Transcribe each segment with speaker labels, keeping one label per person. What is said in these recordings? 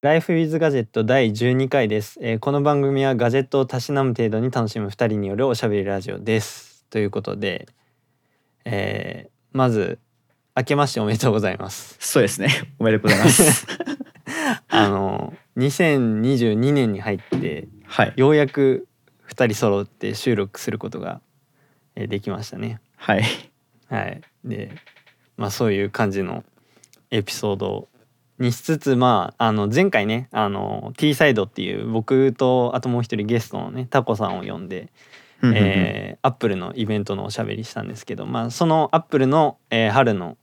Speaker 1: ライフウィズガジェット第12回です、えーこの番組はガジェットをたしなむ程度に楽しむ二人によるおしゃべりラジオですということで、えーまず明けましておめでとうございます
Speaker 2: そうですね。 おめでとうございます。
Speaker 1: あの2022年に入って
Speaker 2: はい。
Speaker 1: ようやく二人揃って収録することがえーできましたね
Speaker 2: はい。
Speaker 1: はい、でまあそういう感じのエピソードにしつつまああの前回ねあの T サイドっていう僕とあともう一人ゲストのねタコさんを呼んで、えーアップルのイベントのおしゃべりしたんですけど、まあ、そのアップルの、えー春の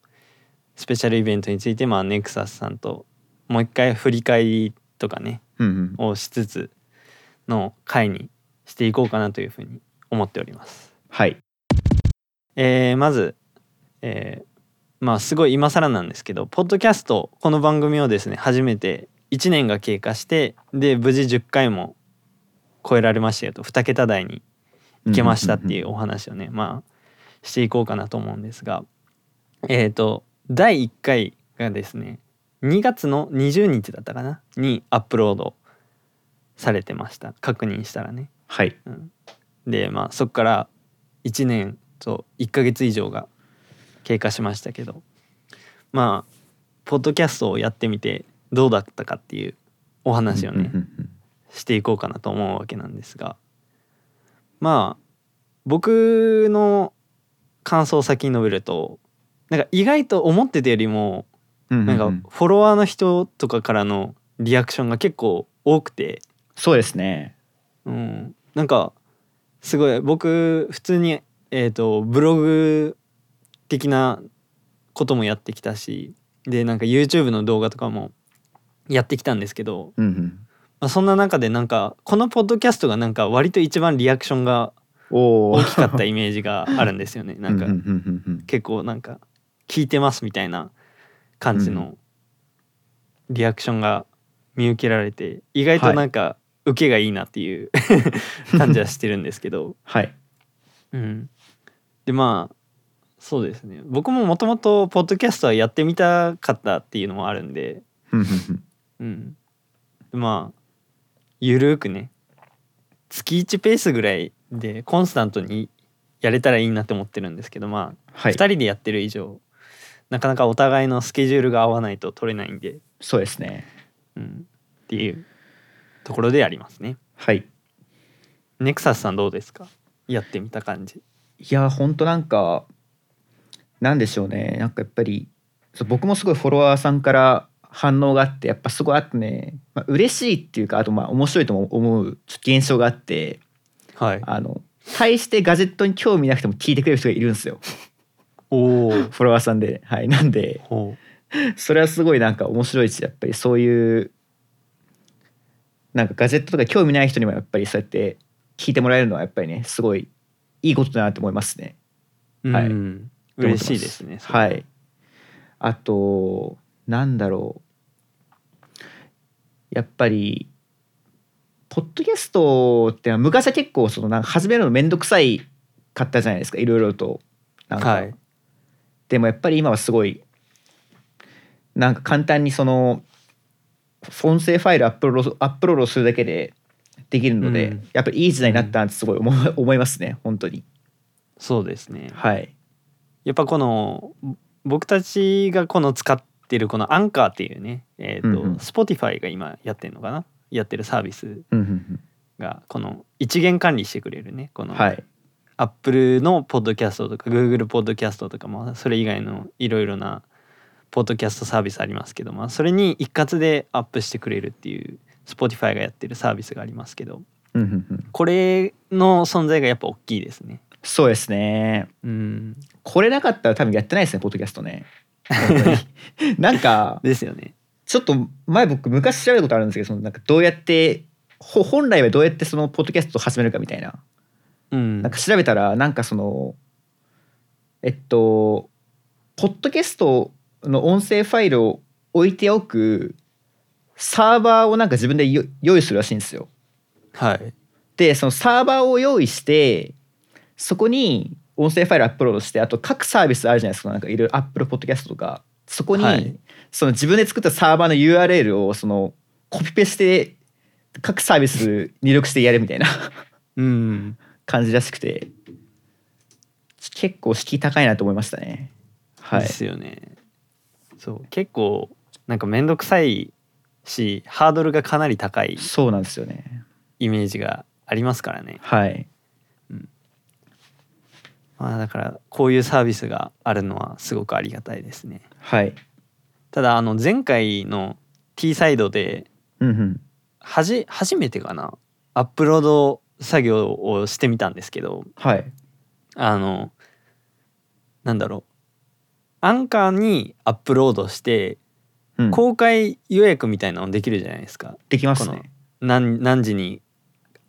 Speaker 1: スペシャルイベントについて、まあ、ネクサスさんともう一回振り返りとかね
Speaker 2: うんうん
Speaker 1: をしつつの回にしていこうかなというふうに思っております。
Speaker 2: はい。
Speaker 1: えーまず、えーまあすごい今更なんですけどポッドキャストこの番組をですね初めて1年が経過してで無事10回も超えられましたよと2桁台に行けましたっていうお話をね、まあしていこうかなと思うんですがえっ、と第1回がですね2月の20日だったかなにアップロードされてました確認したらね。
Speaker 2: はい。
Speaker 1: でまあそこから1年と1ヶ月以上が経過しましたけどまあポッドキャストをやってみてどうだったかっていうお話をね、
Speaker 2: うんうんうん
Speaker 1: していこうかなと思うわけなんですがまあ僕の感想を先に述べるとなんか意外と思ってたよりも
Speaker 2: うん
Speaker 1: なん
Speaker 2: う
Speaker 1: か
Speaker 2: んうん
Speaker 1: フォロワーの人とかからのリアクションが結構多くて。
Speaker 2: そうですね。
Speaker 1: うん、なんかすごい僕普通に、えー、とブログ的なこともやってきたしでなんか YouTube の動画とかもやってきたんですけど、
Speaker 2: うんうん
Speaker 1: まあ、そんな中でなんかこのポッドキャストがなんか割と一番リアクションが
Speaker 2: おお。
Speaker 1: 大きかったイメージがあるんですよねなんか
Speaker 2: ううううんうん
Speaker 1: 結構なんか「聞いてます」みたいな感じのリアクションが見受けられて意外となんか受けがいいなっていう 感じはしてるんですけど、
Speaker 2: はい。
Speaker 1: うん、でまあそうですね僕ももともとポッドキャストはやってみたかったっていうのもあるんで、
Speaker 2: うんうんうん
Speaker 1: うん、でまあゆるーくね月1ペースぐらいでコンスタントにやれたらいいなって思ってるんですけどまあ
Speaker 2: はい。
Speaker 1: 2人でやってる以上なかなかお互いのスケジュールが合わないと取れないんで、
Speaker 2: そうですね。
Speaker 1: うん、っていうところでありますね。
Speaker 2: はい。
Speaker 1: ネクサスさんどうですかやってみた感じ。
Speaker 2: いや本当なんかなんでしょうねなんかやっぱりそう僕もすごいフォロワーさんから反応があってやっぱすごいあってね、まあ嬉しいっていうかあとまあ面白いとも思うちょっと現象があって
Speaker 1: はい、
Speaker 2: あの対してガジェットに興味なくても聞いてくれる人がいるんですよ
Speaker 1: おお
Speaker 2: フォロワーさんではいなんで
Speaker 1: ほう
Speaker 2: それはすごいなんか面白いしやっぱりそういうなんかガジェットとか興味ない人にもやっぱりそうやって聞いてもらえるのはやっぱりねすごいいいことだなと思いますねはい
Speaker 1: うん嬉しいですね。それ
Speaker 2: はい。あと、なんだろう。やっぱり、ポッドキャストって昔は結構そのなんか始めるのめんどくさいかったじゃないですかいろいろとなんか、
Speaker 1: はい
Speaker 2: でもやっぱり今はすごいなんか簡単にその音声ファイルアップロードアップロードするだけでできるので、
Speaker 1: うん
Speaker 2: やっぱりいい時代になったなってすごい思,、 思いますね本当に
Speaker 1: そうですね。
Speaker 2: はい
Speaker 1: やっぱこの僕たちがこの使ってるこのアンカーっていうね、えっ、
Speaker 2: うんうん
Speaker 1: と、スポティファイが今やってるのかな、やってるサービス
Speaker 2: うんうん
Speaker 1: がこの一元管理してくれるね、こ
Speaker 2: うん
Speaker 1: の
Speaker 2: はい
Speaker 1: アップルのポッドキャストとか Google ポッドキャストとかもそれ以外のいろいろなポッドキャストサービスありますけど、まあ、それに一括でアップしてくれるっていう Spotify がやってるサービスがありますけど
Speaker 2: うんうんうん
Speaker 1: これの存在がやっぱ大きいですね。
Speaker 2: そうですね。
Speaker 1: うん、
Speaker 2: これなかったら多分やってないですね、ポッドキャストね。本当になんか、
Speaker 1: ですよね。
Speaker 2: ちょっと前僕昔調べたことあるんですけど、そのなんかどうやって、ほ本来はどうやってそのポッドキャストを始めるかみたいな。
Speaker 1: うん、
Speaker 2: なんか調べたら、なんかその、えっと、ポッドキャストの音声ファイルを置いておくサーバーをなんか自分でよ用意するらしいんですよ。
Speaker 1: はい、
Speaker 2: でそのサーバーを用意してそこに音声ファイルアップロードしてあと各サービスあるじゃないですかなんかいろいろ Apple Podcast とかそこに、
Speaker 1: はい
Speaker 2: その自分で作ったサーバーの URL をそのコピペして各サービス入力してやるみたいな
Speaker 1: うん
Speaker 2: 感じらしくて結構敷居高いなと思いましたね。はい
Speaker 1: で、すよねそう結構なんか面倒くさいしハードルがかなり高い
Speaker 2: そうなんですよね。
Speaker 1: イメージがありますからね、
Speaker 2: はい、
Speaker 1: まあ、だからこういうサービスがあるのはすごくありがたいですね
Speaker 2: はい、
Speaker 1: ただあの前回の T サイドで
Speaker 2: うんうん、
Speaker 1: はじ初めてかなアップロード作業をしてみたんですけど
Speaker 2: はい、
Speaker 1: あのなんだろうアンカーにアップロードして
Speaker 2: うん、
Speaker 1: 公開予約みたいなのできるじゃないですか
Speaker 2: できます
Speaker 1: この
Speaker 2: ね。
Speaker 1: 何何時に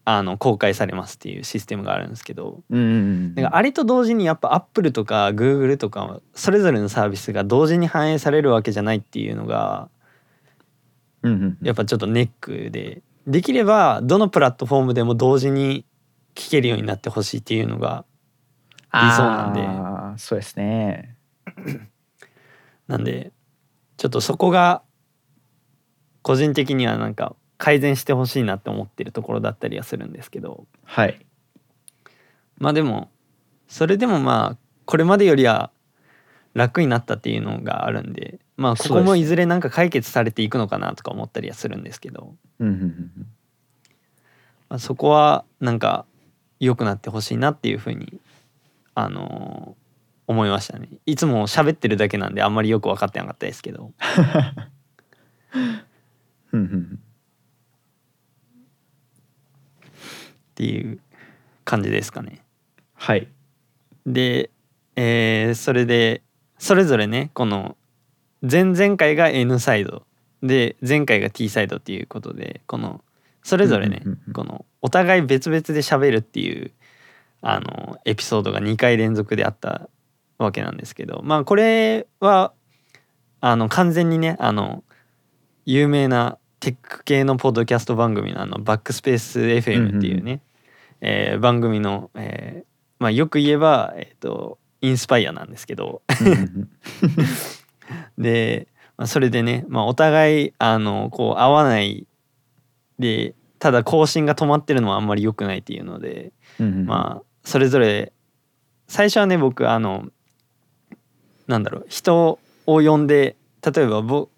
Speaker 1: あの公開されますっていうシステムがあるんですけど
Speaker 2: うんうんうん、
Speaker 1: なんかあれと同時にやっぱアップルとか Google とかそれぞれのサービスが同時に反映されるわけじゃないっていうのが
Speaker 2: うんうんうん
Speaker 1: やっぱちょっとネックでできればどのプラットフォームでも同時に聞けるようになってほしいっていうのが理想なんで
Speaker 2: あーそうですね。
Speaker 1: なんでちょっとそこが個人的にはなんか改善してほしいなって思ってるところだったりはするんですけど
Speaker 2: はい、
Speaker 1: まあでもそれでもまあこれまでよりは楽になったっていうのがあるんでまあこ
Speaker 2: そう
Speaker 1: こ
Speaker 2: です
Speaker 1: も
Speaker 2: ね
Speaker 1: いずれなんか解決されていくのかなとか思ったりはするんですけど、
Speaker 2: うんうんうん
Speaker 1: まあ、そこはなんか良くなってほしいなっていうふうにあのー思いましたねいつも喋ってるだけなんであんまりよく分かってなかったですけど
Speaker 2: うんうんうん、
Speaker 1: っていう感じですかね。
Speaker 2: はい、
Speaker 1: で、えーそれでそれぞれねこの前々回が N サイドで前回が T サイドっていうことでこのそれぞれね
Speaker 2: うんうんうんうん
Speaker 1: このお互い別々で喋るっていうあのエピソードが2回連続であったわけなんですけどまあこれはあの完全にねあの有名なテック系のポッドキャスト番組のあのバックスペース FM っていうね、
Speaker 2: うんうん
Speaker 1: えー番組の、えーまあ、よく言えば、えー、とインスパイアなんですけど
Speaker 2: うんうんうん
Speaker 1: で、まあ、それでね、まあ、お互いあのこう合わないでただ更新が止まってるのはあんまり良くないっていうので、
Speaker 2: うんう ん、
Speaker 1: まあそれぞれ最初はね僕あのなんだろう人を呼んで例えばぼ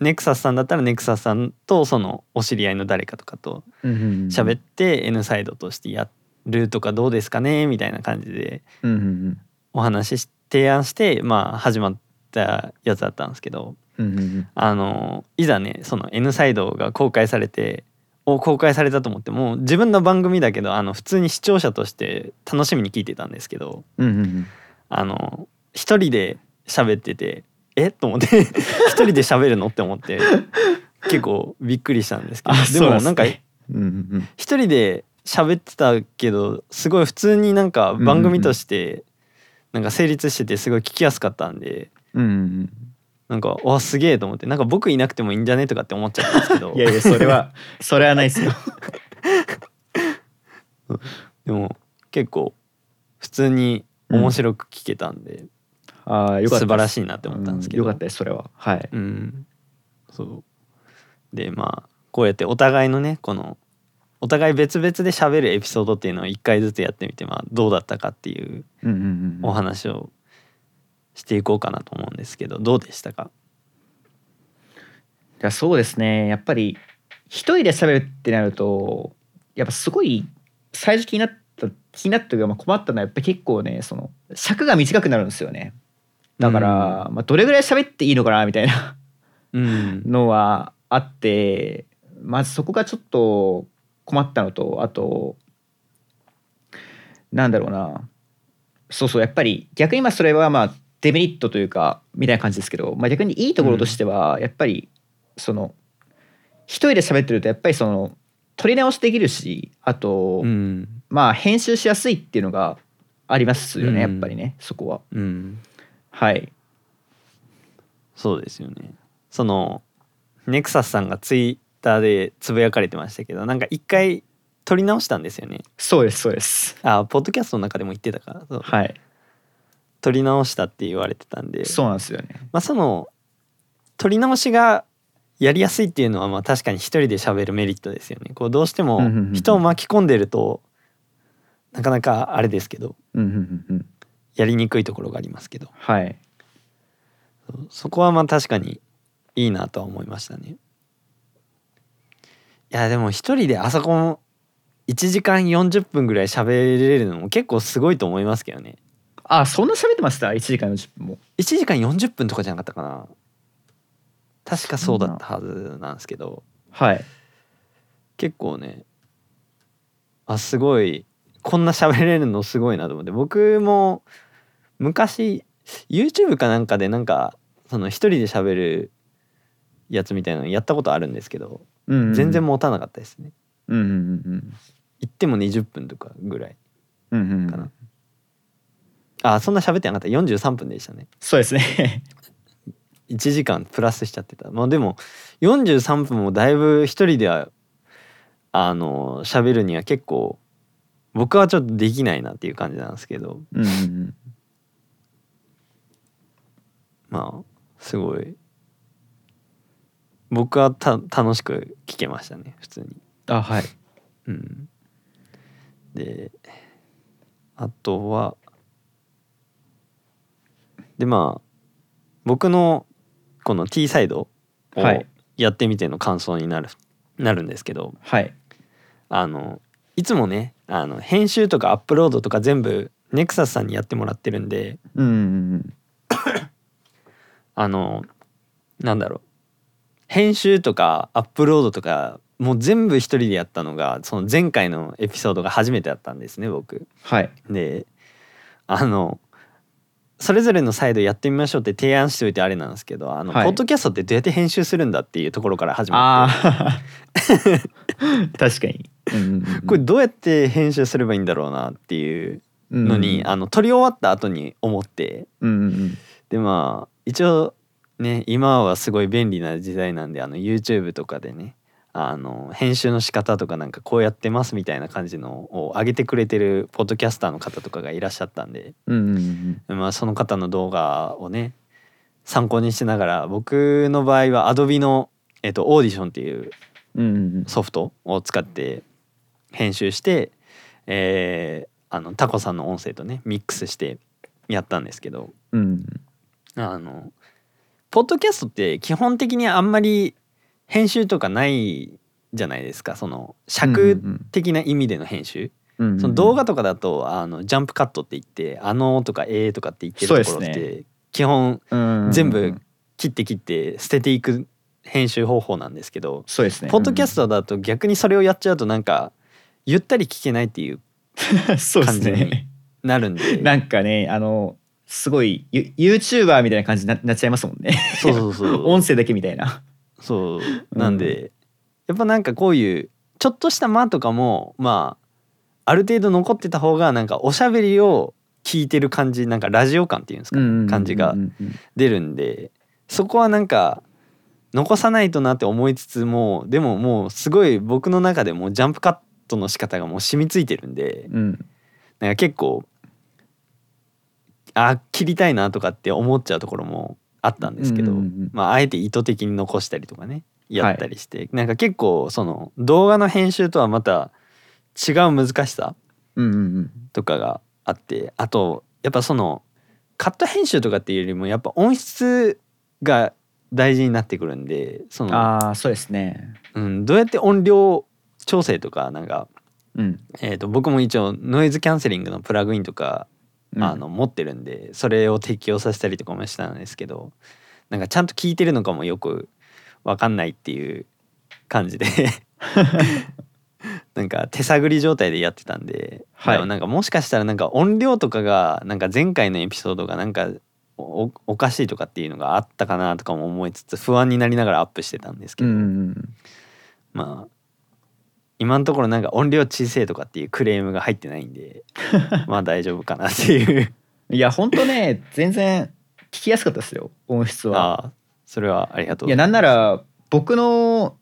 Speaker 1: ネクサスさんだったらネクサスさんとそのお知り合いの誰かとかと
Speaker 2: うんうんうん
Speaker 1: 喋っ、て N サイドとしてやるとかどうですかねみたいな感じで
Speaker 2: うんうん
Speaker 1: お話しし提案してまあ始まったやつだったんですけど
Speaker 2: うんうんうん
Speaker 1: あのいざねその N サイドが公開されてお公開されたと思ってもう自分の番組だけどあの普通に視聴者として楽しみに聞いてたんですけど
Speaker 2: うんうんうん
Speaker 1: あの一人で喋っててえと思って 一人で喋るのって思って結構びっくりしたんですけど
Speaker 2: あそう
Speaker 1: もなんか
Speaker 2: ですうんうん
Speaker 1: 一人で喋ってたけどすごい普通になんか番組としてなんか成立しててすごい聞きやすかったんで
Speaker 2: うんうん
Speaker 1: なんかわすげえと思ってなんか僕いなくてもいいんじゃねとかって思っちゃったんですけ
Speaker 2: う
Speaker 1: ど
Speaker 2: んいやいやそれはそれはないですよ。
Speaker 1: でも結構普通に面白く聞けたんで、
Speaker 2: ああよかった
Speaker 1: 素晴ら
Speaker 2: い
Speaker 1: しいなって
Speaker 2: と
Speaker 1: 思ったんですけど、
Speaker 2: よかったですそれははい。
Speaker 1: うんそうでまあこうやってお互いのねこのお互い別々で喋るエピソードっていうのを1回ずつやってみて、まあ、どうだったかっていう
Speaker 2: うんうんう
Speaker 1: お
Speaker 2: ん。
Speaker 1: 話をしていこうかなと思うんですけどどうでしたか
Speaker 2: いやそうですねやっぱり一人で喋るってなるとやっぱすごい最初気になった気になったというか、まあ、困ったのはやっぱり結構ねその尺が短くなるんですよね。だから、まあ、どれぐらい喋っていいのかなみたいな。
Speaker 1: うん
Speaker 2: のはあってまずそこがちょっと困ったのとあとなんだろうなそうそうやっぱり逆にまあそれはまあデメリットというかみたいな感じですけど、まあ、逆にいいところとしてはやっぱりその一人で喋ってるとやっぱりその取り直しできるしあと
Speaker 1: うん
Speaker 2: まあ編集しやすいっていうのがありますよねや
Speaker 1: う
Speaker 2: っ
Speaker 1: ん
Speaker 2: ぱりねそこは。
Speaker 1: うん
Speaker 2: はい、
Speaker 1: そうですよねそのネクサスさんがツイッターでつぶやかれてましたけどなんか一回撮り直したんですよね
Speaker 2: そうですそうです。
Speaker 1: あポッドキャストの中でも言ってたからそう
Speaker 2: はい、
Speaker 1: 撮り直したって言われてたんで
Speaker 2: そうなんですよね。
Speaker 1: まあ、その撮り直しがやりやすいっていうのはまあ確かに一人で喋るメリットですよねこうどうして
Speaker 2: うんうんうんう
Speaker 1: も
Speaker 2: ん
Speaker 1: 人を巻き込んでるとなかなかあれですけど
Speaker 2: うんうんうんうん
Speaker 1: やりにくいところがありますけど
Speaker 2: はい
Speaker 1: そこはまあ確かにいいなとは思いましたねいやでも一人であそこも1時間40分ぐらい喋れるのも結構すごいと思いますけどね
Speaker 2: あそんな喋ってました1時間40分も
Speaker 1: 1時間40分とかじゃなかったかな確かそうだったはずなんですけど
Speaker 2: はい
Speaker 1: 結構ねあすごいこんな喋れるのすごいなと思って僕も昔 YouTube かなんかでなんかその一人で喋るやつみたいなのやったことあるんですけど
Speaker 2: うんうん
Speaker 1: 全然持たなかったですね
Speaker 2: うんうんうん
Speaker 1: 行っても20分とかぐらい
Speaker 2: うんうんうん
Speaker 1: かなあそんな喋ってなかった43分でしたね
Speaker 2: そうですね
Speaker 1: 1時間プラスしちゃってたまあでも43分もだいぶ一人ではあの喋るには結構僕はちょっとできないなっていう感じなんですけど
Speaker 2: うんうんうん
Speaker 1: まあすごい僕はた楽しく聞けましたね普通に。
Speaker 2: あはい
Speaker 1: うん、であとはでまあ僕のこの T サイドを
Speaker 2: はい
Speaker 1: やってみての感想になる,、なるんですけど
Speaker 2: はい
Speaker 1: あのいつもねあの編集とかアップロードとか全部ネクサスさんにやってもらってるんで
Speaker 2: うんうんうん
Speaker 1: あのなんだろう編集とかアップロードとかもう全部一人でやったのがその前回のエピソードが初めてだったんですね僕。
Speaker 2: はい
Speaker 1: であのそれぞれのサイドやってみましょうって提案しておいてあれなんですけどあの、
Speaker 2: はい
Speaker 1: ポッドキャストってどうやって編集するんだっていうところから始まっ
Speaker 2: ああ 確かに、うんうんうん
Speaker 1: てこれどうやって編集すればいいんだろうなっていうのに、あの撮り終わった後に思って
Speaker 2: うんうんうん
Speaker 1: でまあ一応ね今はすごい便利な時代なんであの YouTube とかでねあの編集の仕方とかなんかこうやってますみたいな感じのを上げてくれてるポッドキャスターの方とかがいらっしゃったんで
Speaker 2: うんうんうん
Speaker 1: まあ、その方の動画をね参考にしながら僕の場合は Adobe の、えっと、オーディションっていう
Speaker 2: うんうん
Speaker 1: ソフトを使って編集して、えーあのタコさんの音声とねミックスしてやったんですけど
Speaker 2: うんうん
Speaker 1: あのポッドキャストって基本的にあんまり編集とかないじゃないですかその尺的な意味での編集、
Speaker 2: うんうん
Speaker 1: その動画とかだとあのジャンプカットって言って「あの」とか「えー」とかって言ってるところっ
Speaker 2: そうで
Speaker 1: て基本
Speaker 2: うん
Speaker 1: 全部切って切って捨てていく編集方法なんですけど
Speaker 2: そうですね
Speaker 1: ポッドキャストだと逆にそれをやっちゃうとなんかゆったり聞けないっていう
Speaker 2: トそうで
Speaker 1: 完
Speaker 2: す
Speaker 1: 全に
Speaker 2: ね
Speaker 1: なるんで
Speaker 2: なんかねあのすごいユ YouTuber みたいな感じにななっちゃいますもんね
Speaker 1: そうそうそう
Speaker 2: 音声だけみたいな
Speaker 1: そう
Speaker 2: うん
Speaker 1: なんでやっぱなんかこういうちょっとした間とかもまあある程度残ってた方がなんかおしゃべりを聞いてる感じなんかラジオ感っていうんですか感じが
Speaker 2: うんうんうん
Speaker 1: 出るんでそこはなんか残さないとなって思いつつもでももうすごい僕の中でもうジャンプカットの仕方がもう染みついてるんで
Speaker 2: うんうん
Speaker 1: なんか結構あ切りたいなとかって思っちゃうところもあったんですけど、
Speaker 2: うんうんうん
Speaker 1: まあ、あえて意図的に残したりとかねやったりして、なんか結構その動画の編集とはまた違う難しさ
Speaker 2: うんうんうん
Speaker 1: とかがあってあとやっぱそのカット編集とかっていうよりもやっぱ音質が大事になってくるんでその、
Speaker 2: ああそうですね
Speaker 1: うん、どうやって音量調整とかなんか、
Speaker 2: うん
Speaker 1: えー、と僕も一応ノイズキャンセリングのプラグインとか、
Speaker 2: うん
Speaker 1: あの持ってるんでそれを適用させたりとかもしたんですけどなんかちゃんと聞いてるのかもよく分かんないっていう感 じでなんか手探り状態でやってたんで、
Speaker 2: はい
Speaker 1: でもなんかもしかしたらなんか音量とかがなんか前回のエピソードがなんかおおかしいとかっていうのがあったかなとかも思いつつ不安になりながらアップしてたんですけ
Speaker 2: う
Speaker 1: ど、
Speaker 2: んうん
Speaker 1: まあ今のところなんか音量小せえとかっていうクレームが入ってないん でまあ大丈夫かなっていう
Speaker 2: うんいや本当ね全然聞きやすかったですよ音質は
Speaker 1: ああそれはありがとう
Speaker 2: いやなんなら僕の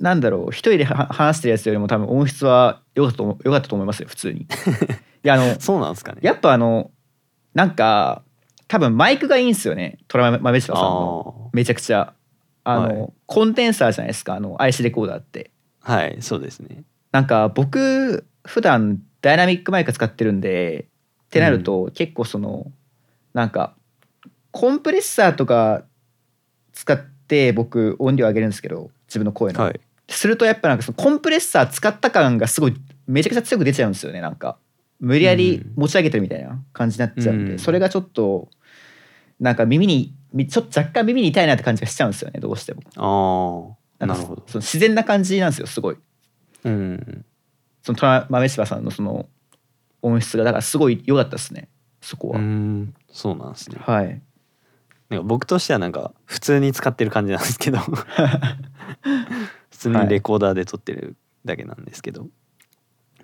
Speaker 2: なんだろう一人では話してるやつよりも多分音質は良かったと思良かったと思いますよ普通にいやあの
Speaker 1: そうなんですかね
Speaker 2: やっぱあのなんか多分マイクがいいんですよね虎豆柴さん
Speaker 1: あ
Speaker 2: のめちゃくちゃあの、
Speaker 1: は
Speaker 2: コンデンサーじゃないですかあの IC レコーダーって
Speaker 1: はいそうですね
Speaker 2: なんか僕普段ダイナミックマイク使ってるんでってなると結構その、なんかコンプレッサーとか使って僕音量上げるんですけど自分の声の、
Speaker 1: はい
Speaker 2: するとやっぱなんかそのコンプレッサー使った感がすごいめちゃくちゃ強く出ちゃうんですよねなんか無理やり持ち上げてるみたいな感じになっちゃうんで、
Speaker 1: うん
Speaker 2: それがちょっとなんか耳にみちょっと若干耳に痛いなって感じがしちゃうんですよねどうしても
Speaker 1: あー
Speaker 2: んか
Speaker 1: なるほど
Speaker 2: その自然な感じなんですよすごい
Speaker 1: うん
Speaker 2: その虎豆柴さんのその音質がだからすごい良かったですねそこ
Speaker 1: う
Speaker 2: は、
Speaker 1: んそうなんですね
Speaker 2: はい
Speaker 1: なんか僕としてはなんか普通に使ってる感じなんです けど普通にレコーダーで撮ってるだけなんですけど、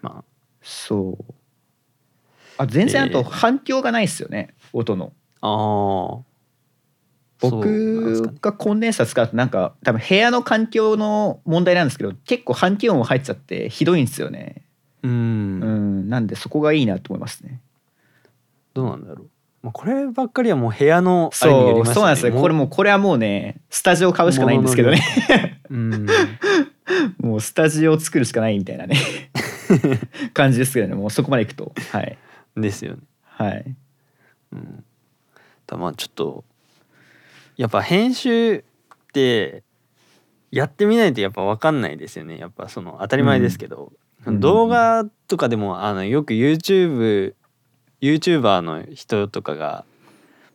Speaker 1: ま
Speaker 2: そうあ全然あ
Speaker 1: え
Speaker 2: と
Speaker 1: ー
Speaker 2: 反響がないですよね音の
Speaker 1: ああーそうなんですか
Speaker 2: 僕
Speaker 1: ね
Speaker 2: がコンデンサー使うとなんか多分部屋の環境の問題なんですけど結構反響音入っちゃってひどいんですよね
Speaker 1: うん
Speaker 2: うん、なんでそこがいいなと思いますね
Speaker 1: どうなんだろう、まあ、こればっかりはもう部屋のあれにより
Speaker 2: そ
Speaker 1: ます
Speaker 2: うそうなんですよこれもうこれはもうねスタジオ買うしかないんですけどね
Speaker 1: うん
Speaker 2: もうスタジオを作るしかないみたいなね 感じですけどねもうそこまでいくとはい
Speaker 1: ですよね、
Speaker 2: はい
Speaker 1: うん、ただまあちょっとやっぱ編集ってやってみないとやっぱ分かんないですよねやっぱその当たり前ですけど、
Speaker 2: うん
Speaker 1: 動画とかでもあのよく YouTube YouTuber の人とかが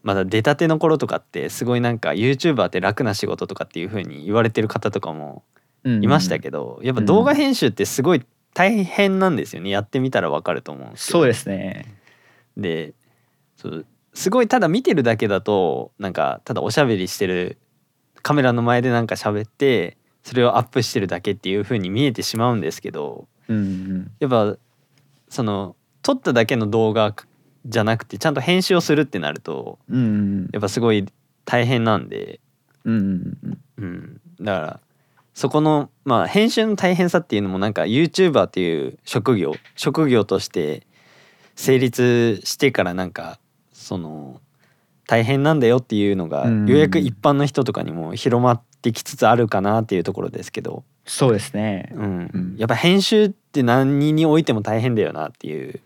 Speaker 1: まだ出たての頃とかってすごいなんか YouTuber って楽な仕事とかっていう風に言われてる方とかもいました
Speaker 2: ど
Speaker 1: けど、やっぱ動画編集ってすごい大変なんですよね、やってみたらわかると思うんですけど
Speaker 2: そうですね
Speaker 1: でそうすごいただ見てるだけだとなんかただおしゃべりしてるカメラの前でなんか喋ってそれをアップしてるだけっていう風に見えてしまうんですけど
Speaker 2: うんうん
Speaker 1: やっぱその撮っただけの動画じゃなくてちゃんと編集をするってなると
Speaker 2: うん
Speaker 1: やっぱすごい大変なんで。
Speaker 2: うんうんうん
Speaker 1: うん、だからそこの、まあ、編集の大変さっていうのもなんか YouTuber っていう職業職業として成立してからなんかその大変なんだよっていうのが
Speaker 2: うん
Speaker 1: ようやく一般の人とかにも広まってきつつあるかなっていうところですけど、
Speaker 2: そうですね
Speaker 1: うん
Speaker 2: うん
Speaker 1: やっぱ編集って何においても大変だよなっていう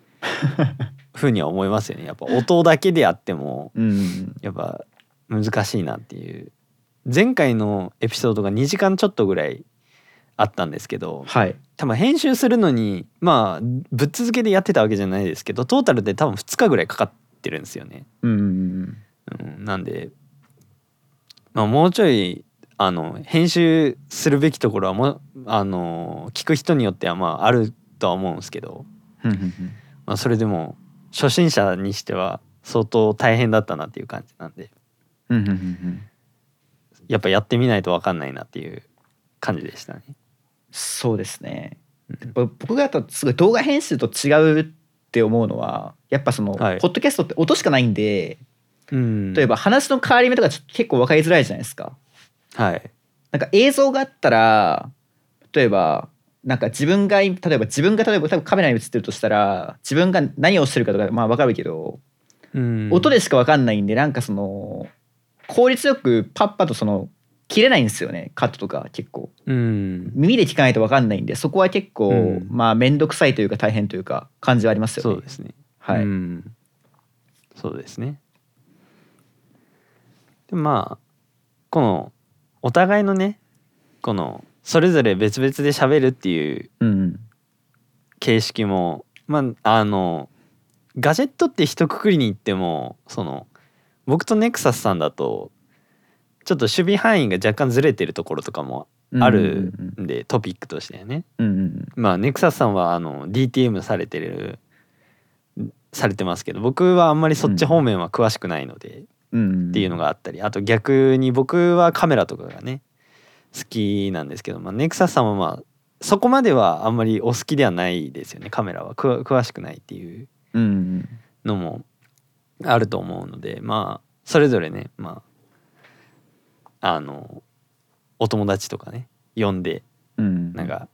Speaker 1: ふうには思いますよねやっぱ音だけであっても
Speaker 2: うんうん
Speaker 1: やっぱ難しいなっていう前回のエピソードが2時間ちょっとぐらいあったんですけど
Speaker 2: はい
Speaker 1: 多分編集するのにまあぶっ続けでやってたわけじゃないですけどトータルで多分2日ぐらいかかってるんですよね。
Speaker 2: うんうん
Speaker 1: うん、なんで、まあ、もうちょいあの編集するべきところはもうあの聞く人によってはまああるとは思うんですけど、
Speaker 2: うんうんうん
Speaker 1: まあ、それでも初心者にしては相当大変だったなっていう感じなんで。
Speaker 2: うんうんうんうん
Speaker 1: やっぱやってみないと分かんないなっていう感じでしたね。
Speaker 2: そうですね
Speaker 1: うん
Speaker 2: ぼ僕がやっぱすごい動画編集と違うって思うのはやっぱその、
Speaker 1: はい
Speaker 2: ポッドキャストって音しかないんで
Speaker 1: うん
Speaker 2: 例えば話の変わり目とかちょっと結構分かりづらいじゃないですか
Speaker 1: はい
Speaker 2: なんか映像があったら例えばなんか自分が例えば自分が例えば多分カメラに映ってるとしたら自分が何をしてるかとかまあ分かるけど
Speaker 1: うん
Speaker 2: 音でしか分かんないんでなんかその効率よくパッパとその切れないんですよねカットとか結構
Speaker 1: うん
Speaker 2: 耳で聞かないと分かんないんでそこは結構、
Speaker 1: うん
Speaker 2: まあ面倒くさいというか大変というか感じはありますよね
Speaker 1: そうですね。
Speaker 2: はい、
Speaker 1: うんそうですね。でまあこのお互いのねこのそれぞれ別々で喋るっていう
Speaker 2: うん、
Speaker 1: 形式もまああのガジェットって一括りに言ってもその僕とネクサスさんだとちょっと守備範囲が若干ずれてるところとかもあるんでトピックとしてね
Speaker 2: うんうんうん
Speaker 1: まあネクサスさんはあの DTM されてるされてますけど僕はあんまりそっち方面は詳しくないので、
Speaker 2: うんうん
Speaker 1: っていうのがあったりあと逆に僕はカメラとかがね好きなんですけど、まあ、ネクサスさんはまあそこまではあんまりお好きではないですよねカメラはくわ詳しくないっていう
Speaker 2: うんうん
Speaker 1: のもあると思うのでまあそれぞれねまああのお友達とかね呼んで
Speaker 2: うん
Speaker 1: なんか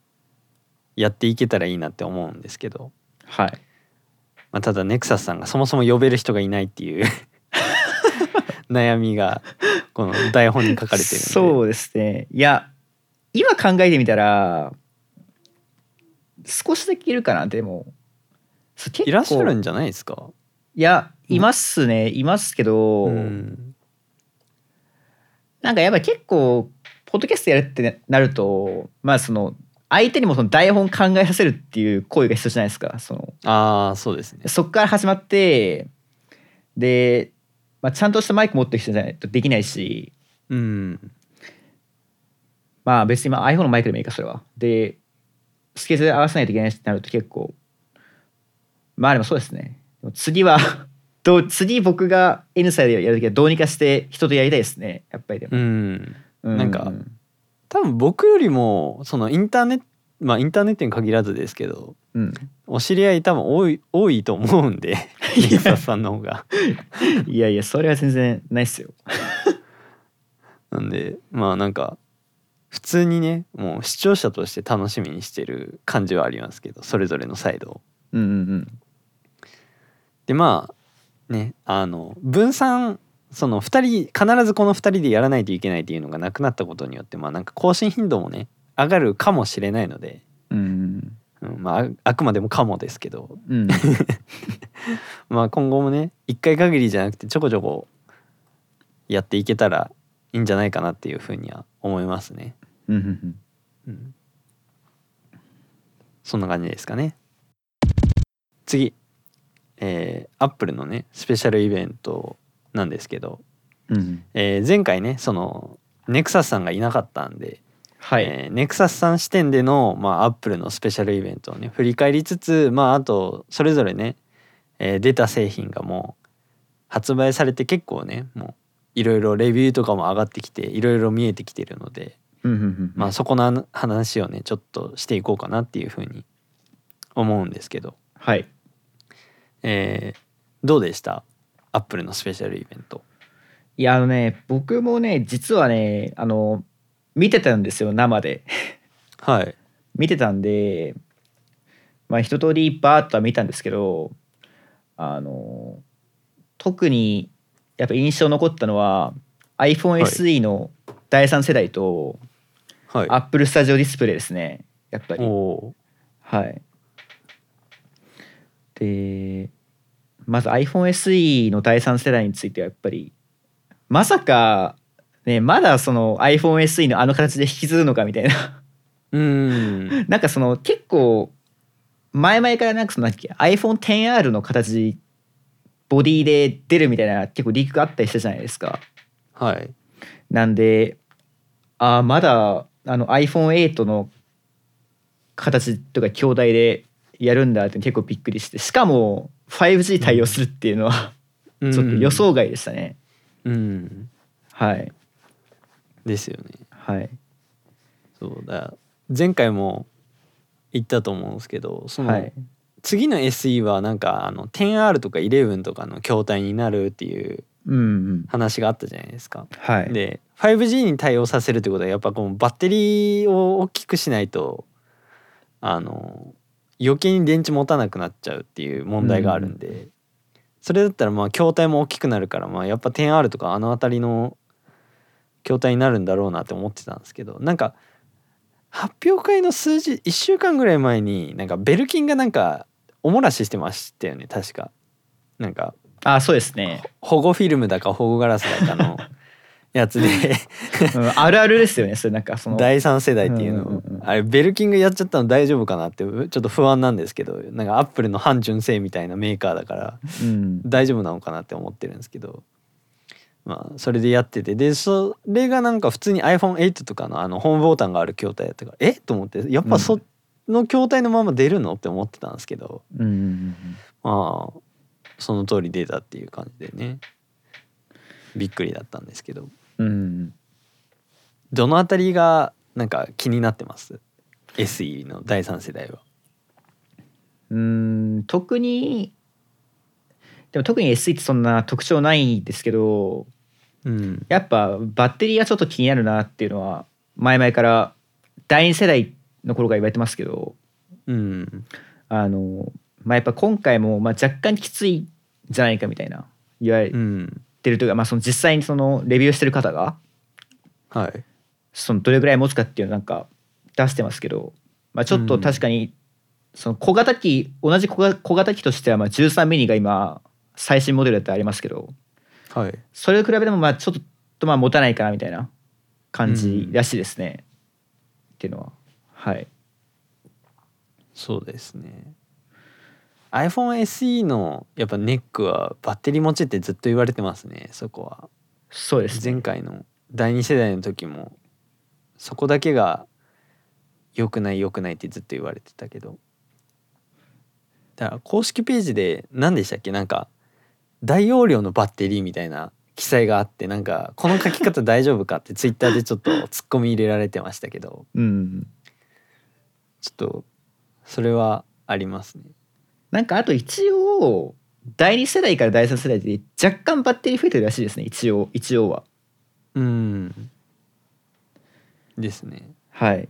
Speaker 1: やっていけたらいいなって思うんですけど、
Speaker 2: はい
Speaker 1: まあ、ただネクサスさんがそもそも呼べる人がいないっていう悩みがこの台本に書かれてるんで
Speaker 2: そうですねいや今考えてみたら少しだけいるかなでもそう結構
Speaker 1: いらっしゃるんじゃないですか、
Speaker 2: いやいますね、いますけど、
Speaker 1: うん、
Speaker 2: なんかやっぱ結構ポッドキャストやるってなるとまあその相手にもその台本考えさせるっていう行為が必要じゃないですかその
Speaker 1: ああそうですね
Speaker 2: そっから始まってで、まあ、ちゃんとしたマイク持ってる人じゃないとできないし
Speaker 1: うん
Speaker 2: まあ別にまあ iPhone のマイクでもいいかそれはでスケジュール合わせないといけないってなると結構まあでもそうですねでも次は どう次僕が N サイでやるときはどうにかして人とやりたいですねやっぱりでも
Speaker 1: う、ん
Speaker 2: う
Speaker 1: なんか多分僕よりもそのインターネットまあインターネットに限らずですけど
Speaker 2: うん、
Speaker 1: お知り合い多分多い多いと思うんでミサさんの方が。
Speaker 2: いやいやそれは全然ないっすよ
Speaker 1: なんでまあなんか普通にねもう視聴者として楽しみにしてる感じはありますけどそれぞれのサイドを。
Speaker 2: うんうんうん
Speaker 1: でまあねあの分散その2人必ずこの2人でやらないといけないっていうのがなくなったことによってまあなんか更新頻度もね上がるかもしれないので、
Speaker 2: うん
Speaker 1: うんまあああくまでもかもですけど
Speaker 2: うんうん
Speaker 1: まあ今後もね1回限りじゃなくてちょこちょこやっていけたらいいんじゃないかなっていうふうには思いますね。
Speaker 2: うんうん
Speaker 1: うん、そんな感じですかね。次、えー、Apple のねスペシャルイベントなんですけど、
Speaker 2: うんうん
Speaker 1: えー前回ねそのネクサスさんがいなかったんで、
Speaker 2: はい、
Speaker 1: えーネクサスさん視点での、まあ、Apple のスペシャルイベントをね振り返りつつ、まあ、あとそれぞれね、えー出た製品がもう発売されて結構ねもういろいろレビューとかも上がってきていろいろ見えてきてるので、
Speaker 2: うんうんうん
Speaker 1: まあ、そこの話をねちょっとしていこうかなっていうふうに思うんですけど、
Speaker 2: はい
Speaker 1: えーどうでしたアップルのスペシャルイベント。
Speaker 2: いやあのね僕もね実はねあの見てたんですよ生で
Speaker 1: はい、
Speaker 2: 見てたんでまあ一通りバーッとは見たんですけどあの特にやっぱ印象残ったのは iPhoneSE の第3世代と
Speaker 1: はい、
Speaker 2: Apple Studio ディスプレイですねやっぱり
Speaker 1: お
Speaker 2: はいでまず iPhoneSE の第3世代についてはやっぱりまさかねまだその iPhoneSE のあの形で引きずるのかみたいな
Speaker 1: ーうーん
Speaker 2: なんかその結構前々からなんかそのなんだっけ iPhone10R の形ボディで出るみたいな結構リークがあったりしたじゃないですか。
Speaker 1: はい
Speaker 2: なんでああまだあの iPhone8 の形とか兄弟でやるんだって結構びっくりしてしかも 5G 対応するっていうのは
Speaker 1: ちょ
Speaker 2: ちょっと予想外でしたね。
Speaker 1: うん
Speaker 2: はい
Speaker 1: ですよね
Speaker 2: はい
Speaker 1: そうだ前回も言ったと思うんですけどそ
Speaker 2: は
Speaker 1: の
Speaker 2: い
Speaker 1: 次の SE はなんかあの 10R とか11とかの筐体になるっていう
Speaker 2: うんうん
Speaker 1: 話があったじゃないですか。
Speaker 2: はい
Speaker 1: で 5G に対応させるってことはやっぱこのバッテリーを大きくしないとあの余計に電池持たなくなっちゃうっていう問題があるんで、それだったらまあ筐体も大きくなるからまあやっぱ 10R とかあの辺りの筐体になるんだろうなって思ってたんですけどなんか発表会の数字1週間ぐらい前になんかベルキンがなんかおもらししてましたよね確か。なんか
Speaker 2: あそうですね、
Speaker 1: 保護フィルムだか保護ガラスだかのやつ で
Speaker 2: うん、あるあるですよねそれなんかその
Speaker 1: 第3世代っていうの、
Speaker 2: うんうんうん
Speaker 1: あれベルキンがやっちゃったの大丈夫かなってちょっと不安なんですけどなんかアップルの半純正みたいなメーカーだから
Speaker 2: うん
Speaker 1: 大丈夫なのかなって思ってるんですけどまあそれでやっててでそれがなんか普通に iPhone8 とかのあのホームボタンがある筐体だったからえっと思ってやっぱその筐体のまま出るのって思ってたんですけど
Speaker 2: うんうんうんうん
Speaker 1: まあその通り出たっていう感じでねびっくりだったんですけど
Speaker 2: うん、
Speaker 1: どのあたりがなんか気になってます SE の第三世代は。
Speaker 2: うん特にでも特に SE ってそんな特徴ないんですけど
Speaker 1: うん、
Speaker 2: やっぱバッテリーがちょっと気になるなっていうのは前々から第2世代の頃から言われてますけど
Speaker 1: うん、
Speaker 2: あの、まあ、やっぱ今回もまあ若干きついんじゃないかみたいな言われ
Speaker 1: うん、
Speaker 2: ってるというか、まあ、その実際にそのレビューしてる方が
Speaker 1: はい
Speaker 2: そのどれぐらい持つかっていうのなんか出してますけど、まあ、ちょっと確かにその小型機同じ小が小型機としてはまあ13ミリが今最新モデルだってありますけど
Speaker 1: はい
Speaker 2: それと比べてもまあちょっとまあ持たないかなみたいな感じらしいですね、っていうのははい
Speaker 1: そうですね iPhoneSE のやっぱネックはバッテリー持ちってずっと言われてますねそこは
Speaker 2: そうですね
Speaker 1: 前回の第二世代の時もそこだけが良くない良くないってずっと言われてたけどだから公式ページで何でしたっけなんか大容量のバッテリーみたいな記載があってなんかこの書き方大丈夫かってツイッターでちょっとツッコミ入れられてましたけど
Speaker 2: うん
Speaker 1: ちょっとそれはありますね。
Speaker 2: なんかあと一応第2世代から第3世代で若干バッテリー増えてるらしいですね一応一応は
Speaker 1: うんですね。
Speaker 2: はい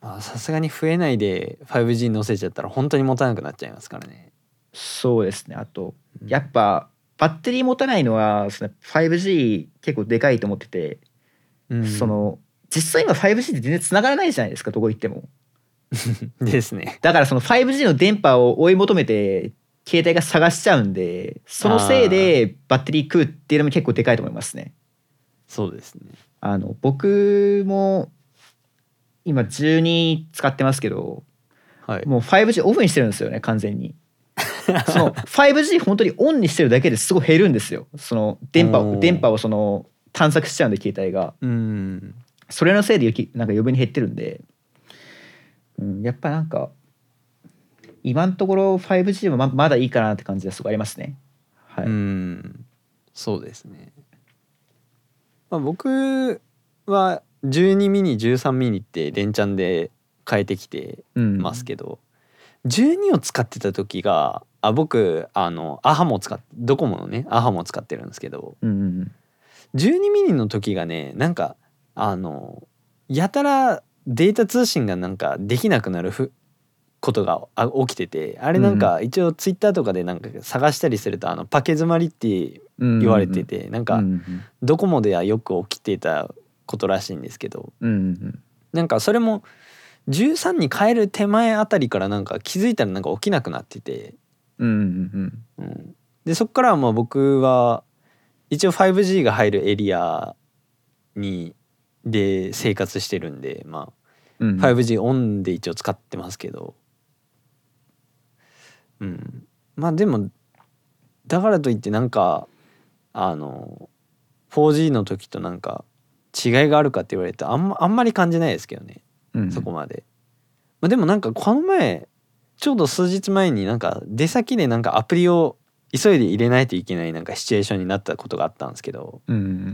Speaker 1: まあさすがに増えないで 5G 乗せちゃったら本当に持たなくなっちゃいますからね。
Speaker 2: そうですねあと
Speaker 1: うん
Speaker 2: やっぱバッテリー持たないのはその 5G 結構でかいと思ってて、
Speaker 1: うん
Speaker 2: その実際今 5G って全然繋がらないじゃないですかどこ行っても
Speaker 1: ですね。
Speaker 2: だからその 5G の電波を追い求めて携帯が探しちゃうんでそのせいでバッテリー食うっていうのも結構でかいと思いますね
Speaker 1: そうですね。
Speaker 2: あの僕も今12使ってますけど
Speaker 1: はい。
Speaker 2: もう 5G オフにしてるんですよね完全にその 5G 本当にオンにしてるだけですごい減るんですよその電波
Speaker 1: おー
Speaker 2: を電波をその探索しちゃうんで携帯が
Speaker 1: うん。
Speaker 2: それのせいでよきなんか余分に減ってるんで、うん、やっぱなんか今のところ 5G はままだいいかなって感じがすごいありますねはい、
Speaker 1: うん。そうですね。まあ、僕は12ミニ13ミニって連チャンで変えてきて
Speaker 2: うん
Speaker 1: ますけど、12を使ってた時があ僕あのアハも使ってドコモのねアハも使ってるんですけど
Speaker 2: うんうん
Speaker 1: 12ミニの時がねなんかあのやたらデータ通信がなんかできなくなるふことがあ起きててあれなんか一応ツイッターとかでなんか探したりするとあのパケ詰まりって
Speaker 2: うん
Speaker 1: 言われててなん
Speaker 2: う
Speaker 1: か
Speaker 2: んうん
Speaker 1: ドコモではよく起きてたことらしいんですけど
Speaker 2: うんうん
Speaker 1: なんかそれも13に変える手前あたりからなんか気づいたらなんか起きなくなってて
Speaker 2: うんうん
Speaker 1: うんでそこからはまあ僕は一応 5G が入るエリアにで生活してるんで、ま
Speaker 2: うんう
Speaker 1: あ、
Speaker 2: ん
Speaker 1: 5G オンで一応使ってますけど、うん、まあでもだからといってなんかあの 4G の時となんか違いがあるかって言われるとあん,、まあんまり感じないですけどね
Speaker 2: うん
Speaker 1: そこまで。まあ、でもなんかこの前ちょうど数日前になんか出先でなんかアプリを急いで入れないといけないなんかシチュエーションになったことがあったんですけど
Speaker 2: うんうん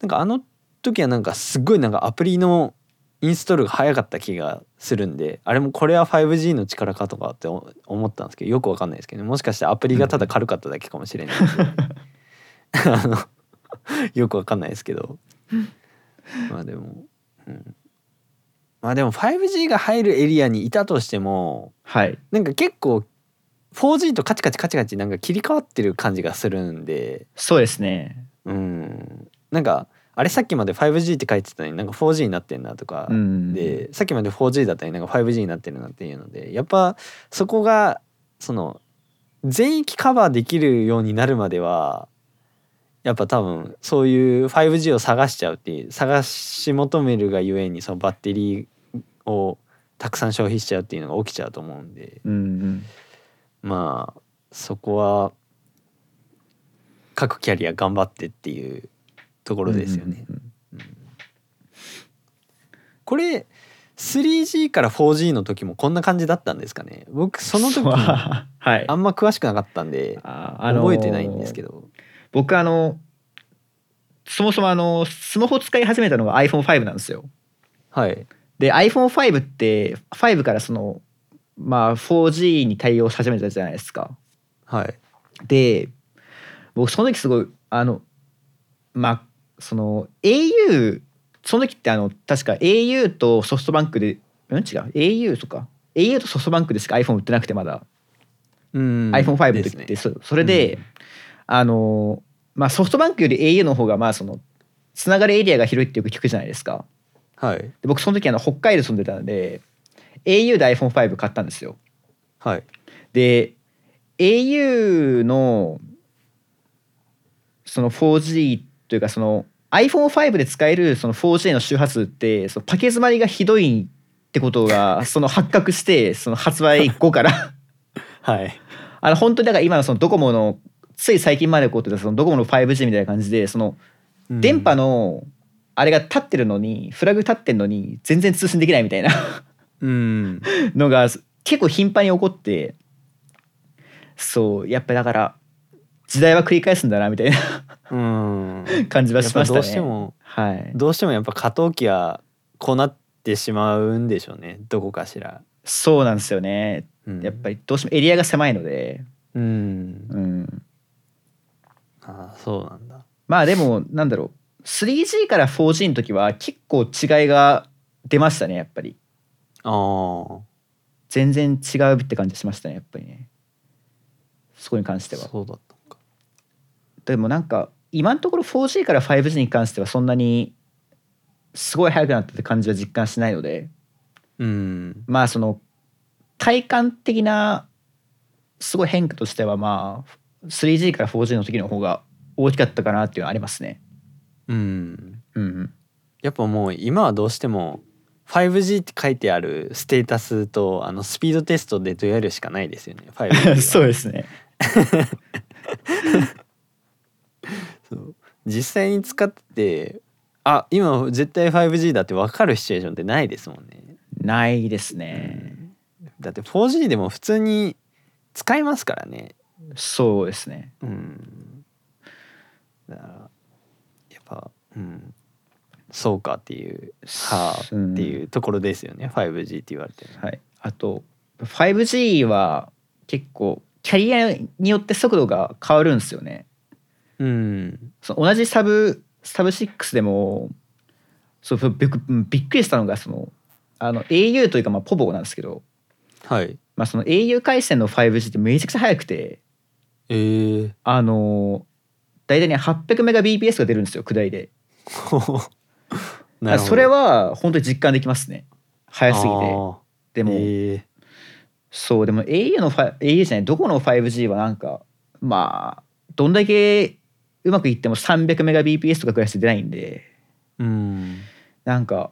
Speaker 1: なんかあの時はなんかすごいなんかアプリのインストールが早かった気がするんであれもこれは 5G の力かとかって思思ったんですけどよくわかんないですけどねもしかしてアプリがただ軽かっただけかもしれないですねあのよくわかんないですけどまあでも、うん、まあでも 5G が入るエリアにいたとしても
Speaker 2: はい
Speaker 1: なんか結構 4G とカチカチカチカチなんか切り替わってる感じがするんで
Speaker 2: そうですね
Speaker 1: うんなんかあれさっきまで 5G って書いてたのになんか 4G になってんなとか、
Speaker 2: うん
Speaker 1: でさっきまで 4G だったのになんか 5G になってるなっていうのでやっぱそこがその全域カバーできるようになるまではやっぱ多分そういう 5G を探しちゃうっていう探し求めるがゆえにそのバッテリーをたくさん消費しちゃうっていうのが起きちゃうと思うんで。
Speaker 2: うんうん
Speaker 1: まあそこは各キャリア頑張ってっていうところですよね。
Speaker 2: うんうん
Speaker 1: これ 3G から 4G の時もこんな感じだったんですかね僕その時
Speaker 2: はい
Speaker 1: あんま詳しくなかったんで
Speaker 2: あーあの
Speaker 1: 覚
Speaker 2: ー
Speaker 1: えてないんですけど。
Speaker 2: 僕あのそもそもあのスマホ使い始めたのが iPhone5 なんですよ
Speaker 1: はい。
Speaker 2: で iPhone5 って5からそのまあ 4G に対応し始めたじゃないですか
Speaker 1: はい。
Speaker 2: で僕その時すごいあのまあその au その時ってあの確か au とソフトバンクでうん違う au とか au とソフトバンクでしか iPhone 売ってなくてまだ、
Speaker 1: うん
Speaker 2: iPhone5 の時っ
Speaker 1: で
Speaker 2: て、
Speaker 1: すね
Speaker 2: そそれで、あのまあ、ソフトバンクより au の方がまあそのつながるエリアが広いってよく聞くじゃないですか
Speaker 1: はい
Speaker 2: で僕その時あの北海道住んでたので au で iPhone5 買ったんですよ
Speaker 1: はい
Speaker 2: で au のその 4G というかその iPhone5 で使えるその 4G の周波数ってそのパケ詰まりがひどいってこ とがその発覚してその発売後から
Speaker 1: はい
Speaker 2: あの本当にだから今のそのドコモのつい最近まで起こってたそのドコモの 5G みたいな感じでその
Speaker 1: うん
Speaker 2: 電波のあれが立ってるのにフラグ立ってるのに全然通信できないみたいな
Speaker 1: うん
Speaker 2: のが結構頻繁に起こってそうやっぱだから時代は繰り返すんだなみたいな
Speaker 1: うん
Speaker 2: 感じは
Speaker 1: やっ
Speaker 2: し
Speaker 1: ぱ
Speaker 2: ました
Speaker 1: ど
Speaker 2: ね。
Speaker 1: うしても
Speaker 2: はい、
Speaker 1: どうしてもやっぱ過渡期はこうなってしまうんでしょうねどこかしら、
Speaker 2: そうなんですよね
Speaker 1: うん、
Speaker 2: やっぱ
Speaker 1: り
Speaker 2: りどうしてもエリアが狭いので、
Speaker 1: うん
Speaker 2: うん、
Speaker 1: ああそうなんだ
Speaker 2: まあでもなんだろう 3G から 4G の時は結構違いが出ましたねやっぱり
Speaker 1: あー
Speaker 2: 全然違うって感じしましたねやっぱりねそこに関しては
Speaker 1: そうだったのか
Speaker 2: でもなんか今のところ 4G から 5G に関してはそんなにすごい速くなったって感じは実感しないので
Speaker 1: うん
Speaker 2: まあその体感的なすごい変化としてはまあ 3G から 4G の時の方が大きかったかなっていうのはありますね。
Speaker 1: うん
Speaker 2: うんうん、
Speaker 1: やっぱもう今はどうしても 5G って書いてあるステータスとあのスピードテストでどやるしかないです よね 5G は
Speaker 2: そうですね。
Speaker 1: そう実際に使ってあ今絶対 5G だって分かるシチュエーションってないですもんね
Speaker 2: ないですね。
Speaker 1: だって 4G でも普通に使えますからね
Speaker 2: そうですね。
Speaker 1: うんだからやっぱうんそうかっていうはあ
Speaker 2: うん
Speaker 1: っていうところですよね 5G って言われてる
Speaker 2: はい、あと 5G は結構キャリアによって速度が変わるんですよね。
Speaker 1: うん
Speaker 2: その同じサブサブ6でもそうびっくびっくりしたのがそのあの au というかまあポボなんですけど、
Speaker 1: はい
Speaker 2: まあ、その au 回線の 5G ってめちゃくちゃ速くて
Speaker 1: え ー、
Speaker 2: あの大体ね 800Mbps が出るんですよ下りで
Speaker 1: なるほど
Speaker 2: それは本当に実感できますね速すぎて
Speaker 1: あ
Speaker 2: で
Speaker 1: ー
Speaker 2: も、
Speaker 1: えー
Speaker 2: そうでも au の 5- au じゃないどこの 5G はなんかまあどんだけうまくいっても 300Mbps とかぐらいしか出ないんで
Speaker 1: うん
Speaker 2: なんか、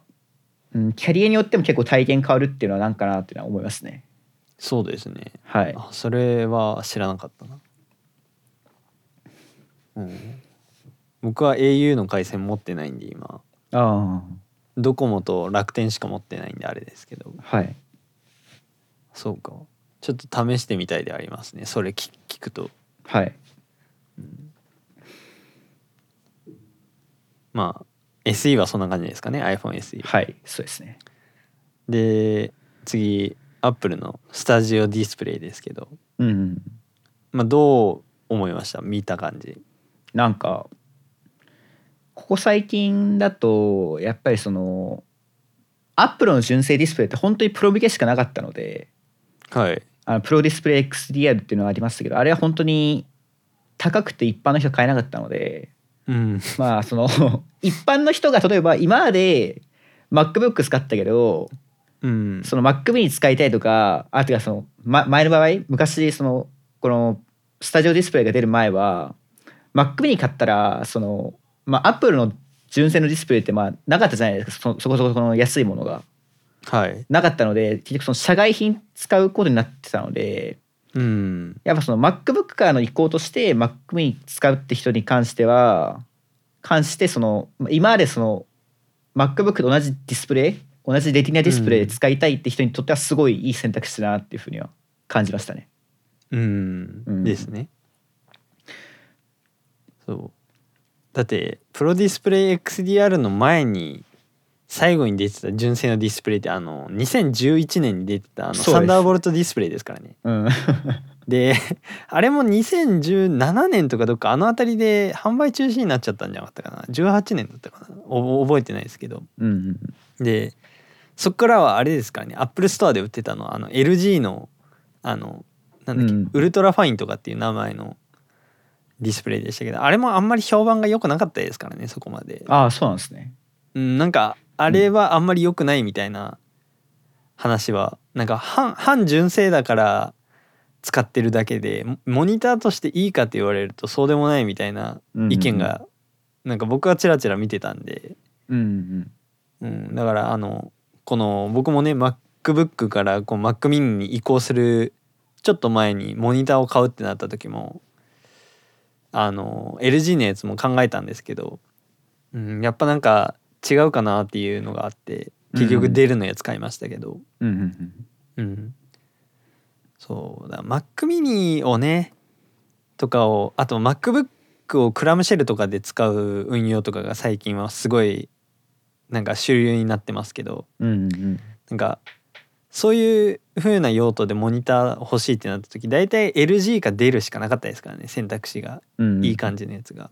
Speaker 2: うん、キャリアによっても結構体験変わるっていうのはなんかなっていうのは思いますね。
Speaker 1: そうですね
Speaker 2: はい。
Speaker 1: あそれは知らなかったな、うん、僕は au の回線持ってないんで今
Speaker 2: あ
Speaker 1: ドコモと楽天しか持ってないんであれですけど
Speaker 2: あ、はい。
Speaker 1: そうかちょっと試してみたいでありますねそれ聞聞くと
Speaker 2: はい。
Speaker 1: まあ SE はそんな感じですかね iPhoneSE
Speaker 2: はい。そうですね。
Speaker 1: で次 Apple のスタジオディスプレイですけど、
Speaker 2: うん。
Speaker 1: まあ、どう思いました見た感じ
Speaker 2: なんか、ここ最近だと、やっぱりその、アップルの純正ディスプレイって本当にプロ向けしかなかったので、
Speaker 1: はい
Speaker 2: あのプロディスプレイ XDR っていうのがありましたけど、あれは本当に高くて一般の人は買えなかったので、
Speaker 1: うん
Speaker 2: まあその 一般の人が例えば今まで MacBook 使ったけど
Speaker 1: うん
Speaker 2: その Mac mini 使いたいとかあてかその、ま、前の場合昔そのこのスタジオディスプレイが出る前は Mac mini 買ったらその、まあ、Apple の純正のディスプレイってまあなかったじゃないですかそそこそこその安いものが
Speaker 1: はい
Speaker 2: なかったので結局その社外品使うことになってたので
Speaker 1: うん
Speaker 2: やっぱその MacBook からの移行として Mac mini 使うって人に関しては関してその今までその MacBook と同じディスプレイ同じレティナディスプレイで使いたいって人にとってはすごいいい選択肢だなっていうふうには感じましたね。
Speaker 1: うん、
Speaker 2: うん
Speaker 1: ですねそうだってプロディスプレイ XDR の前に最後に出てた純正のディスプレイってあの2011年に出てたあの
Speaker 2: そうです
Speaker 1: サンダーボルトディスプレイですからね
Speaker 2: うん、
Speaker 1: で あれも2017年とかどっかあの辺りで販売中止になっちゃったんじゃなかったかな18年だったかなお覚えてないですけど
Speaker 2: うん、
Speaker 1: でそっからはあれですからねアップルストアで売ってたのあの LG のあのなんだっけ、
Speaker 2: うん
Speaker 1: ウルトラファインとかっていう名前のディスプレイでしたけどあれもあんまり評判が良くなかったですからねそこまで、
Speaker 2: ああそうなんですね
Speaker 1: うん、なんかあれはあんまり良くないみたいな話はなんか半半純正だから使ってるだけでモモニターとしていいかって言われるとそうでもないみたいな意見がなんか僕はチラチラ見てたんで、
Speaker 2: うんうん
Speaker 1: うん、だからあのこの僕もね MacBook からこう Mac mini に移行するちょっと前にモニターを買うってなった時もあの LG のやつも考えたんですけど、うん、やっぱなんか違うかなっていうのがあって結
Speaker 2: う
Speaker 1: 局
Speaker 2: ん
Speaker 1: デルのやつ買いましたけど、
Speaker 2: うんうんうん
Speaker 1: うん、そうだ Mac mini をねとかをあと MacBook をクラムシェルとかで使う運用とかが最近はすごいなんか主流になってますけど
Speaker 2: うんうんうん
Speaker 1: なんかそういう風な用途でモニター欲しいってなった時大体 LG か出るしかなかったですからね選択肢が
Speaker 2: うんうん
Speaker 1: いい感じのやつが。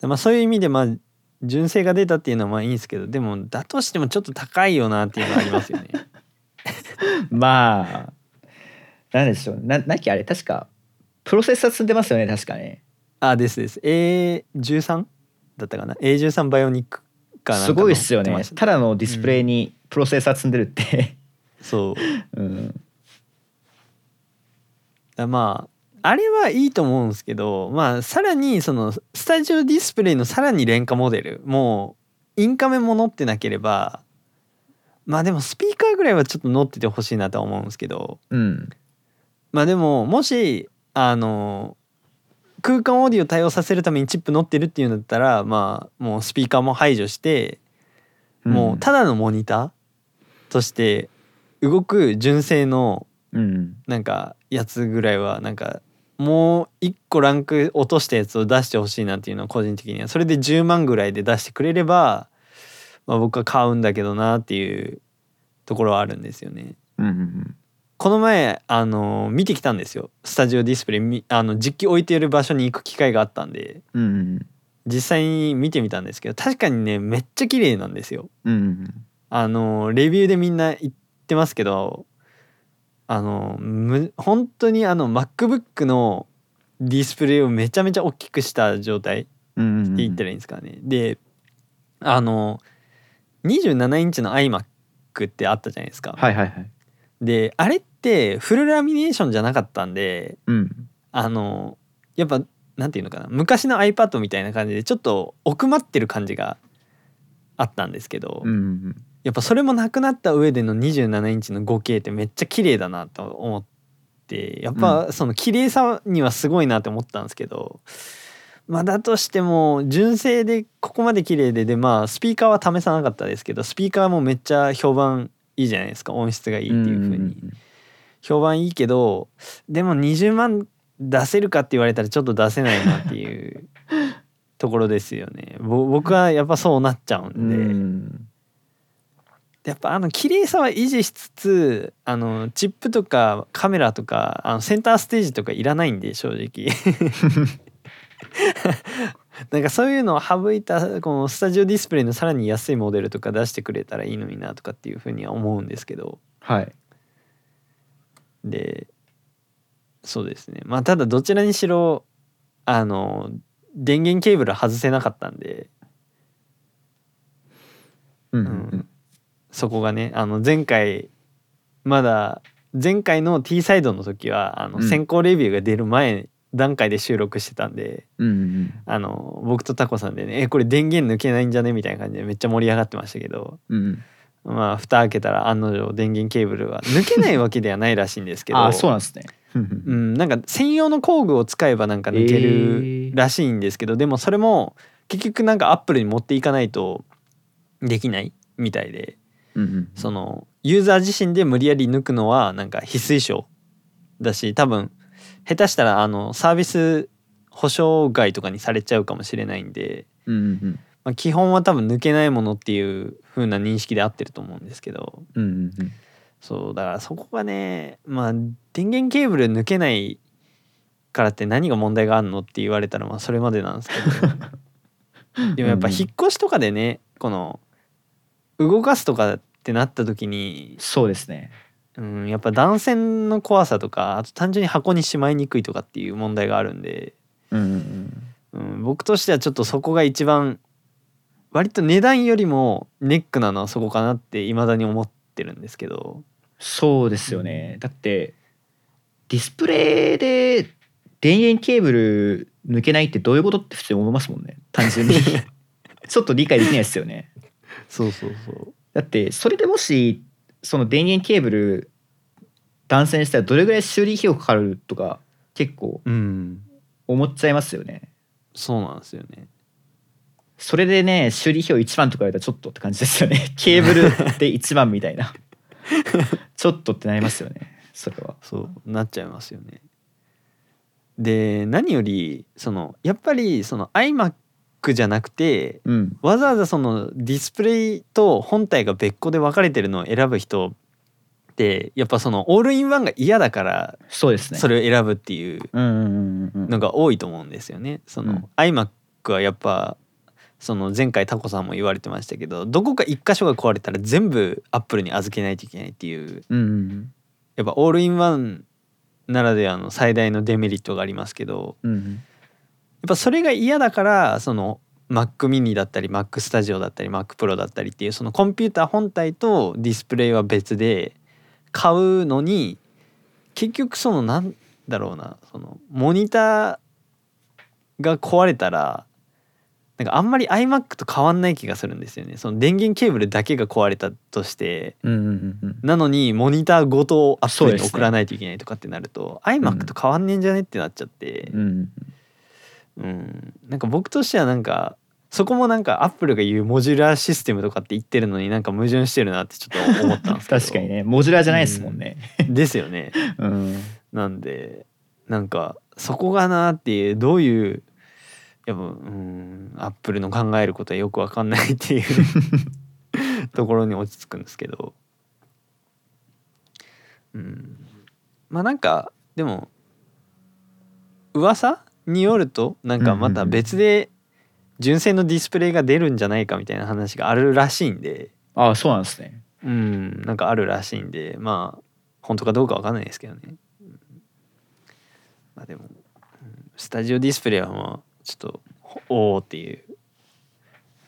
Speaker 1: でまあ、そういう意味でまあ純正が出たっていうのはまあいいんですけどでもだとしてもちょっと高いよなっていうのはありますよね。
Speaker 2: まあなんでしょうななきあれ確かプロセッサー積んでますよね確かね
Speaker 1: あですです A13 だったかな A13 バイオニックかなんか
Speaker 2: すごいっすよ
Speaker 1: 乗
Speaker 2: ね
Speaker 1: ってました
Speaker 2: だのディスプレイにプロセッサー積んでるって、
Speaker 1: そう
Speaker 2: うん、
Speaker 1: だまああれはいいと思うんですけどまあさらにそのスタジオディスプレイのさらに廉価モデルもうインカメも載ってなければまあでもスピーカーぐらいはちょっと載っててほしいなとは思うんですけど
Speaker 2: うん
Speaker 1: まあでももしあの空間オーディオ対応させるためにチップ乗ってるっていうんだったらまあもうスピーカーも排除してもうただのモニターとして動く純正の
Speaker 2: うん
Speaker 1: なんかやつぐらいはなんかもう一個ランク落としたやつを出してほしいなっていうのは個人的にはそれで10万ぐらいで出してくれれば、まあ、僕は買うんだけどなっていうところはあるんですよね。
Speaker 2: うんうん
Speaker 1: この前あの見てきたんですよスタジオディスプレイみあの実機置いてる場所に行く機会があったんで
Speaker 2: うんうん
Speaker 1: 実際に見てみたんですけど確かにねめっちゃ綺麗なんですよ。
Speaker 2: うんうん
Speaker 1: あのレビューでみんな言ってますけどあのむ本当にあの MacBook のディスプレイをめちゃめちゃ大きくした状態って
Speaker 2: うんうん
Speaker 1: 言ったらいいんですかね、であの27インチの iMac ってあったじゃないですか、
Speaker 2: はいはいはい
Speaker 1: であれってフルラミネーションじゃなかったんで
Speaker 2: うん
Speaker 1: あのやっぱなんていうのかな昔の iPad みたいな感じでちょっと奥まってる感じがあったんですけど、
Speaker 2: うんうん
Speaker 1: やっぱそれもなくなった上での27インチの 5K ってめっちゃ綺麗だなと思ってやっぱその綺麗さにはすごいなって思ったんですけど、まあだとしても純正でここまで綺麗ででまあスピーカーは試さなかったですけどスピーカーもめっちゃ評判いいじゃないですか音質がいいっていう風に評判いいけどでも20万出せるかって言われたらちょっと出せないなっていうところですよねぼ僕はやっぱそうなっちゃうん
Speaker 2: うん
Speaker 1: で。
Speaker 2: うんうん
Speaker 1: やっぱあの綺麗さは維持しつつあのチップとかカメラとかあのセンターステージとかいらないんで正直 なんかそういうのを省いたこのスタジオディスプレイのさらに安いモデルとか出してくれたらいいのになとかっていうふうには思うんですけど
Speaker 2: はい
Speaker 1: でそうですねまあただどちらにしろあの電源ケーブルは外せなかったんで
Speaker 2: うんうん
Speaker 1: そこがねあの前回まだ前回の T サイドの時はあ
Speaker 2: う
Speaker 1: の
Speaker 2: ん
Speaker 1: 先行レビューが出る前段階で収録してたんで、
Speaker 2: うんうん
Speaker 1: あの僕とタコさんでね「えこれ電源抜けないんじゃね?」みたいな感じでめっちゃ盛り上がってましたけど
Speaker 2: うん
Speaker 1: まあ蓋開けたら案の定電源ケーブルは抜けないわけではないらしいんですけど
Speaker 2: ああそうなんですね
Speaker 1: うん、なんか専用の工具を使えばなんか抜け
Speaker 2: え
Speaker 1: る
Speaker 2: ー
Speaker 1: らしいんですけど、でもそれも結局なんかアップルに持っていかないとできないみたいで。
Speaker 2: うんうん
Speaker 1: そのユーザー自身で無理やり抜くのはなんか非推奨だし多分下手したらあのサービス保証外とかにされちゃうかもしれないんで、
Speaker 2: うんうん
Speaker 1: まあ、基本は多分抜けないものっていう風な認識で合ってると思うんですけど
Speaker 2: うんうんうん
Speaker 1: そうだからそこがねまあ電源ケーブル抜けないからって何が問題があるのって言われたらまあそれまでなんですけどでもやっぱ引っ越しとかでねこの動かすとかってなった時に
Speaker 2: そうですね
Speaker 1: うん、やっぱ断線の怖さとかあと単純に箱にしまいにくいとかっていう問題があるんで
Speaker 2: うんうん
Speaker 1: うん、僕としてはちょっとそこが一番割と値段よりもネックなのはそこかなっていまだに思ってるんですけど
Speaker 2: そうですよねだってディスプレイで電源ケーブル抜けないってどういうことって普通に思いますもんね単純にちょっと理解できないですよね
Speaker 1: そうそうそう
Speaker 2: だってそれでもしその電源ケーブル断線したらどれぐらい修理費用かかるとか結構
Speaker 1: うん
Speaker 2: 思っちゃいますよね
Speaker 1: そうなんですよね
Speaker 2: それでね修理費用1万とか言われたらちょっとって感じですよねケーブルで1万みたいなちょっとってなりますよねそれは
Speaker 1: そうなっちゃいますよねで何よりそのやっぱりその iMac じゃなくて
Speaker 2: うん
Speaker 1: わざわざそのディスプレイと本体が別個で分かれてるのを選ぶ人ってやっぱそのオールインワンが嫌だから
Speaker 2: そうですね
Speaker 1: それを選ぶっていう
Speaker 2: うんうんうんうん
Speaker 1: のが多いと思うんですよね。その、
Speaker 2: うん
Speaker 1: iMac はやっぱその前回タコさんも言われてましたけどどこか一箇所が壊れたら全部 Apple に預けないといけないっていう
Speaker 2: うんうん
Speaker 1: やっぱオールインワンならではの最大のデメリットがありますけど
Speaker 2: うんうん
Speaker 1: やっぱそれが嫌だからその Mac mini だったり Mac スタジオだったり Mac Pro だったりっていうそのコンピューター本体とディスプレイは別で買うのに結局そのなんだろうなそのモニターが壊れたらなんかあんまり iMac と変わんない気がするんですよね。その電源ケーブルだけが壊れたとして
Speaker 2: うんうんうん
Speaker 1: なのにモニターごとアップ
Speaker 2: そう
Speaker 1: ル
Speaker 2: で
Speaker 1: に
Speaker 2: すね
Speaker 1: 送らないといけないとかってなると、iMac と変わんねえんじゃねってなっちゃって、
Speaker 2: うんうん
Speaker 1: うん、なんか僕としてはなんかそこもなんかアップルが言うモジュラーシステムとかって言ってるのになんか矛盾してるなってちょっと思ったんですけど
Speaker 2: 確かにねモジュラーじゃないですもんね
Speaker 1: ですよね
Speaker 2: うん
Speaker 1: なんでなんかそこがなっていうどういうやっぱうんアップルの考えることはよくわかんない っていうところに落ち着くんですけどうんまあなんかでも噂によるとなんかまた別で純正のディスプレイが出るんじゃないかみたいな話があるらしいんで
Speaker 2: ああそうなんですね
Speaker 1: うんなんかあるらしいんでまあ本当かどうかわかんないですけどね、うんまあでもうんスタジオディスプレイはまあちょっとほおおっていう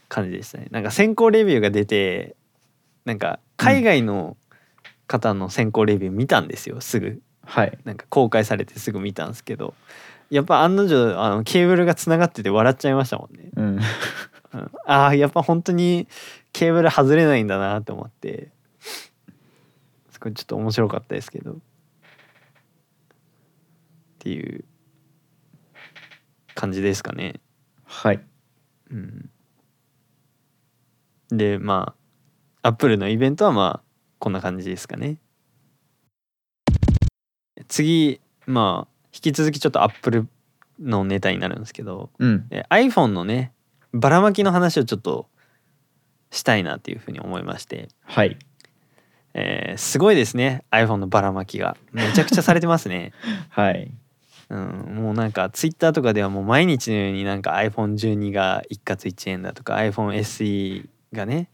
Speaker 1: 感じでしたねなんか先行レビューが出てなんか海外の方の先行レビュー見たんですよすぐ
Speaker 2: はい
Speaker 1: なんか公開されてすぐ見たんですけどやっぱ案の定あのケーブルがつながってて笑っちゃいましたもんね、
Speaker 2: うん
Speaker 1: うん、ああやっぱ本当にケーブル外れないんだなと思ってそこちょっと面白かったですけどっていう感じですかね
Speaker 2: はい
Speaker 1: うんでまあアップルのイベントはまあこんな感じですかね次まあ引き続きちょっとアップルのネタになるんですけど、
Speaker 2: うん
Speaker 1: え iPhone のねばらまきの話をちょっとしたいなっていうふうに思いまして、
Speaker 2: はい
Speaker 1: えーすごいですね iPhone のばらまきがめちゃくちゃされてますね、
Speaker 2: はい
Speaker 1: うん、もうなんか Twitter とかではもう毎日のようになんか iPhone12 が一括1円だとか iPhoneSE がね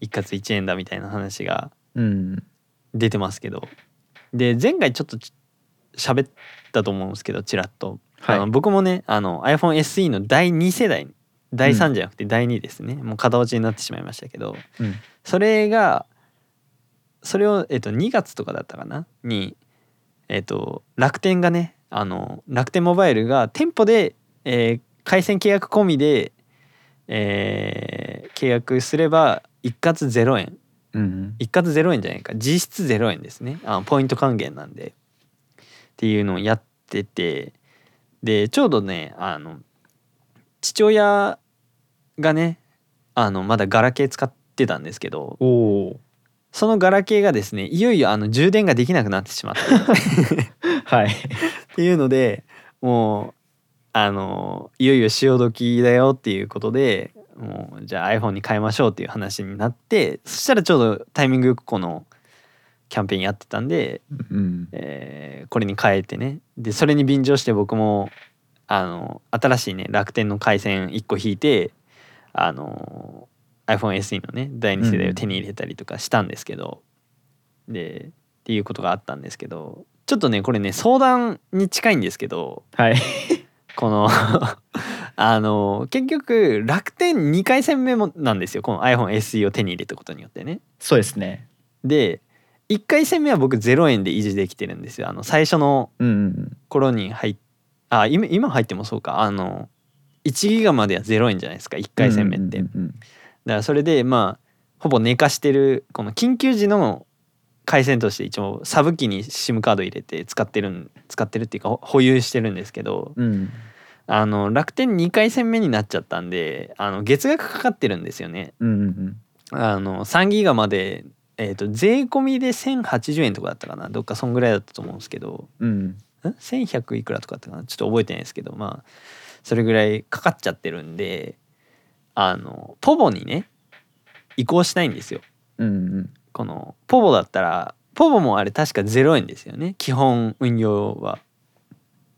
Speaker 1: 一括1円だみたいな話が
Speaker 2: うん
Speaker 1: 出てますけどで前回ちょっとち喋ったと思うんですけどちらっと、
Speaker 2: はい
Speaker 1: あの僕もねあの iPhoneSE の第2世代第3じゃなくて第2ですね、もう片落ちになってしまいましたけど
Speaker 2: うん
Speaker 1: それがそれを、えっと2月とかだったかなに、えっと楽天がねあの楽天モバイルが店舗で、えー回線契約込みで、えー契約すれば一括0円
Speaker 2: うん
Speaker 1: 一括0円じゃないか実質0円ですねあポイント還元なんでっていうのをやっててでちょうどねあの父親がねあのまだガラケー使ってたんですけど
Speaker 2: おお
Speaker 1: そのガラケーがですねいよいよあの充電ができなくなってしまった
Speaker 2: ーはい
Speaker 1: っていうのでもうあのいよいよ潮時だよっていうことでもうじゃあ iPhone に変えましょうっていう話になってそしたらちょうどタイミングよくこのキャンペーンやってたんで、
Speaker 2: うん
Speaker 1: えーこれに変えてねでそれに便乗して僕もあの新しいね楽天の回線1個引いてあの iPhoneSE のね第2世代を手に入れたりとかしたんですけど、でっていうことがあったんですけどちょっとねこれね相談に近いんですけど
Speaker 2: はい
Speaker 1: この あの結局楽天2回戦目もなんですよこの iPhoneSE を手に入れたことによってね。
Speaker 2: そうですね。
Speaker 1: で1回戦目は僕0円で維持できてるんですよ。あの最初の
Speaker 2: うんうん
Speaker 1: 頃に入っあ今今入ってもそうかあの1ギガまでは0円じゃないですか1回戦目って。
Speaker 2: うんうんうんうん
Speaker 1: だからそれでまあほぼ寝かしてるこの緊急時の回線として一応サブ機に SIM カード入れて使ってるん使ってるっていうかほ保有してるんですけど
Speaker 2: うん、
Speaker 1: あの楽天2回戦目になっちゃったんであの月額かかってるんですよね。
Speaker 2: うんうんうん
Speaker 1: あの3ギガまでえー、と税込みで1,080円とかだったかなどっかそんぐらいだったと思うんですけど
Speaker 2: うん
Speaker 1: ん1100いくらとかだったかなちょっと覚えてないですけどまあそれぐらいかかっちゃってるんであのポボにね移行したいんですよ
Speaker 2: うんうん
Speaker 1: このポボだったらポボもあれ確か0円ですよね基本運用は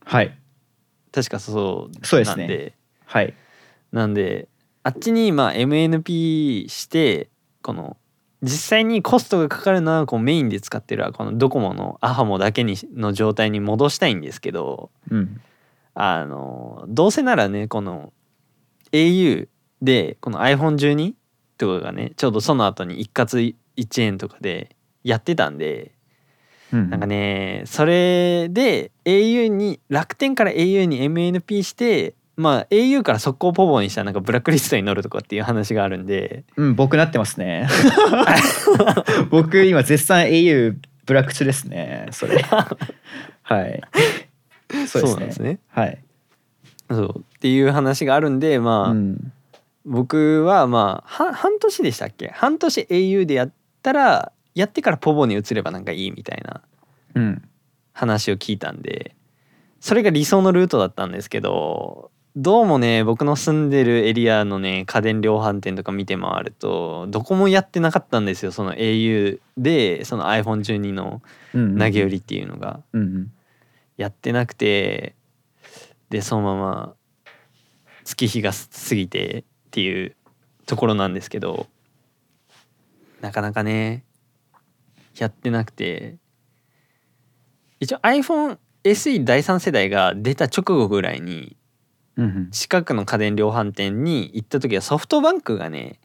Speaker 2: はい
Speaker 1: 確かそうなんで
Speaker 2: そうですねはい
Speaker 1: なんであっちにまあ MNP してこの実際にコストがかかるのはこうメインで使ってるこのドコモのアハモだけにの状態に戻したいんですけど
Speaker 2: うん
Speaker 1: あのどうせならねこの au でこの iPhone12 とかがねちょうどその後に一括1円とかでやってたんで
Speaker 2: うん
Speaker 1: なんかねそれで au に楽天から au に MNP してまあ au から速攻ポボにしたらなんかブラックリストに乗るとかっていう話があるんで
Speaker 2: うん僕なってま すね僕今絶賛 au ブラック中ですねそれはい そうです
Speaker 1: なん
Speaker 2: ね
Speaker 1: ですね。
Speaker 2: はい、
Speaker 1: そうっていう話があるんでまあ、
Speaker 2: うん、
Speaker 1: 僕はまあは半年でしたっけ半年 au でやったらやってからポボに移ればなんかいいみたいな
Speaker 2: うん、
Speaker 1: 話を聞いたんでそれが理想のルートだったんですけどどうもね僕の住んでるエリアのね家電量販店とか見て回るとどこもやってなかったんですよその au でその iPhone12 の
Speaker 2: うん、
Speaker 1: 投げ売りっていうのが、
Speaker 2: うんうん
Speaker 1: やってなくてでそのまま月日が過ぎてっていうところなんですけどなかなかねやってなくて一応 iPhoneSE 第3世代が出た直後ぐらいに
Speaker 2: うんうん
Speaker 1: 近くの家電量販店に行った時はソフトバンクがね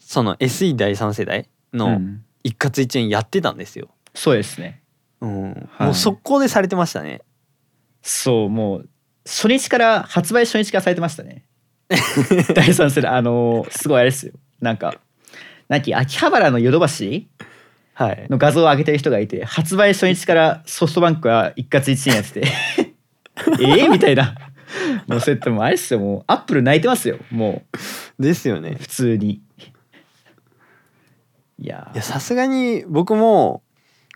Speaker 1: その SE 第3世代
Speaker 2: う
Speaker 1: の
Speaker 2: ん
Speaker 1: 一括一円やってたんですよ。
Speaker 2: そうですね
Speaker 1: うん
Speaker 2: はい
Speaker 1: もう速攻でされてましたね。
Speaker 2: そうもう初日から発売初日からされてました ね第三世代あのーすごいあれですよなんかなんか秋葉原のヨドバシ
Speaker 1: はい、
Speaker 2: の画像を上げてる人がいて発売初日からソフトバンクは一括一円や っててええみたいなもうそれってもうあれですよもうアップル泣いてますよも
Speaker 1: ですよね
Speaker 2: う。普通にいや
Speaker 1: いやさすがに僕も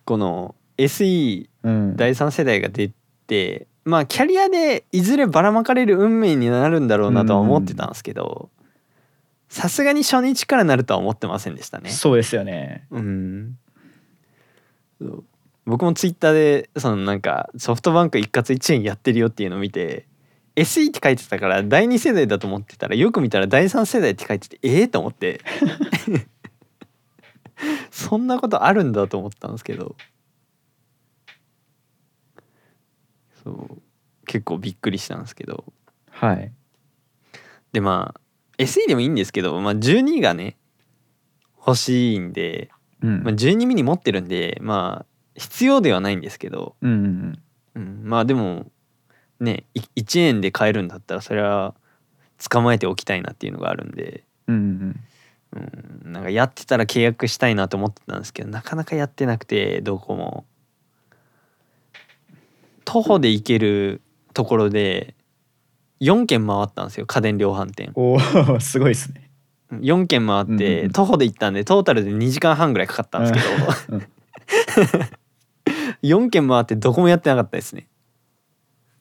Speaker 1: この SE
Speaker 2: うん
Speaker 1: 第3世代が出てまあキャリアでいずればらまかれる運命になるんだろうなとは思ってたんですけどさすがに初日からなるとは思ってませんでしたね。
Speaker 2: そうですよね
Speaker 1: うんそう僕もツイッターでそのなんかソフトバンク一括1円やってるよっていうのを見て SE って書いてたから第2世代だと思ってたらよく見たら第3世代って書いててええと思ってそんなことあるんだと思ったんですけどそう結構びっくりしたんですけど
Speaker 2: はい
Speaker 1: でまあ SE でもいいんですけど、まあ、12がね欲しいんで
Speaker 2: うん
Speaker 1: まあ、12ミリ持ってるんでまあ必要ではないんですけど、
Speaker 2: うんうん
Speaker 1: うん、まあでもねい1円で買えるんだったらそれは捕まえておきたいなっていうのがあるんで、
Speaker 2: うんうん
Speaker 1: うん、なんかやってたら契約したいなと思ってたんですけどなかなかやってなくてどこも徒歩で行けるところで4軒回ったんですよ家電量販店
Speaker 2: おお すごいですね
Speaker 1: 4軒回
Speaker 2: う
Speaker 1: っ
Speaker 2: んうんう
Speaker 1: て
Speaker 2: ん
Speaker 1: 徒歩で行ったんでトータルで2時間半ぐらいかかったんですけど、
Speaker 2: うん
Speaker 1: 4軒回ってどこもやってなかったですね、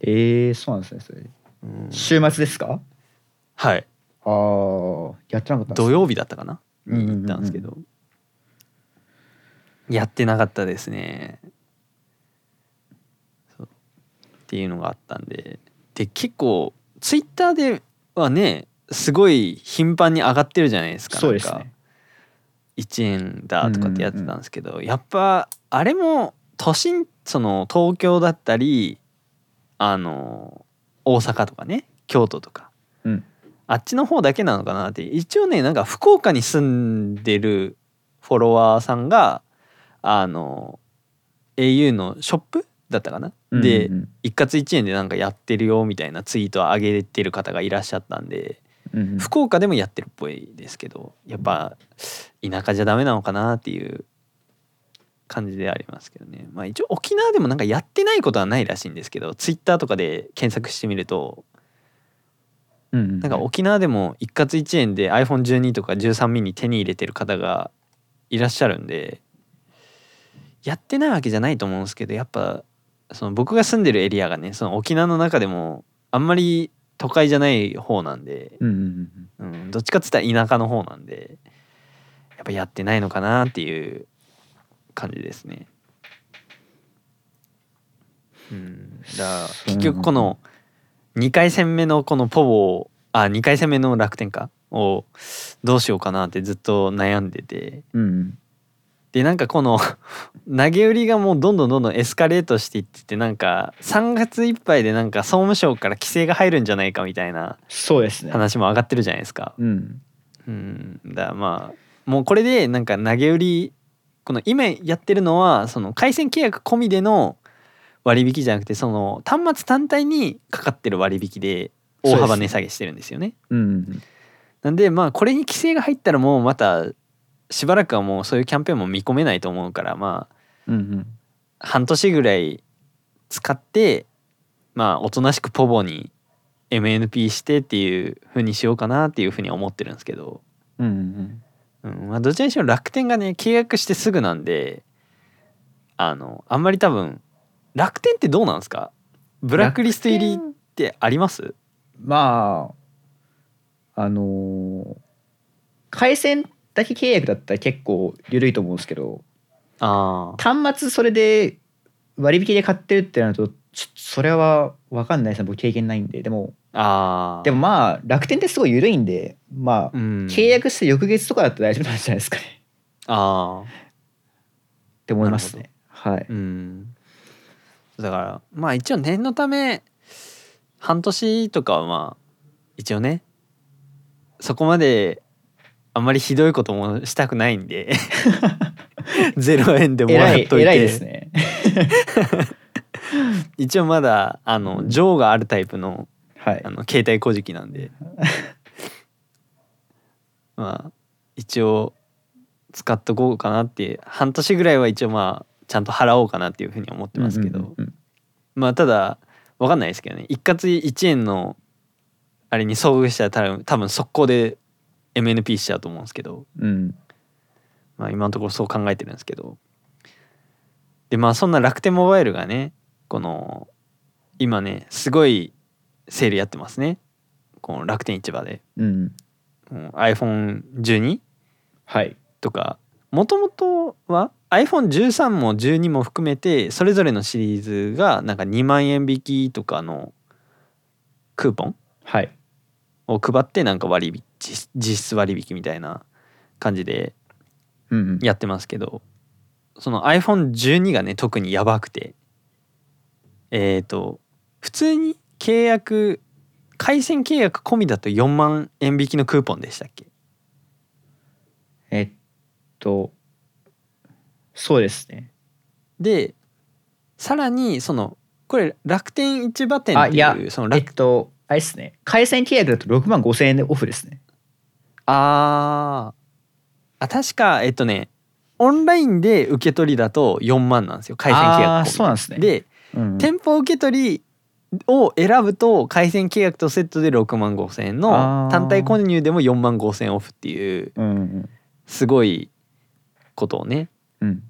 Speaker 2: ええそうなんですねそれ週末ですか
Speaker 1: はい
Speaker 2: ああやってなかったんです
Speaker 1: 土曜日だったかな
Speaker 2: うんうん
Speaker 1: に
Speaker 2: うん
Speaker 1: 行ったんですけど、やってなかったですねそうっていうのがあったんでで結構ツイッターではねすごい頻繁に上がってるじゃないですか
Speaker 2: そうです
Speaker 1: なんか
Speaker 2: ね
Speaker 1: 1円だとかってやってたんですけど、やっぱあれも都心その東京だったりあの大阪とかね京都とか
Speaker 2: うん
Speaker 1: あっちの方だけなのかなって一応ねなんか福岡に住んでるフォロワーさんがあの au のショップだったかな、
Speaker 2: うん
Speaker 1: で
Speaker 2: うん
Speaker 1: 一括一円でなんかやってるよみたいなツイートを上げてる方がいらっしゃったんで、
Speaker 2: うんうん
Speaker 1: 福岡でもやってるっぽいですけどやっぱ田舎じゃダメなのかなっていう感じでありますけどねまあ一応沖縄でもなんかやってないことはないらしいんですけどツイッターとかで検索してみると
Speaker 2: うんうん
Speaker 1: なんか沖縄でも一括一円で iPhone12 とか13ミニ手に入れてる方がいらっしゃるんでやってないわけじゃないと思うんですけどやっぱその僕が住んでるエリアがねその沖縄の中でもあんまり都会じゃない方なんで
Speaker 2: うんうんうん
Speaker 1: うん、どっちかっつったら田舎の方なんでやっぱやってないのかなっていう感じですね。うん、だから
Speaker 2: そう
Speaker 1: 結局この2回戦目のこのポボをあ2回戦目の楽天かをどうしようかなってずっと悩んでて
Speaker 2: うんうん
Speaker 1: でなんかこの投げ売りがもうどんどんどんどんエスカレートしていっててなんか3月いっぱいでなんか総務省から規制が入るんじゃないかみたいな
Speaker 2: そうですね
Speaker 1: 話も上がってるじゃないですか。
Speaker 2: うん
Speaker 1: うんだまあもうこれでなんか投げ売りこの今やってるのはその回線契約込みでの割引じゃなくてその端末単体にかかってる割引で大幅値下げしてるんですよね。
Speaker 2: うんうん
Speaker 1: なんでまあこれに規制が入ったらもうまたしばらくはもうそういうキャンペーンも見込めないと思うからまあ
Speaker 2: うんうん
Speaker 1: 半年ぐらい使ってまあおとなしくポボに MNP してっていう風にしようかなっていう風に思ってるんですけど。
Speaker 2: うんうん
Speaker 1: うんまあ、どちらにしろ楽天がね契約してすぐなんであのあんまり多分楽天ってどうなんですかブラックリスト入りってあります
Speaker 2: まああのー回線だけ契約だったら結構緩いと思うんですけど
Speaker 1: あー
Speaker 2: 端末それで割引で買ってるってなるとちょそれは分かんないですね僕経験ないんででも
Speaker 1: あー
Speaker 2: でもまあ楽天ってすごい緩いんでまあ、
Speaker 1: うん、
Speaker 2: 契約して翌月とかだったら大丈夫なんじゃないですかね
Speaker 1: ああ
Speaker 2: って思いますねはい、
Speaker 1: うんだからまあ一応念のため半年とかはまあ一応ねそこまであんまりひどいこともしたくないん で0円でもら
Speaker 2: 偉
Speaker 1: っ
Speaker 2: い
Speaker 1: といて
Speaker 2: 偉いですね
Speaker 1: 一応まだあの情があるタイプの
Speaker 2: はい
Speaker 1: あの携帯古事記なん でまあ一応使っとこうかなって半年ぐらいは一応まあちゃんと払おうかなっていうふうに思ってますけど、
Speaker 2: うんうん
Speaker 1: まあただわかんないですけどね一括1円のあれに遭遇したら多分多分速攻で MNP しちゃうと思うんですけど、
Speaker 2: うんうん
Speaker 1: まあ、今のところそう考えてるんですけどでまあそんな楽天モバイルがねこの今ねすごいセールやってますねこの楽天市場で
Speaker 2: うん
Speaker 1: うん iPhone12
Speaker 2: はい
Speaker 1: とかもともとは iPhone13 も12も含めてそれぞれのシリーズがなんか2万円引きとかのクーポン
Speaker 2: はい
Speaker 1: を配ってなんか割引実実質割引みたいな感じで
Speaker 2: うんうん
Speaker 1: やってますけどその iPhone12 がね特にやばくてえっ、と普通に契約回線契約込みだと4万円引きのクーポンでしたっけ
Speaker 2: えっとそうですね
Speaker 1: でさらにそのこれ楽天市場店
Speaker 2: あ
Speaker 1: って
Speaker 2: いや
Speaker 1: いうその
Speaker 2: えっ
Speaker 1: 楽
Speaker 2: とあれですね回線契約だと6万5千円でオフですね
Speaker 1: あーあ確かえっとねオンラインで受け取りだと4万なんですよ回線契約
Speaker 2: あー
Speaker 1: 込み
Speaker 2: そうなんですね
Speaker 1: で
Speaker 2: うん
Speaker 1: 店舗受け取りを選ぶと回線契約とセットで6万5,000円の
Speaker 2: あー
Speaker 1: 単体購入でも4万5,000円オフっていう
Speaker 2: うんうん
Speaker 1: すごいことをね
Speaker 2: うん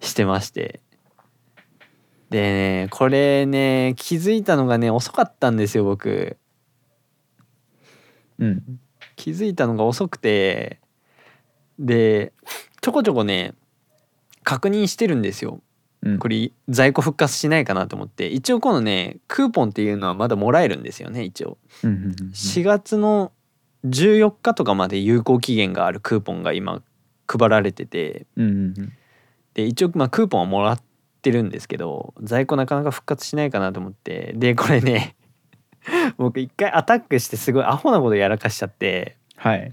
Speaker 1: してましてでねこれね気づいたのがね遅かったんですよ僕
Speaker 2: うん
Speaker 1: 気づいたのが遅くてでちょこちょこね確認してるんですよ
Speaker 2: うん
Speaker 1: これ在庫復活しないかなと思って一応このねクーポンっていうのはまだもらえるんですよね一応
Speaker 2: うんうんうんうん
Speaker 1: 4月の14日とかまで有効期限があるクーポンが今配られてて
Speaker 2: うんうんうん
Speaker 1: で一応まあクーポンはもらってるんですけど在庫なかなか復活しないかなと思ってでこれね 僕一回アタックしてすごいアホなことやらかしちゃって
Speaker 2: はい。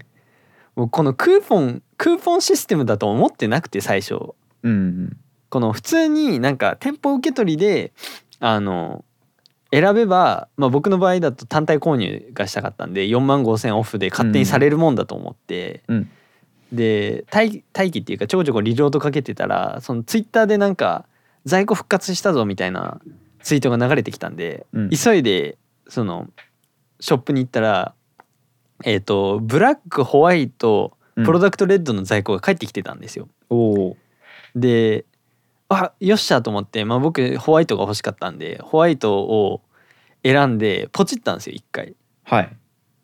Speaker 1: 僕このクーポンクーポンシステムだと思ってなくて最初
Speaker 2: うん。
Speaker 1: この普通になんか店舗受け取りであの選べば、まあ、僕の場合だと単体購入がしたかったんで4万5,000オフで勝手にされるもんだと思って、
Speaker 2: うん
Speaker 1: で待待機っていうかちょこちょこリロードかけてたらそのツイッターでなんか在庫復活したぞみたいなツイートが流れてきたんで、
Speaker 2: うん
Speaker 1: 急いでそのショップに行ったらえっ、とブラックホワイトプロ
Speaker 2: ダ
Speaker 1: ダクトレッドの在庫が返ってきてたんですよ。
Speaker 2: おー
Speaker 1: であよっしゃと思って、まあ、僕ホワイトが欲しかったんでホワイトを選んでポチったんですよ一回。
Speaker 2: はい。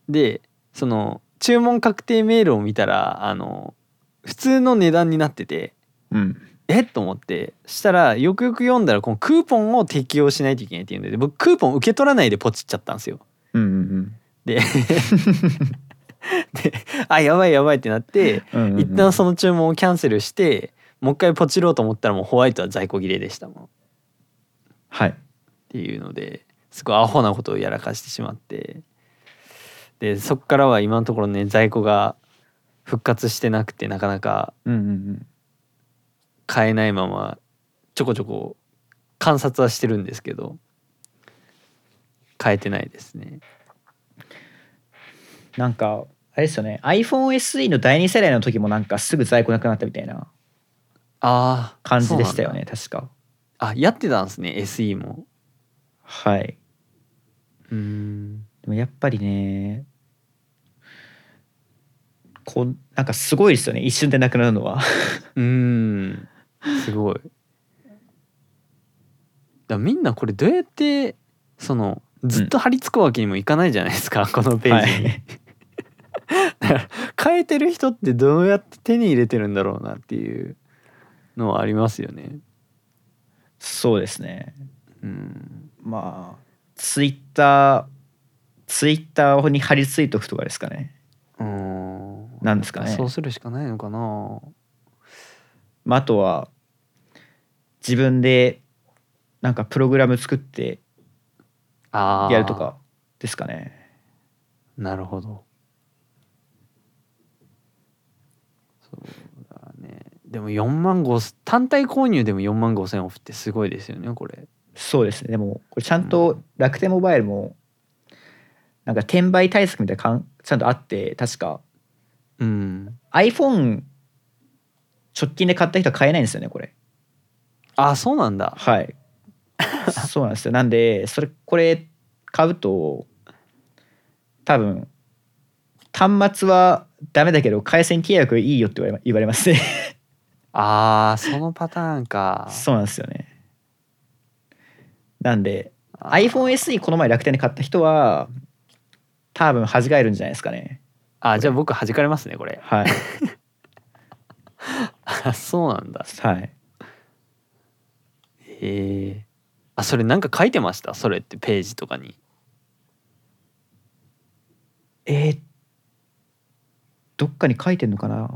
Speaker 1: でその注文確定メールを見たらあの普通の値段になってて
Speaker 2: うん。
Speaker 1: えっと思ってしたらよくよく読んだらこのクーポンを適用しないといけないっていうんで僕クーポン受け取らないでポチっちゃったんですよ。
Speaker 2: うんうん
Speaker 1: でであやばいやばいってなって
Speaker 2: うんうんうん。
Speaker 1: 一旦その注文をキャンセルしてもう一回ポチろうと思ったらもうホワイトは在庫切れでしたもん。
Speaker 2: はい。
Speaker 1: っていうのですごいアホなことをやらかしてしまってでそこからは今のところね在庫が復活してなくてなかなか
Speaker 2: うんうんうん。
Speaker 1: 買えないままちょこちょこ観察はしてるんですけど買えてないですね
Speaker 2: なんかあれですよね。iPhone SE の第二世代の時もなんかすぐ在庫なくなったみたいな
Speaker 1: ああ
Speaker 2: 感じでしたよね。確か。
Speaker 1: あやってたんですね SE も
Speaker 2: はい。
Speaker 1: うーん
Speaker 2: でもやっぱりね。こうなんかすごいですよね一瞬でなくなるのは
Speaker 1: うーんすごい。だからみんなこれどうやってそのずっと張り付くわけにもいかないじゃないですか、このページに。
Speaker 2: はい
Speaker 1: 変えてる人ってどうやって手に入れてるんだろうなっていうのはありますよね。
Speaker 2: そうですね
Speaker 1: うん
Speaker 2: まあツイッターツイッターに貼り付いとくとかですかね
Speaker 1: うーん
Speaker 2: なんですかね
Speaker 1: そうするしかないのかな。
Speaker 2: まあ、あとは自分でなんかプログラム作って
Speaker 1: あー
Speaker 2: やると。かですかね
Speaker 1: なるほど。そうだね。でも4万5単体購入でも4万5千オフってすごいですよねこれ。
Speaker 2: そうですねでもこれちゃんと楽天モバイルもなんか転売対策みたいなかんちゃんとあって確か
Speaker 1: うん。
Speaker 2: iPhone 直近で買った人は買えないんですよねこれ
Speaker 1: あそうなんだ。
Speaker 2: はい そうなんですよなんでそれこれ買うと多分端末はダメだけど回線契約いいよって言われ言われますね
Speaker 1: ああそのパターンか。
Speaker 2: そうなんですよね。なんで
Speaker 1: あー
Speaker 2: iPhone SE この前楽天で買った人は多分弾かれるんじゃないですかね。
Speaker 1: あじゃあ僕弾かれますねこれ。
Speaker 2: はい。
Speaker 1: あそうなんだ。
Speaker 2: はい。
Speaker 1: へえ。あそれなんか書いてましたそれってページとかに。
Speaker 2: えーどっかに書いてんのかな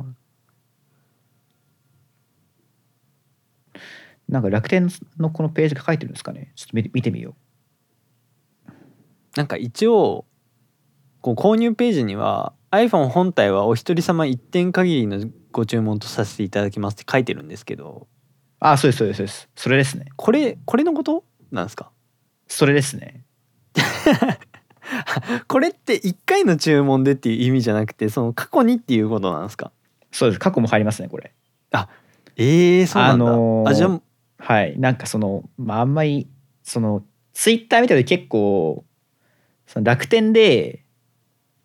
Speaker 2: なんか楽天のこのページが書いてるんですかねちょっと見て見てみよ
Speaker 1: なんか一応こう購入ページには iPhone 本体はお一人様1点限りのご注文とさせていただきますって書いてるんですけど
Speaker 2: う。あ、そうです、そうです、そうです。それですね。
Speaker 1: これこれのことなんですか
Speaker 2: それですね。
Speaker 1: これって1回の注文でっていう意味じゃなくてその過去にっていうことなんですか
Speaker 2: そうです。過去も入りますね、これ。
Speaker 1: えー、そうなんだ、
Speaker 2: あのー
Speaker 1: あじゃあ
Speaker 2: はい、なんかその、まあ、あんまりそのツイッター見てると結構その楽天で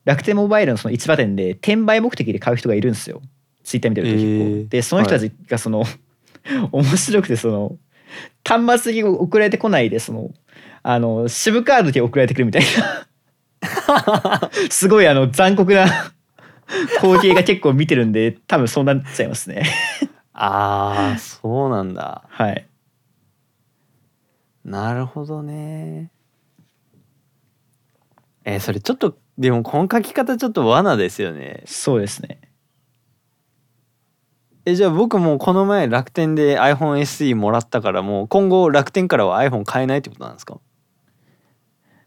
Speaker 2: 楽天モバイルのその市場店で転売目的で買う人がいるんですよツイッター見てると結構、
Speaker 1: えー
Speaker 2: でその人たちがその、 面白くてその端末に送られてこないでそのあの SIM カードだけ送られてくるみたいなすごいあの残酷な 光景が結構見てるんで多分そうなっちゃいますね
Speaker 1: あーそうなんだ
Speaker 2: はい
Speaker 1: なるほどねえーそれちょっとでもこの書き方ちょっと罠ですよね
Speaker 2: そうですね
Speaker 1: えじゃあ僕もうこの前楽天で iPhoneSE もらったからもう今後楽天からは iPhone 買えないってことなんですか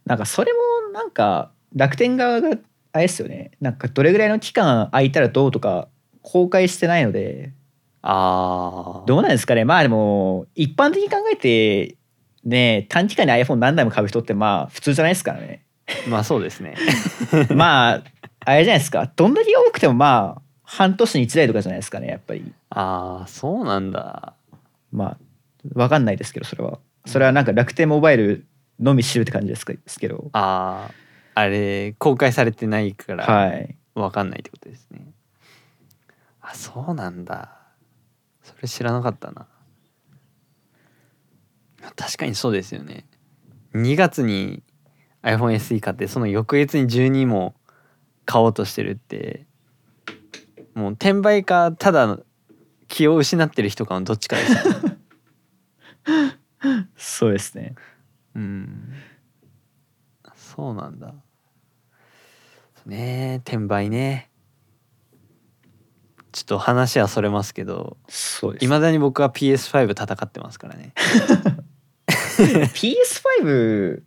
Speaker 2: なんかそれもなんか楽天側があれですよねなんかどれぐらいの期間空いたらどうとか公開してないので
Speaker 1: あ
Speaker 2: どうなんですかねまあでも一般的に考えてね短期間に iPhone 何台も買う人ってまあ普通じゃないですからね
Speaker 1: あまあそうですね
Speaker 2: まああれじゃないですかどんだけ多くてもまあ半年に1台とかじゃないですかねやっぱり
Speaker 1: ああそうなんだ
Speaker 2: まあわかんないですけどそれはそれはなんか楽天モバイルのみ知るって感じですけど
Speaker 1: あーあれ公開されてないから
Speaker 2: はい
Speaker 1: わかんないってことですね、あそうなんだそれ知らなかったな確かにそうですよね2月に iPhoneSE 買ってその翌月に12も買おうとしてるってもう転売かただ気を失ってる人かのどっちかですよね
Speaker 2: そうですね
Speaker 1: うんそうなんだねえ転売ねちょっと話はそれますけど
Speaker 2: そうです
Speaker 1: いまだに僕は PS5 戦ってますからね
Speaker 2: PS5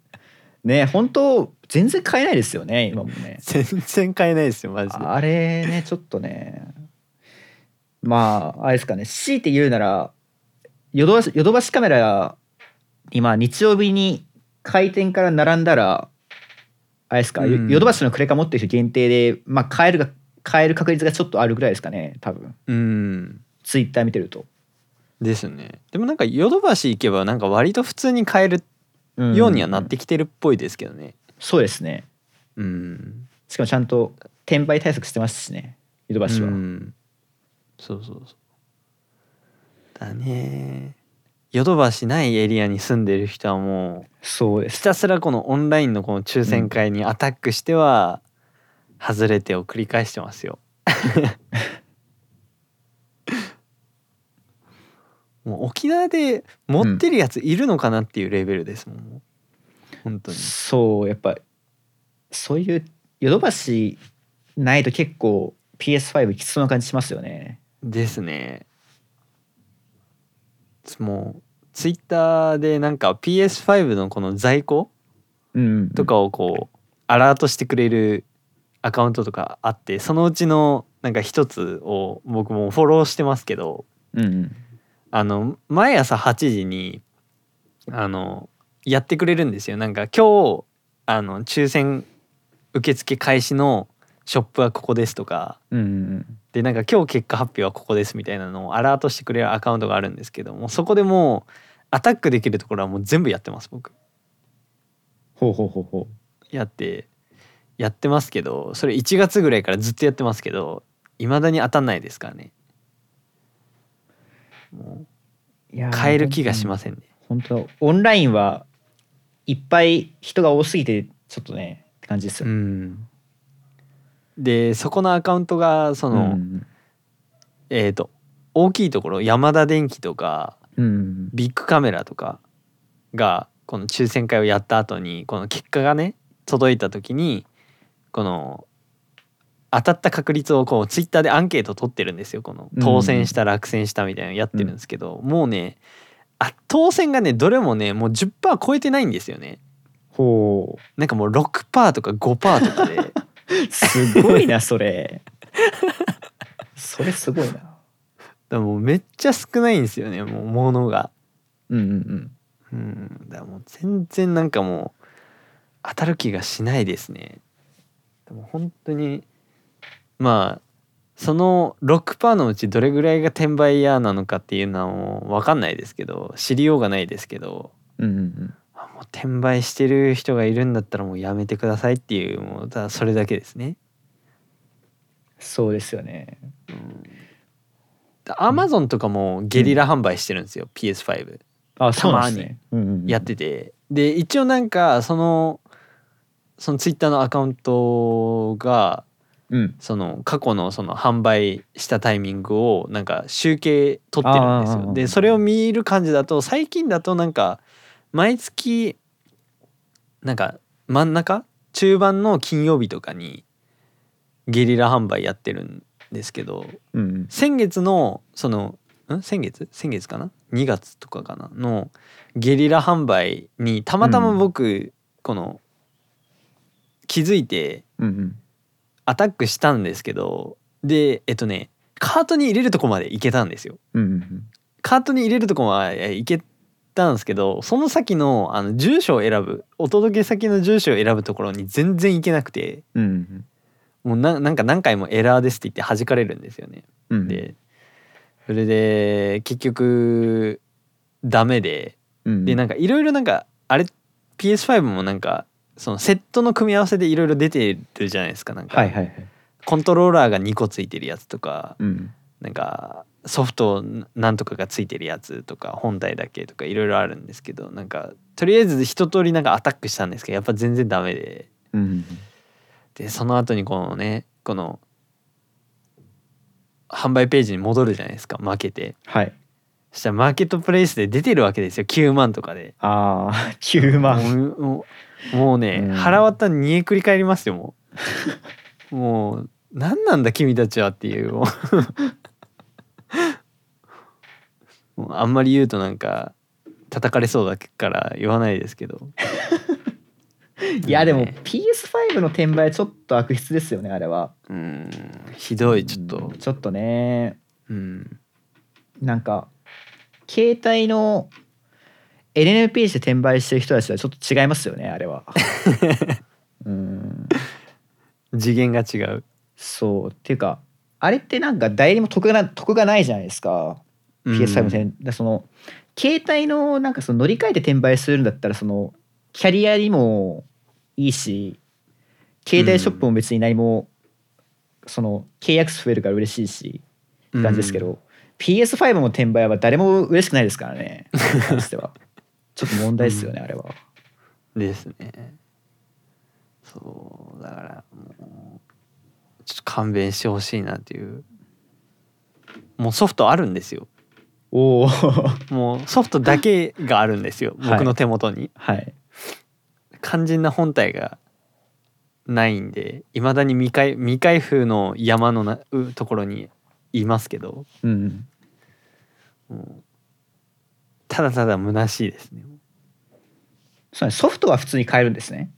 Speaker 2: ね本当全然買えないですよね今もね
Speaker 1: 全然買えないですよマジで
Speaker 2: あれねちょっとねまああれですかね強いて言うならヨドバシヨドバシカメラ今日曜日に開店から並んだらあれですか、よ
Speaker 1: うん
Speaker 2: ヨドバシのクレカ持ってる人限定でまあ買えるが買える確率がちょっとあるぐらいですかね多分
Speaker 1: うん
Speaker 2: ツイッター見てると、
Speaker 1: ですねでもなんかヨドバシ行けばなんか割と普通に買えるようにはなってきてるっぽいですけどね
Speaker 2: そうですね
Speaker 1: うん、
Speaker 2: しかもちゃんと転売対策してますしねヨドバシは、
Speaker 1: うんそうそうそうだねヨドバシないエリアに住んでる人はも
Speaker 2: そうで
Speaker 1: う
Speaker 2: す
Speaker 1: ひたすらこのオンラインのこの抽選会にアタックしては外れてを繰り返してます よもう沖縄で持ってるやついるのかなっていうレベルですもん、もう本当に
Speaker 2: そうやっぱそういうヨドバシないと結構 PS5 きつそうな感じしますよね
Speaker 1: ですねもうツイッターでなんか PS5 のこの在庫
Speaker 2: うん
Speaker 1: とかをこうアラートしてくれるアカウントとかあってそのうちのなんか一つを僕もフォローしてますけど
Speaker 2: うんうん
Speaker 1: あの毎朝8時にあのやってくれるんですよなんか今日あの抽選受付開始のショップはここですとか
Speaker 2: うんうん
Speaker 1: でなんか今日結果発表はここですみたいなのをアラートしてくれるアカウントがあるんですけどもそこでもうアタックできるところはもう全部やってます僕
Speaker 2: ほうほうほうほ
Speaker 1: やってやってますけどそれ1月ぐらいからずっとやってますけどいまだに当たんないですからねも
Speaker 2: ういや
Speaker 1: う買える気がしますせんね
Speaker 2: 本当オンラインはいっぱい人が多すぎてちょっとねって感じです
Speaker 1: う
Speaker 2: よ、
Speaker 1: んでそこのアカウントがその、
Speaker 2: うん
Speaker 1: えっ、と大きいところヤマダ電機とか
Speaker 2: うん
Speaker 1: ビッグカメラとかがこの抽選会をやった後にこの結果がね届いた時にこの当たった確率をこうツイッターでアンケート取ってるんですよこの
Speaker 2: うん
Speaker 1: 当選した落選したみたいなのやってるんですけど、もうねあ当選がねどれもねもう10%超えてないんですよね
Speaker 2: ほう
Speaker 1: なんかもう6%とか5%とかで
Speaker 2: すごいなそれ それすごいな
Speaker 1: でもめっちゃ少ないんですよねもうものが。
Speaker 2: うんうんうん
Speaker 1: うん、だからもう全然なんかもう当たる気がしないですね。でも本当にまあその6%のうちどれぐらいが転売ヤーなのかっていうのはもう分かんないですけど知りようがないですけど
Speaker 2: うんうんうん
Speaker 1: あもう転売してる人がいるんだったらもうやめてくださいっていうもうただそれだけですね。
Speaker 2: そうですよね
Speaker 1: アマゾンとかもゲリラ販売してるんですよ、PS5。
Speaker 2: あそうなんですねうんうんうん
Speaker 1: やってて、で一応なんかそのそのツイッターのアカウントが
Speaker 2: うん
Speaker 1: その過去のその販売したタイミングをなんか集計取ってるんです
Speaker 2: あーあーあ
Speaker 1: よ。
Speaker 2: ー
Speaker 1: でそれを見る感じだと最近だとなんか毎月なんか真ん中中盤の金曜日とかにゲリラ販売やってるんですけど
Speaker 2: うんうん
Speaker 1: 先月のそのん先月先月かな2月とかかなのゲリラ販売にたまたま僕、この気づいて
Speaker 2: うんうん
Speaker 1: アタックしたんですけどでえっとねカートに入れるとこまで行けたんですよ。
Speaker 2: うんうん
Speaker 1: カートに入れるとこまで行けたんですけどその先のあの住所を選ぶお届け先の住所を選ぶところに全然行けなくて
Speaker 2: うんうん
Speaker 1: もうななんか何回もエラーですって言って弾かれるんですよね。
Speaker 2: うんうん
Speaker 1: でそれで結局ダメで
Speaker 2: うん
Speaker 1: でなんかいろいろなんかあれ PS5 もなんかそのセットの組み合わせでいろいろ出てるじゃないですかなんか、
Speaker 2: はいはいはい
Speaker 1: コントローラーが2個ついてるやつとか
Speaker 2: うん
Speaker 1: なんかソフトなんとかがついてるやつとか本体だけとかいろいろあるんですけどなんかとりあえず一通りなんかアタックしたんですけどやっぱ全然ダメで
Speaker 2: うんうん
Speaker 1: でその後にこのねこの販売ページに戻るじゃないですか負けて
Speaker 2: はい
Speaker 1: そしたらマーケットプレイスで出てるわけですよ9万とかで
Speaker 2: ああ9
Speaker 1: も
Speaker 2: 万
Speaker 1: うもうもうね、
Speaker 2: うん
Speaker 1: 腹割った煮えくり返りますよもう もう何なんだ君たちはっていう もうもうあんまり言うとなんか叩かれそうだから言わないですけど
Speaker 2: いやでも
Speaker 1: ね
Speaker 2: PS5 の転売ちょっと悪質ですよねあれは
Speaker 1: うんひどいちょっと
Speaker 2: うんちょっとね
Speaker 1: うん
Speaker 2: なんか携帯の LNP して転売してる人たちとはちょっと違いますよねあれ はうん
Speaker 1: 次元が違う
Speaker 2: そうっていうかあれってなんか代理も得が得がないじゃないですか PS5 の
Speaker 1: うん
Speaker 2: 転、だその携帯のなんかその乗り換えて転売するんだったらそのキャリアにもいいし携帯ショップも別に何も、その契約数増えるから嬉しいしって感じですけど、PS5 の転売は誰も嬉しくないですからねそれに 関してはちょっと問題ですよね、あれは
Speaker 1: ですねそうだからもうちょっと勘弁してほしいなっていうもうソフトあるんですよ
Speaker 2: おお
Speaker 1: もうソフトだけがあるんですよ
Speaker 2: はい
Speaker 1: 僕の手元に、
Speaker 2: はい
Speaker 1: 肝心な本体がないんでいまだに未開未開封の山のなうところにいますけど
Speaker 2: うん
Speaker 1: もうただただ虚しいですね
Speaker 2: そうねソフトは普通に買えるんですね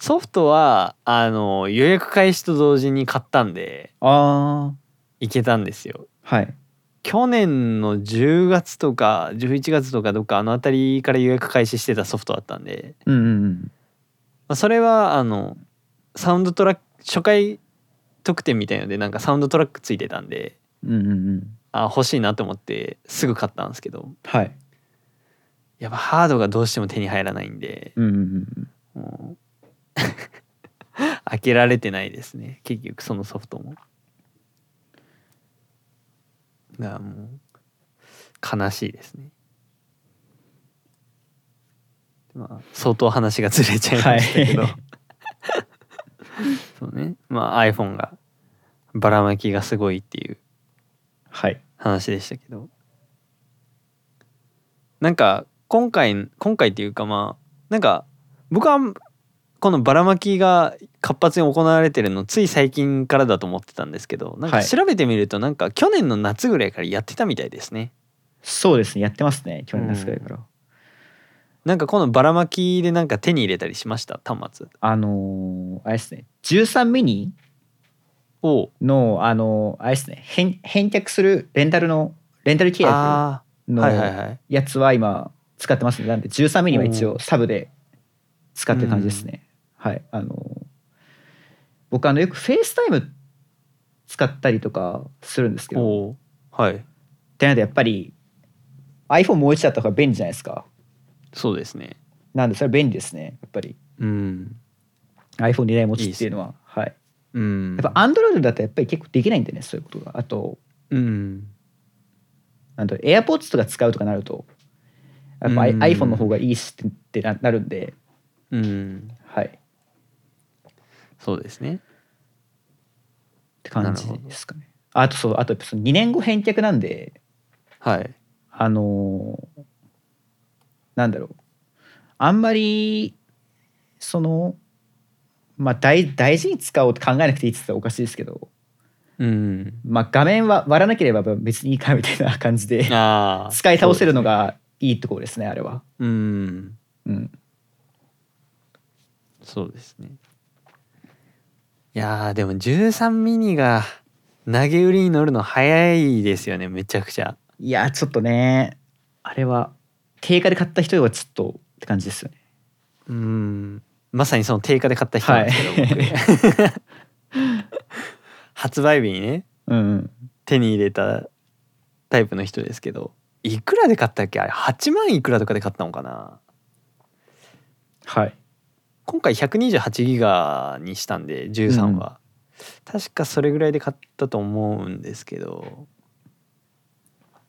Speaker 1: ソフトはあの予約開始と同時に買ったんで
Speaker 2: あ
Speaker 1: いけたんですよ
Speaker 2: あはい
Speaker 1: 去年の10月とか11月とかどっかあの辺りから予約開始してたソフトだったんで、
Speaker 2: うんうんうん
Speaker 1: まあ、それはあのサウンドトラック初回特典みたいのでなんかサウンドトラックついてたんで
Speaker 2: うんうんうん
Speaker 1: あ欲しいなと思ってすぐ買ったんですけど
Speaker 2: はい
Speaker 1: やっぱハードがどうしても手に入らないんで
Speaker 2: うんうんうん
Speaker 1: もう 開けられてないですね結局そのソフトも。だからもう悲しいですね。まあ相当話がずれちゃいましたけど、
Speaker 2: はい
Speaker 1: そうねまあ iPhone がばらまきがすごいっていう
Speaker 2: はい
Speaker 1: 話でしたけどなんか今回今回っていうかまあなんか僕はこのばらまきが活発に行われてるのつい最近からだと思ってたんですけどなんか
Speaker 2: はい
Speaker 1: 調べてみるとなんか去年の夏ぐらいからやってたみたいですね。
Speaker 2: そうですねやってますね去年の夏ぐらいから、
Speaker 1: なんかこのばらまきでなんか手に入れたりしました端末
Speaker 2: あのーあれですね13ミニ
Speaker 1: を。
Speaker 2: のあのーあれですね返返却するレンタルのレンタル契約
Speaker 1: あーはいはい
Speaker 2: の
Speaker 1: はい。
Speaker 2: やつは今使ってますねなんで13ミニは一応サブで使ってる感じですね、はいあのー僕あのよくフェイスタイム使ったりとかするんですけ
Speaker 1: お
Speaker 2: ど
Speaker 1: おーはい
Speaker 2: ってなるとやっぱり iPhone もう一台あった方が便利じゃないですか
Speaker 1: そうですね。
Speaker 2: なんでそれは便利ですねやっぱり
Speaker 1: うん。
Speaker 2: iPhone2 台持ちっていうのははい
Speaker 1: うん。
Speaker 2: やっぱ Android だとやっぱり結構できないんでねそういうことがあと
Speaker 1: うん。
Speaker 2: なんと AirPods とか使うとかなるとやっぱ
Speaker 1: うん
Speaker 2: iPhone の方がいいしってななるんで
Speaker 1: うん。
Speaker 2: はいっ
Speaker 1: そうですね。
Speaker 2: て感じですかねあとそうあとやっぱその2年後返却なんで
Speaker 1: はい。
Speaker 2: あのーなんだろうあんまりそのまあ大大事に使おうと考えなくていいって言ったらおかしいですけど、
Speaker 1: うん。
Speaker 2: まあ、画面は割らなければ別にいいかみたいな感じで
Speaker 1: あー
Speaker 2: 使い倒せるのがいいところですねあれは。
Speaker 1: そうですねうん
Speaker 2: うん
Speaker 1: そうですねいやーでも13ミニが投げ売りに乗るの早いですよねめちゃくちゃ
Speaker 2: いやちょっとねあれは定価で買った人はちょっとって感じですよね
Speaker 1: うんまさにその定価で買った人なんですけど、
Speaker 2: はい
Speaker 1: 僕発売日にね
Speaker 2: うんうん
Speaker 1: 手に入れたタイプの人ですけどいくらで買ったっけあれ8万いくらとかで買ったのかな
Speaker 2: はい
Speaker 1: 今回128ギガにしたんで13は、確かそれぐらいで買ったと思うんですけど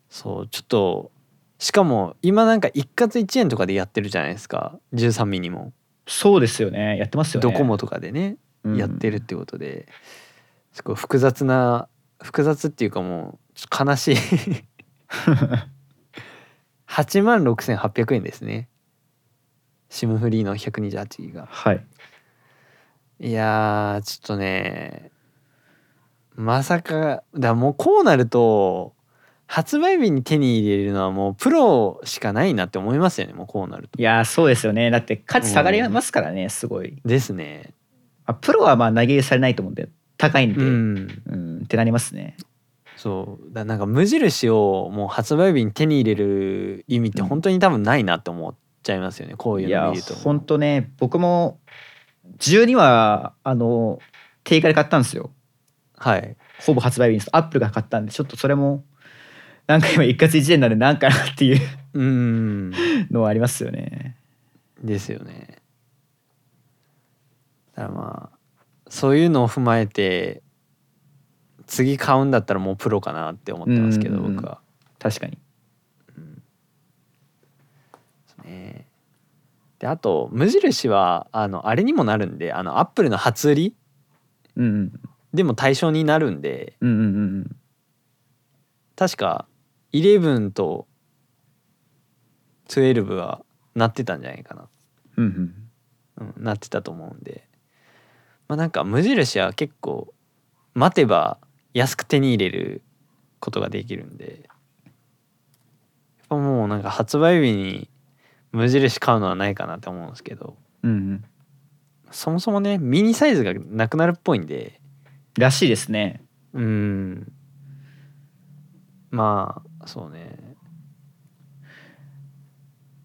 Speaker 1: そうちょっとしかも今なんか一括1円とかでやってるじゃないですか13ミニも
Speaker 2: そうですよねやってますよね
Speaker 1: ドコモとかでねやってるっ
Speaker 2: うん
Speaker 1: てことで、すごい複雑な複雑っていうかもうちょっと悲 しい8万6800円ですね SIM フリーの128ギガ
Speaker 2: はい
Speaker 1: いやーちょっとねまさかだもうこうなると発売日に手に入れるのはもうプロしかないなって思いますよねもうこうなると
Speaker 2: いやそうですよねだって価値下がりますからねすごい
Speaker 1: ですね
Speaker 2: あプロはまあ投げ入れされないと思うんで高いんで、
Speaker 1: う
Speaker 2: うん
Speaker 1: ん
Speaker 2: ってなりますね
Speaker 1: そうだなんか無印をもう発売日に手に入れる意味って本当に多分ないなって思っちゃいますよね、こうい
Speaker 2: いう
Speaker 1: の
Speaker 2: や
Speaker 1: 見ると
Speaker 2: ほんとね僕も12はあの定価で買ったんですよ
Speaker 1: はい
Speaker 2: ほぼ発売日にアップルが買ったんでちょっとそれもなんか今一括一円なんでなんかなっていう
Speaker 1: うん
Speaker 2: のはありますよね
Speaker 1: ですよねだからまあそういうのを踏まえて次買うんだったらもうプロかなって思ってますけど
Speaker 2: うんうんうん
Speaker 1: 僕は、
Speaker 2: 確かに
Speaker 1: ね、であと無印はあのあれにもなるんであのアップルの初売り
Speaker 2: うん
Speaker 1: でも対象になるんで
Speaker 2: うんうんうんうん
Speaker 1: 確か11と12はなってたんじゃないかな、
Speaker 2: うんうん
Speaker 1: うん、なってたと思うんでまあなんか無印は結構待てば安く手に入れることができるんでやっぱもうなんか発売日に無印買うのはないかなって思うんですけど
Speaker 2: うんうん
Speaker 1: そもそもねミニサイズがなくなるっぽいんで
Speaker 2: らしいですね
Speaker 1: うーんまあそうね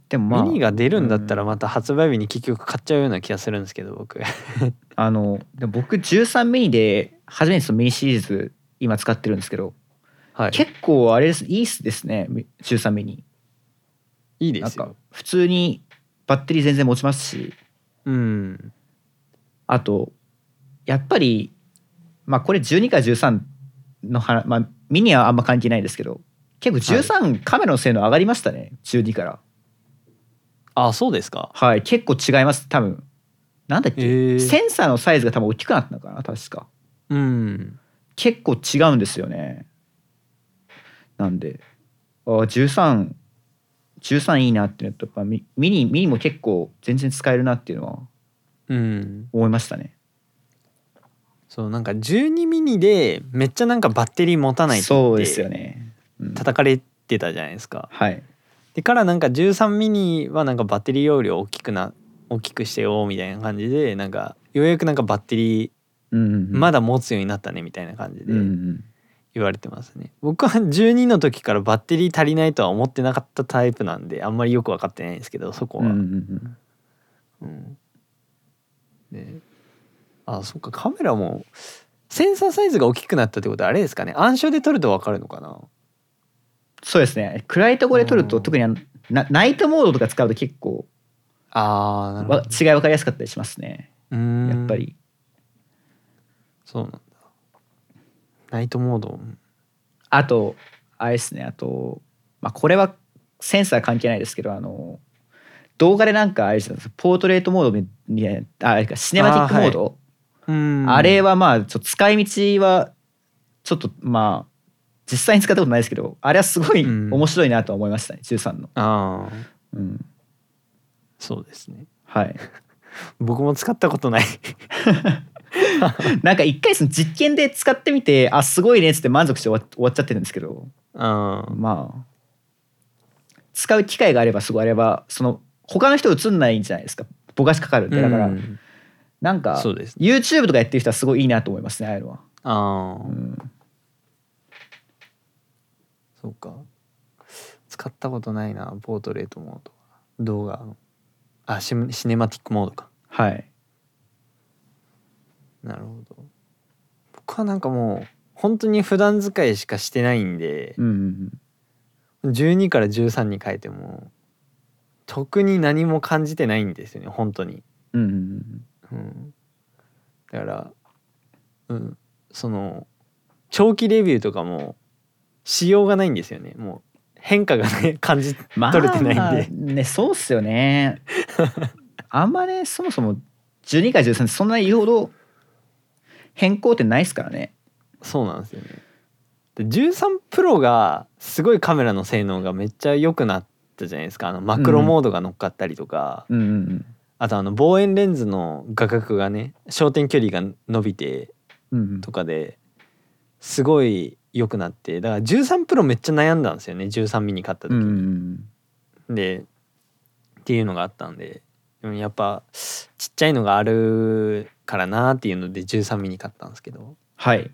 Speaker 2: でもまあ
Speaker 1: ミニが出るんだったらまた発売日に結局買っちゃうような気がするんですけど僕
Speaker 2: あのでも僕13ミニで初めてそのミニシリーズ今使ってるんですけど、
Speaker 1: はい
Speaker 2: 結構あれですいいっすですねみ13ミニ
Speaker 1: いいで
Speaker 2: なん
Speaker 1: す
Speaker 2: か
Speaker 1: よ
Speaker 2: 普通にバッテリー全然持ちますし
Speaker 1: うん
Speaker 2: あとやっぱりまあこれ12から13の話、まあ、ミニはあんま関係ないですけど結構13、カメラの性能上がりましたね12から
Speaker 1: あそうですか
Speaker 2: はい結構違います多分なんだっけ、
Speaker 1: へえ
Speaker 2: センサーのサイズが多分大きくなったのかな確か
Speaker 1: うん
Speaker 2: 結構違うんですよねなんであ1313いいなっていうのとやっぱミミニミニも結構全然使えるなっていうのは
Speaker 1: うん
Speaker 2: 思いましたね
Speaker 1: そうなんか12ミニでめっちゃなんかバッテリー持たないって
Speaker 2: そうですよね、うん
Speaker 1: 叩かれてたじゃないですか
Speaker 2: はい
Speaker 1: でからなんか13ミニはなんかバッテリー容量大きくな大きくしてよみたいな感じでなんかようやくなんかバッテリー
Speaker 2: うんうんうん
Speaker 1: まだ持つようになったねみたいな感じで
Speaker 2: うんうん
Speaker 1: 言われてますね、僕は12の時からバッテリー足りないとは思ってなかったタイプなんであんまりよく分かってないんですけどそこ
Speaker 2: うん
Speaker 1: は、
Speaker 2: うんうん
Speaker 1: うんであそっかカメラもセンサーサイズが大きくなったってことはあれですかね暗証で撮ると分かるのかな
Speaker 2: そうですね暗いところで撮ると
Speaker 1: うん
Speaker 2: 特にあのなナイトモードとか使うと結構
Speaker 1: あーなるほ
Speaker 2: わ
Speaker 1: ど
Speaker 2: 違い分かりやすかったりしますね
Speaker 1: うーん
Speaker 2: やっぱり
Speaker 1: そうなんだナイトモード
Speaker 2: あとあれですねあと、まあ、これはセンサー関係ないですけどあの動画でなんかあれですよポートレートモードみみたいなああれかシネマティックモード
Speaker 1: うん
Speaker 2: あ,、れはまあちょっと使い道はちょっとまあ実際に使ったことないですけどあれはすごい
Speaker 1: うん
Speaker 2: 面白いなとは思いましたね、13の、
Speaker 1: あー
Speaker 2: うん、
Speaker 1: そうですね
Speaker 2: はい
Speaker 1: 僕も使ったことない
Speaker 2: なんか一回その実験で使ってみてあすごいねっつって満足して終わ終わっちゃってるんですけど
Speaker 1: うん
Speaker 2: まあ使う機会があればすごいあればその他の人映んないんじゃないですかぼかしかかるんでだから、
Speaker 1: うん
Speaker 2: なんか
Speaker 1: そうです
Speaker 2: YouTube とかやってる人はすごいいいなと思いますねああいうのは、
Speaker 1: ああ、
Speaker 2: うん、
Speaker 1: そうか使ったことないなポートレートモード動画のあシムシネマティックモードか
Speaker 2: はい
Speaker 1: なるほど僕はなんかもう本当に普段使いしかしてないんで
Speaker 2: うんうんうん
Speaker 1: 12から13に変えても特に何も感じてないんですよね本当に、
Speaker 2: うんうんうん
Speaker 1: うん、だから、うん、その長期レビューとかもしようがないんですよねもう変化がね感じ
Speaker 2: まあ
Speaker 1: 取れてないんで
Speaker 2: ねそうっすよねあんまねそもそも12から13ってそんなに言うほど変更ってないですからね
Speaker 1: そうなんですよねで13プロがすごいカメラの性能がめっちゃ良くなったじゃないですかあのマクロモードが乗っかったりとか、
Speaker 2: うんうんうん
Speaker 1: あとあの望遠レンズの画角がね焦点距離が伸びて
Speaker 2: うんうん
Speaker 1: とかですごい良くなってだから13プロめっちゃ悩んだんですよね13ミニ買った時
Speaker 2: うんうんう
Speaker 1: に。
Speaker 2: ん
Speaker 1: でっていうのがあったんででもやっぱちっちゃいのがあるからなっていうので13ミニ買ったんですけど
Speaker 2: はい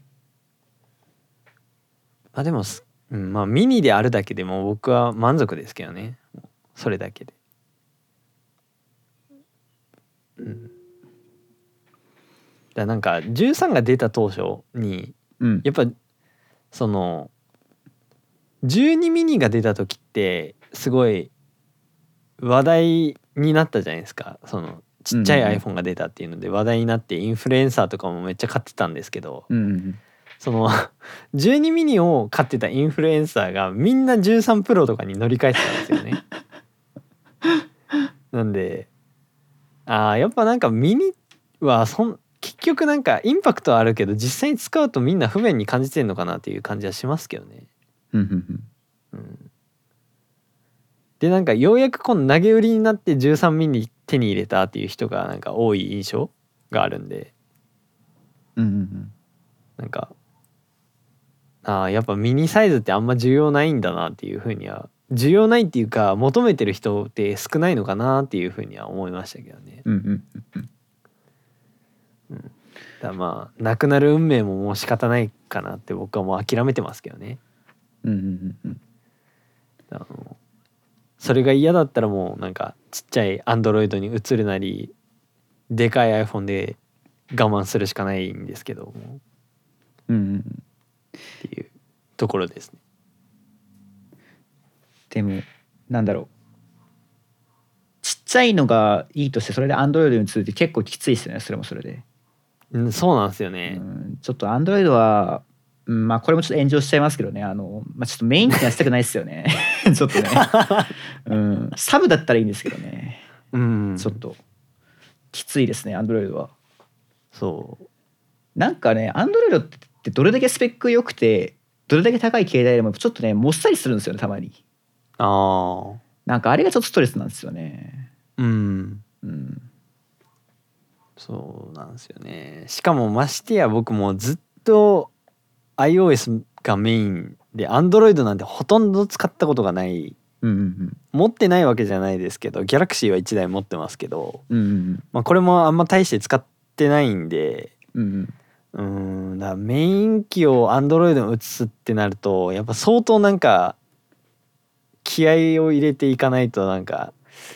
Speaker 1: まあでもす、うん、まあミニであるだけでも僕は満足ですけどねそれだけで。うん、だからなんか13が出た当初に
Speaker 2: うん
Speaker 1: やっぱその12ミニが出た時ってすごい話題になったじゃないですかそのちっちゃ
Speaker 2: うんうん
Speaker 1: い
Speaker 2: うん
Speaker 1: iPhone が出たっていうので話題になってインフルエンサーとかもめっちゃ買ってたんですけど
Speaker 2: うんうん
Speaker 1: その12ミニを買ってたインフルエンサーがみんな13プロとかに乗り換えてたんですよね。なんであーやっぱなんかミニはそん結局なんかインパクトはあるけど実際に使うとみんな不便に感じてんのかなっていう感じはしますけどね。
Speaker 2: うんうんうん
Speaker 1: うん、でなんかようやくこの投げ売りになって13ミニ手に入れたっていう人がなんか多い印象があるんで
Speaker 2: うんうんうん
Speaker 1: なんかあーやっぱミニサイズってあんま需要ないんだなっていうふうには需要ないっていうか求めてる人って少ないのかなっていうふうには思いましたけどね
Speaker 2: うんうんうん
Speaker 1: だからまあなくなる運命ももう仕方ないかなって僕はもう諦めてますけどね
Speaker 2: うんうんうん
Speaker 1: あのそれが嫌だったらもうなんかちっちゃいアンドロイドに移るなりでかい iPhone で我慢するしかないんですけども
Speaker 2: うんうんうん
Speaker 1: っていうところですね
Speaker 2: でもなんだろうちっちゃいのがいいとしてそれで Android について結構きついですよねそれもそれで、
Speaker 1: うんそうなんですよ
Speaker 2: う
Speaker 1: ね、
Speaker 2: ん、ちょっと Android は、うん、まあこれもちょっと炎上しちゃいますけどねあの、まあ、ちょっとメインってやしたくないですよねちょっとね、うん、サブだったらいいんですけどね
Speaker 1: うん
Speaker 2: ちょっときついですね Android は
Speaker 1: そう
Speaker 2: なんかね Android ってどれだけスペック良くてどれだけ高い携帯でもちょっとねもっさりするんですよねたまに
Speaker 1: ああ
Speaker 2: なんかあれがちょっとストレスなんですよね
Speaker 1: うん
Speaker 2: うん
Speaker 1: そうなんですよねしかもましてや僕もうずっと iOS がメインで Android なんてほとんど使ったことがない
Speaker 2: うんうん
Speaker 1: 持ってないわけじゃないですけど Galaxy は1台持ってますけど、
Speaker 2: うんうん
Speaker 1: まあ、これもあんま大して使ってないんで
Speaker 2: うんうん
Speaker 1: うーんだからメイン機を Android に移すってなるとやっぱ相当なんか気合を入れていかないとなんか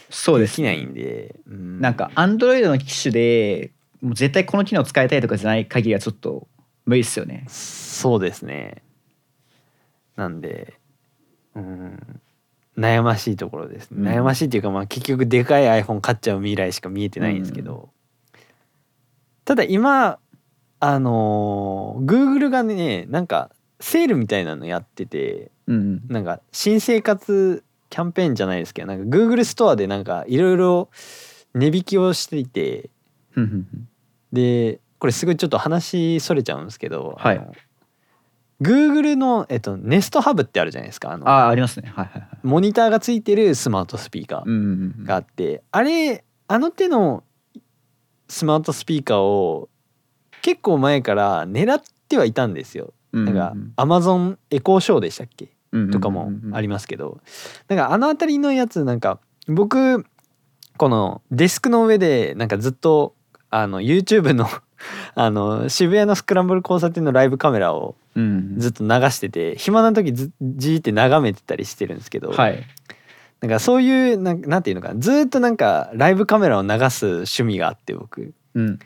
Speaker 2: そうで
Speaker 1: ですきないんで、う
Speaker 2: なんか Android の機種でもう絶対この機能使いたいとかじゃない限りはちょっと無理ですよね
Speaker 1: そうですね。なんで、うん、悩ましいところです、ね
Speaker 2: うん
Speaker 1: 悩ましいっていうか、まあ、結局でかい iPhone 買っちゃう未来しか見えてないんですけど、ただ今あのー Google がねなんかセールみたいなのやってて
Speaker 2: うん
Speaker 1: なんか新生活キャンペーンじゃないですけどなんか Google ストアでなんかいろいろ値引きをしていて
Speaker 2: うんうん
Speaker 1: でこれすごいちょっと話それちゃうんですけど、
Speaker 2: はい
Speaker 1: あの Google の、えっと、ネストハブってあるじゃないですかあの
Speaker 2: ああーありますねはいはいはい
Speaker 1: モニターがついてるスマートスピーカ
Speaker 2: うんうんう
Speaker 1: ー
Speaker 2: ん
Speaker 1: があって、あれあの手のスマートスピーカーを結構前から狙ってはいたんですよ。
Speaker 2: うん
Speaker 1: なんか Amazon エコーショーでしたっけとかもあり
Speaker 2: ま
Speaker 1: ますけど、なんかあの辺りのやつなんか僕このデスクの上でなんかずっとあの YouTube の あの渋谷のスクランブル交差点のライブカメラを
Speaker 2: うん
Speaker 1: ずっと流してて暇な時ずじーって眺めてたりしてるんですけど、
Speaker 2: はい
Speaker 1: なんかそういうなんなんていうのかなずーっとなんかライブカメラを流す趣味があって僕
Speaker 2: うん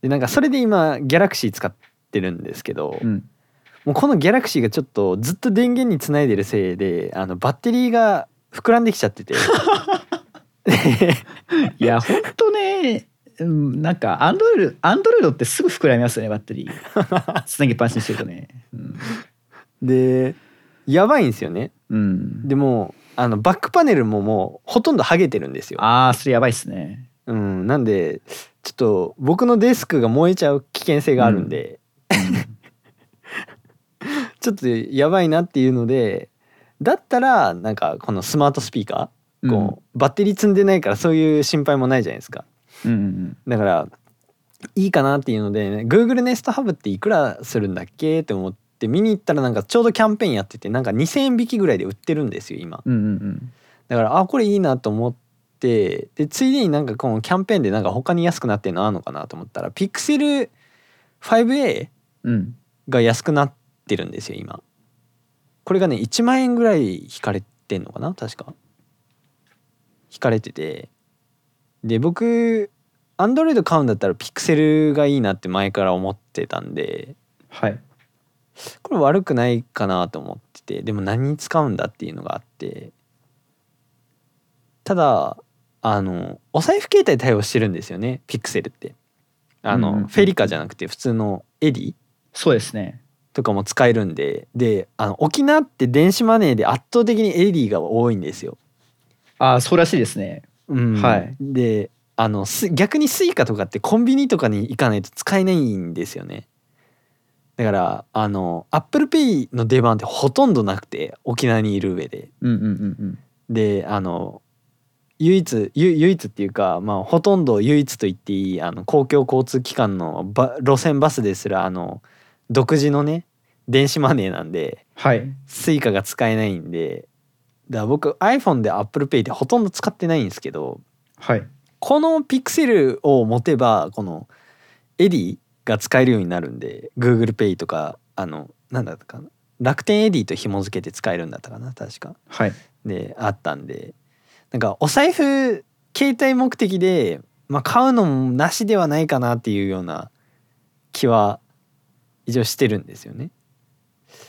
Speaker 1: でなんかそれで今ギャラクシー使ってるんですけど、
Speaker 2: うん
Speaker 1: もうこのギャラクシーがちょっとずっと電源につないでるせいであのバッテリーが膨らんできちゃ ってて
Speaker 2: いやほんとねうんなんかアンドロイドアンドロイドってすぐ膨らみますよねバッテリーつなぎっぱなしにしてるとねうん、
Speaker 1: でやばいんですよね
Speaker 2: うん、
Speaker 1: でもうあのバックパネルももうほとんど剥げてるんですよ。
Speaker 2: ああそれやばいっすね
Speaker 1: うん、なんでちょっと僕のデスクが燃えちゃう危険性があるんで、 ちょっとやばいなっていうのでだったらなんかこのスマートスピーカーこう、バッテリー積んでないからそういう心配もないじゃないですか
Speaker 2: うん、うんうん
Speaker 1: だからいいかなっていうので、ね、Google Nest Hub っていくらするんだっけって思って見に行ったらなんかちょうどキャンペーンやっててなんか2,000円引きぐらいで売ってるんですよ今。
Speaker 2: うんうんうん
Speaker 1: だからあこれいいなと思ってでついでになんかこのキャンペーンでなんか他に安くなってるのあるのかなと思ったら Pixel5a
Speaker 2: うん
Speaker 1: が安くなってるんですよ今これがね1万円ぐらい引かれてんのかな確か引かれててで僕 Android 買うんだったら Pixel がいいなって前から思ってたんで
Speaker 2: はい
Speaker 1: これ悪くないかなと思っててでも何に使うんだっていうのがあってただあのお財布携帯対応してるんですよねピクセルってあの、
Speaker 2: うんうんうん
Speaker 1: フェリカじゃなくて普通のエディ
Speaker 2: そうですね
Speaker 1: とかも使えるんでであの沖縄って電子マネーで圧倒的にエディが多いんですよ、
Speaker 2: ああそうらしいですね
Speaker 1: うん
Speaker 2: はい
Speaker 1: であのす逆にスイカとかってコンビニとかに行かないと使えないんですよねだからあの ApplePay の出番ってほとんどなくて沖縄にいる上で
Speaker 2: うんうんうん
Speaker 1: であの唯一ゆ唯一っていうか、まあ、ほとんど唯一と言っていいあの公共交通機関のバ路線バスですらあの独自のね電子マネーなんで
Speaker 2: はい
Speaker 1: スイカが使えないんでだから僕 iPhone で ApplePay ってほとんど使ってないんですけど
Speaker 2: はい
Speaker 1: このピクセルを持てばこのエディが使えるようになるんで GooglePay とかあのなんだったかな楽天エディと紐付けて使えるんだったかな確か。
Speaker 2: はい
Speaker 1: であったんでなんかお財布携帯目的で、まあ、買うのもなしではないかなっていうような気は一応してるんですよね。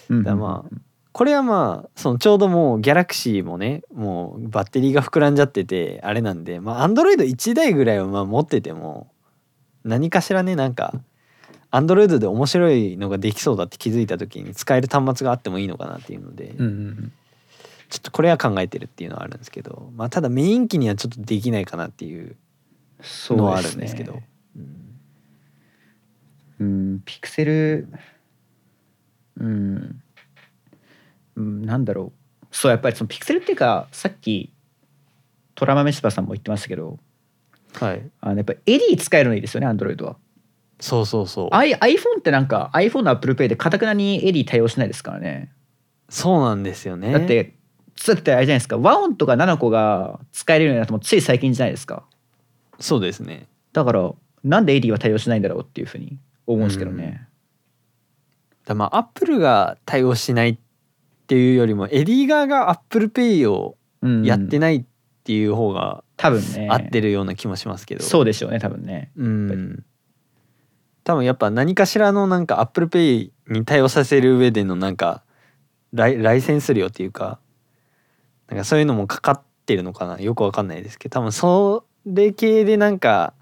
Speaker 2: うんうん
Speaker 1: だからまあこれはまあそのちょうどもうギャラクシーもねもうバッテリーが膨らんじゃっててあれなんでまあアンドロイド1台ぐらいはまあ持ってても何かしらねなんかアンドロイドで面白いのができそうだって気づいた時に使える端末があってもいいのかなっていうので、
Speaker 2: うんうんうん
Speaker 1: ちょっとこれは考えてるっていうのはあるんですけどまあただメイン機にはちょっとできないかなっていう
Speaker 2: そう
Speaker 1: のはあ
Speaker 2: で
Speaker 1: るん
Speaker 2: す
Speaker 1: ですけど
Speaker 2: ねうんピクセルうん、うん、なんだろうそうやっぱりそのピクセルっていうかさっき虎豆柴さんも言ってましたけど
Speaker 1: はい
Speaker 2: あのやっぱりエディ使えるのいいですよねアンドロイドは
Speaker 1: そうそうそう
Speaker 2: I iPhone ってなんか iPhone の ApplePay でかたくなにエディ対応しないですからね
Speaker 1: そうなんですよね
Speaker 2: だってだってあれじゃないですか和音とか7個が使えるようになったのもつい最近じゃないですか
Speaker 1: そうですね
Speaker 2: だからなんでエディは対応しないんだろうっていうふうに思うんですけどね、
Speaker 1: だまあアップルが対応しないっていうよりもエディ側がアップルペイを
Speaker 2: うん
Speaker 1: やってないっていう方が
Speaker 2: 多分ね
Speaker 1: 合ってるような気もしますけど、
Speaker 2: そうでしょうね多分ね
Speaker 1: う
Speaker 2: やっぱ
Speaker 1: ん多分やっぱ何かしらのなんかアップルペイに対応させる上でのなんかライライセンス料っていうかなんかそういうのもかかってるのかなよくわかんないですけど多分それ系でなんか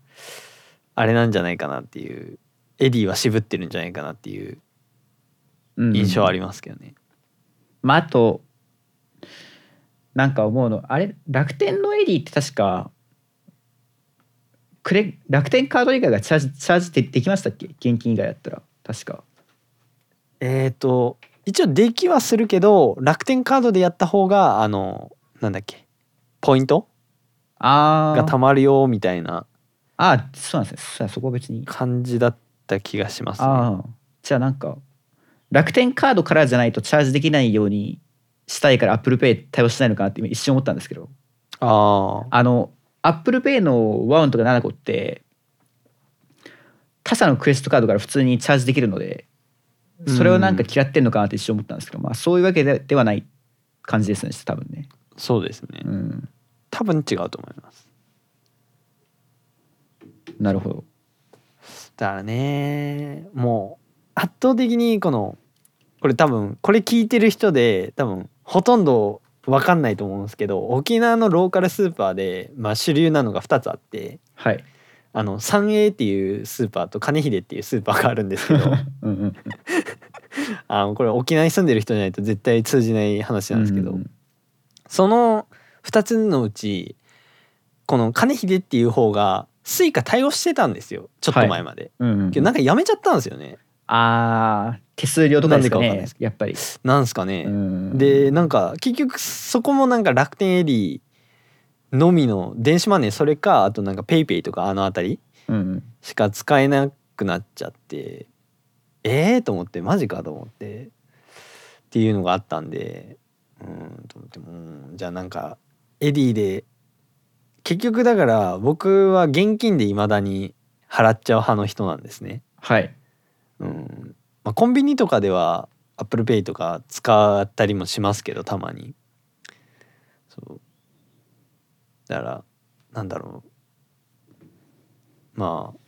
Speaker 1: あれなんじゃないかなっていうエディは渋ってるんじゃないかなっていう印象あ
Speaker 2: り、
Speaker 1: りますけどね。
Speaker 2: まあ、あとなんか思うのあれ楽天のエディって確かクレ楽天カード以外がチャージチャージでできましたっけ現金以外だったら確か
Speaker 1: えっ、と一応できはするけど楽天カードでやった方があのなんだっけポイント
Speaker 2: あ
Speaker 1: が
Speaker 2: ー
Speaker 1: たまるよみたいな
Speaker 2: あーそうなんですねそうそこは別に
Speaker 1: 感じだった気がしますね。
Speaker 2: ああじゃあなんか楽天カードからじゃないとチャージできないようにしたいから ApplePay 対応しないのかなって今一瞬思ったんですけど
Speaker 1: ああ
Speaker 2: あの ApplePay のワウンとかナナコって他社のクレジットカードから普通にチャージできるのでそれをなんか嫌ってんのかなって一瞬思ったんですけど、まあそういうわけでではない感じですね多分ね。
Speaker 1: そうですね
Speaker 2: うん、
Speaker 1: 多分違うと思います
Speaker 2: なるほど。
Speaker 1: だからねもう圧倒的にこのこれ多分これ聞いてる人で多分ほとんど分かんないと思うんですけど沖縄のローカルスーパーで、まあ、主流なのが2つあって
Speaker 2: はい。
Speaker 1: あの三栄っていうスーパーと金秀っていうスーパーがあるんですけど
Speaker 2: うんうん、
Speaker 1: あのこれ沖縄に住んでる人じゃないと絶対通じない話なんですけど、
Speaker 2: うんうん
Speaker 1: その2つのうちこの金秀っていう方がスイカ対応してたんですよちょっと前まで、
Speaker 2: うんうん
Speaker 1: けどなんかやめちゃったんですよね
Speaker 2: あー手数料とかですか
Speaker 1: なんでかわかんない
Speaker 2: ね
Speaker 1: です
Speaker 2: やっぱり。
Speaker 1: なんすかね、
Speaker 2: うん
Speaker 1: でなんか結局そこもなんか楽天エリーのみの電子マネーそれかあとなんかペイペイとかあの辺り
Speaker 2: うんうん
Speaker 1: しか使えなくなっちゃってええー、と思ってマジかと思ってっていうのがあったんでうーんと思ってうんじゃあなんかエディで結局だから僕は現金でいまだに払っちゃう派の人なんですね。
Speaker 2: はい。
Speaker 1: うんまあ、コンビニとかでは ApplePay とか使ったりもしますけどたまにそうだからなんだろうまあ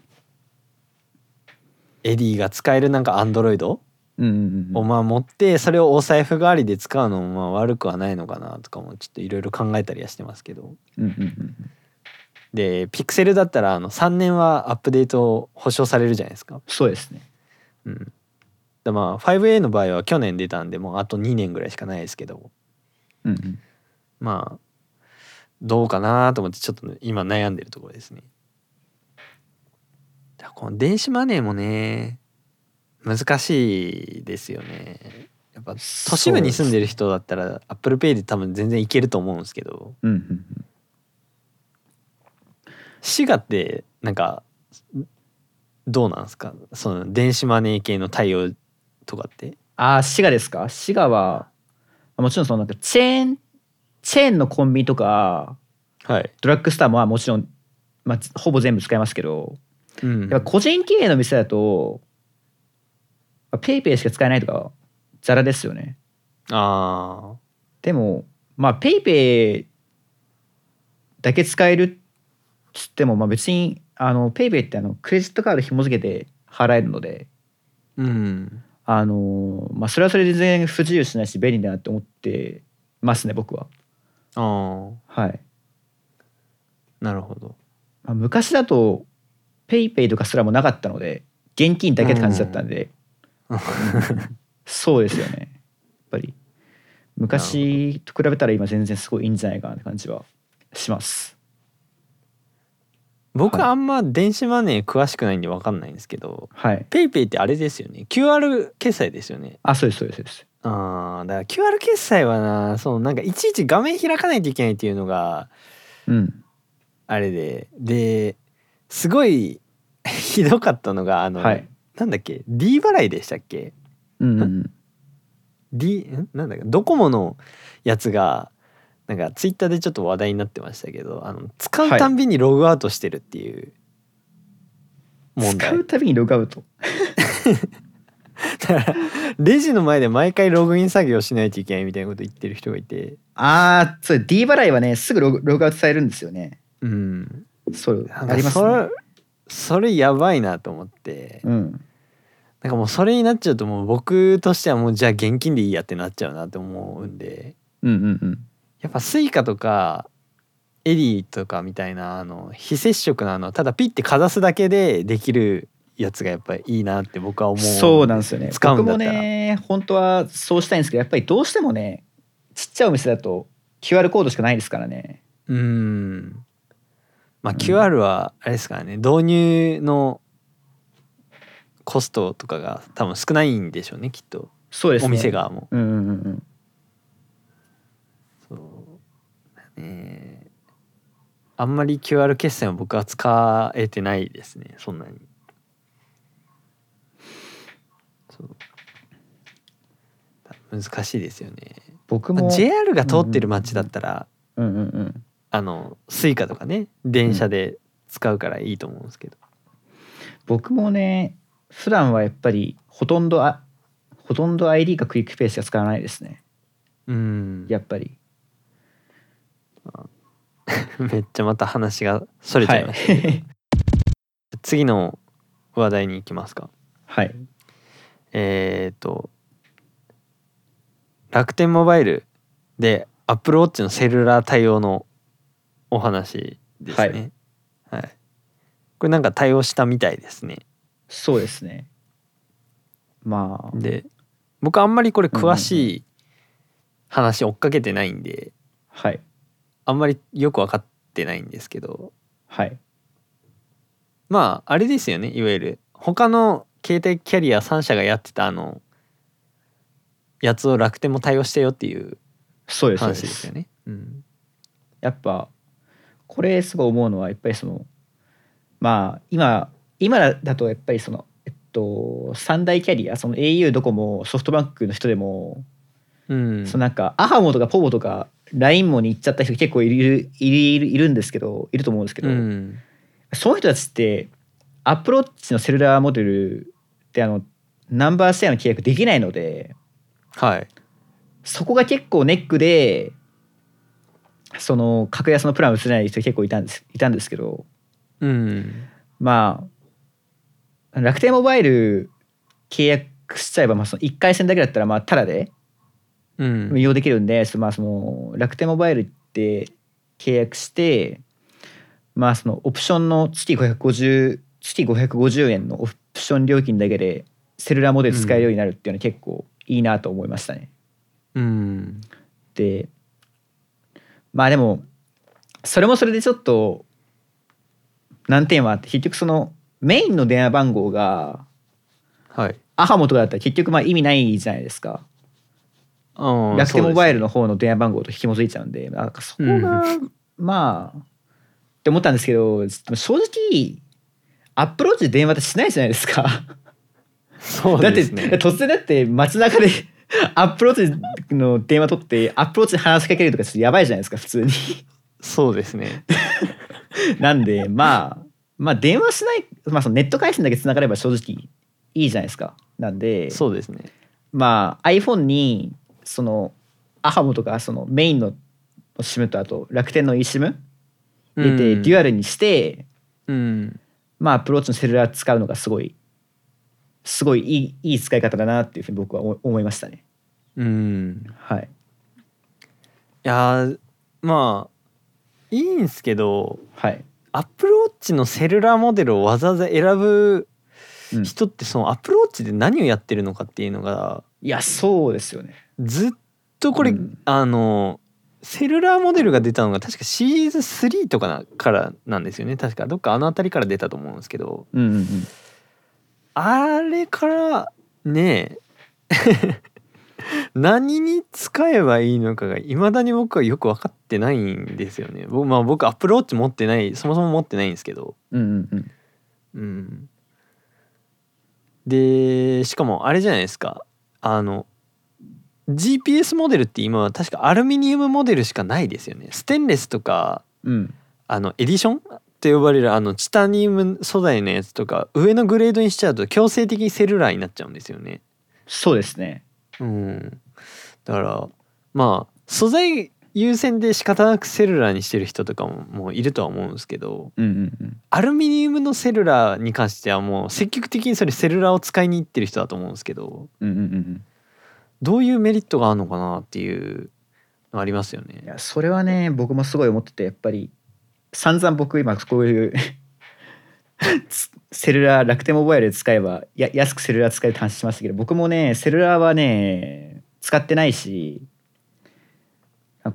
Speaker 1: エディが使えるなんか Android
Speaker 2: うんうんう
Speaker 1: を
Speaker 2: ん、
Speaker 1: まあ持ってそれをお財布代わりで使うのもまあ悪くはないのかなとかもちょっといろいろ考えたりはしてますけど
Speaker 2: うんうんうん
Speaker 1: で Pixel だったらあの3年はアップデート保証されるじゃないですか
Speaker 2: そうですね。
Speaker 1: うん、だまあ 5A の場合は去年出たんでもうあと2年ぐらいしかないですけど
Speaker 2: うんうん、
Speaker 1: まあどうかなと思ってちょっとね今悩んでるところですね。だこの電子マネーもね難しいですよね。やっぱ都市部に住んでる人だったら ApplePay で多分全然いけると思うんですけど
Speaker 2: うんうんうん
Speaker 1: 滋賀ってなんかどうなんですかその電子マネー系の対応とかって。
Speaker 2: ああ滋賀ですか滋賀はもちろんそのなんかチェーンチェーンのコンビニとか
Speaker 1: はい。
Speaker 2: ドラッグストアもまあもちろん、まあ、ほぼ全部使えますけど
Speaker 1: うん
Speaker 2: やっぱ個人経営の店だと、まあ、ペイペイしか使えないとかザラですよね
Speaker 1: あ
Speaker 2: でもまあペイペイだけ使えるっつっても、まあ、別にあのペイペイってあのクレジットカード紐付けて払えるので
Speaker 1: あうん
Speaker 2: あのまあそれはそれで全然不自由しないし便利だなって思ってますね僕は
Speaker 1: あー
Speaker 2: はい、
Speaker 1: なるほど
Speaker 2: まあ、昔だとペイペイとかすらもなかったので現金だけって感じだったんで、
Speaker 1: うん
Speaker 2: そうですよねやっぱり昔と比べたら今全然すごいいいんじゃないかなって感じはします
Speaker 1: 僕
Speaker 2: はい
Speaker 1: あんま電子マネー詳しくないんで分かんないんですけど
Speaker 2: はい
Speaker 1: ペイペイってあれですよね QR 決済ですよね
Speaker 2: あそうですそうですそうです
Speaker 1: あーだから QR 決済はなそのなんかいちいち画面開かないといけないっていうのが
Speaker 2: うん
Speaker 1: あれでですごい ひどかったのがあの、
Speaker 2: はい
Speaker 1: なんだっけ D 払いでしたっけ
Speaker 2: うんうん、
Speaker 1: D んなんだっけドコモのやつがなんかツイッターでちょっと話題になってましたけどあの使うたんびにログアウトしてるっていう問題、
Speaker 2: 使うたびにログアウト
Speaker 1: だから レジの前で毎回ログイン作業しないといけないみたいなこと言ってる人がいて
Speaker 2: ああそう D 払いはねすぐログログアウトされるんですよね
Speaker 1: うん
Speaker 2: そう
Speaker 1: なん
Speaker 2: あ
Speaker 1: か
Speaker 2: ります
Speaker 1: それ
Speaker 2: ね
Speaker 1: それやばいなと思って
Speaker 2: うん
Speaker 1: なんかもうそれになっちゃうともう僕としてはもうじゃあ現金でいいやってなっちゃうなって思うんで
Speaker 2: うんうんうん
Speaker 1: やっぱスイカとかエリーとかみたいなあの非接触なあのただピッてかざすだけでできるやつがやっぱりいいなって僕は思う
Speaker 2: そうなんですよね
Speaker 1: 使うんだ
Speaker 2: 僕
Speaker 1: ったら
Speaker 2: もね本当はそうしたいんですけどやっぱりどうしてもねちっちゃいお店だと QR コードしかないですからね
Speaker 1: うんまあ
Speaker 2: うん
Speaker 1: QR はあれですからね、導入のコストとかが多分少ないんでしょうねきっと
Speaker 2: そうですね
Speaker 1: お店側も。
Speaker 2: うんうんうんうん
Speaker 1: そうだねあんまり QR 決済を僕は使えてないですねそんなに。そうだ難しいですよね。
Speaker 2: 僕
Speaker 1: まあ
Speaker 2: も
Speaker 1: JR が通ってる街だったら、
Speaker 2: うんうんうん
Speaker 1: あのスイカとかね電車で使うからいいと思うんですけど、
Speaker 2: 僕もね普段はやっぱりほとんどあほとんど ID かクイックペースしか使わないですね
Speaker 1: うん
Speaker 2: やっぱり
Speaker 1: めっちゃまた話がそれちゃいました、次の話題に行きますか
Speaker 2: はい、 はい、
Speaker 1: えーっと楽天モバイルで Apple Watch のセルラー対応のお話ですねはい、これなんか対応したみたいですね
Speaker 2: そうですねまあ
Speaker 1: で僕あんまりこれ詳しい話追っかけてないんで、
Speaker 2: はい
Speaker 1: あんまりよく分かってないんですけど
Speaker 2: はい
Speaker 1: まああれですよねいわゆる他の携帯キャリア3社がやってたあのやつを楽天も対応してよっていう
Speaker 2: そうですそうで
Speaker 1: 話
Speaker 2: す
Speaker 1: ですよね。うん
Speaker 2: やっぱこれすごい思うのはやっぱりそのまあ今今だとやっぱりそのえっと三大キャリアその au ドコモソフトバンクの人でも、
Speaker 1: うん
Speaker 2: そのなんかアハモとかポボとか LINE モに行っちゃった人結構いるいるいるいるんですけどいると思うんですけど、
Speaker 1: うん
Speaker 2: その人たちってアプローチのセルラーモデルってあのナンバーシェアの契約できないので。
Speaker 1: はい
Speaker 2: そこが結構ネックでその格安のプラン移れない人結構いたんですいたんですけど
Speaker 1: うん
Speaker 2: まあ楽天モバイル契約しちゃえば、まあ、その1回戦だけだったらまあタダで
Speaker 1: うん
Speaker 2: 運用できるんで、そのまあ、その楽天モバイルって契約して、まあ、そのオプションの月550月550円のオプション料金だけでセルラーモデル使えるようになるっていうのは結構いいなと思いましたね。
Speaker 1: うん
Speaker 2: ってまあでもそれもそれでちょっと難点はあって結局そのメインの電話番号が
Speaker 1: はい
Speaker 2: アハモとかだったら結局まあ意味ないじゃないですか、
Speaker 1: うん
Speaker 2: 楽天モバイル
Speaker 1: の
Speaker 2: の方の電話番号と紐づいちゃうんでなんかそこが、 まあって思ったんですけど正直アップローチで電話ってしないじゃないですか
Speaker 1: そう
Speaker 2: だっ
Speaker 1: で
Speaker 2: て
Speaker 1: すね
Speaker 2: 突然だって街中で アップローチの電話取ってアップローチで話しかけるとかちょっとやばいじゃないですか普通に。
Speaker 1: そうですね
Speaker 2: なんでまあまあ電話しない、まあ、そのネット回線だけつながれば正直いいじゃないですかなんで
Speaker 1: そうですね
Speaker 2: まあ iPhone にそのアハモとかそのメインの SIM とあと楽天の eSIM 入れてデュアルにして、
Speaker 1: うん
Speaker 2: まあアプローチのセルラー使うのがすごいすごいいいいい使い方だなっていうふうに僕は思思いましたね
Speaker 1: うん
Speaker 2: はい
Speaker 1: いやーまあいいんすけど
Speaker 2: はい、
Speaker 1: アップルウォッチのセルラーモデルをわざわざ選ぶ
Speaker 2: うんい
Speaker 1: 人ってそのアップルウォッチで何をやってるのかっていうのが
Speaker 2: やそうですよね
Speaker 1: ずっとこれ、
Speaker 2: うん
Speaker 1: あのセルラーモデルが出たのが確かシリーズ3とかなからなんですよね確かどっかあの辺りから出たと思うんですけど
Speaker 2: うんうんうん
Speaker 1: あれからね え何に使えばいいのかがいまだに僕はよく分かってないんですよね。僕まあ僕アップルウォッチ持ってないそもそも持ってないんですけど。
Speaker 2: うんうんうん
Speaker 1: うん、でしかもあれじゃないですかあの GPS モデルって今は確かアルミニウムモデルしかないですよねステンレスとか
Speaker 2: うん
Speaker 1: あのエディションって呼ばれるあのチタニウム素材のやつとか上のグレードにしちゃうと強制的にセルラーになっちゃうんですよね。
Speaker 2: そうですね
Speaker 1: うん、だからまあ素材優先で仕方なくセルラーにしてる人とかももういるとは思うんですけど、
Speaker 2: うんうんうん
Speaker 1: アルミニウムのセルラーに関してはもう積極的にそれセルラーを使いに行ってる人だと思うんですけど
Speaker 2: うんうんうんうん
Speaker 1: どういうメリットがあるのかなっていうのありますよ
Speaker 2: い
Speaker 1: ね。
Speaker 2: やそれはね僕もすごい思っててやっぱり散々僕今こういう つセルラー楽天モバイルで使えばや安くセルラー使えるって話しましたけど僕もねセルラーはね使ってないし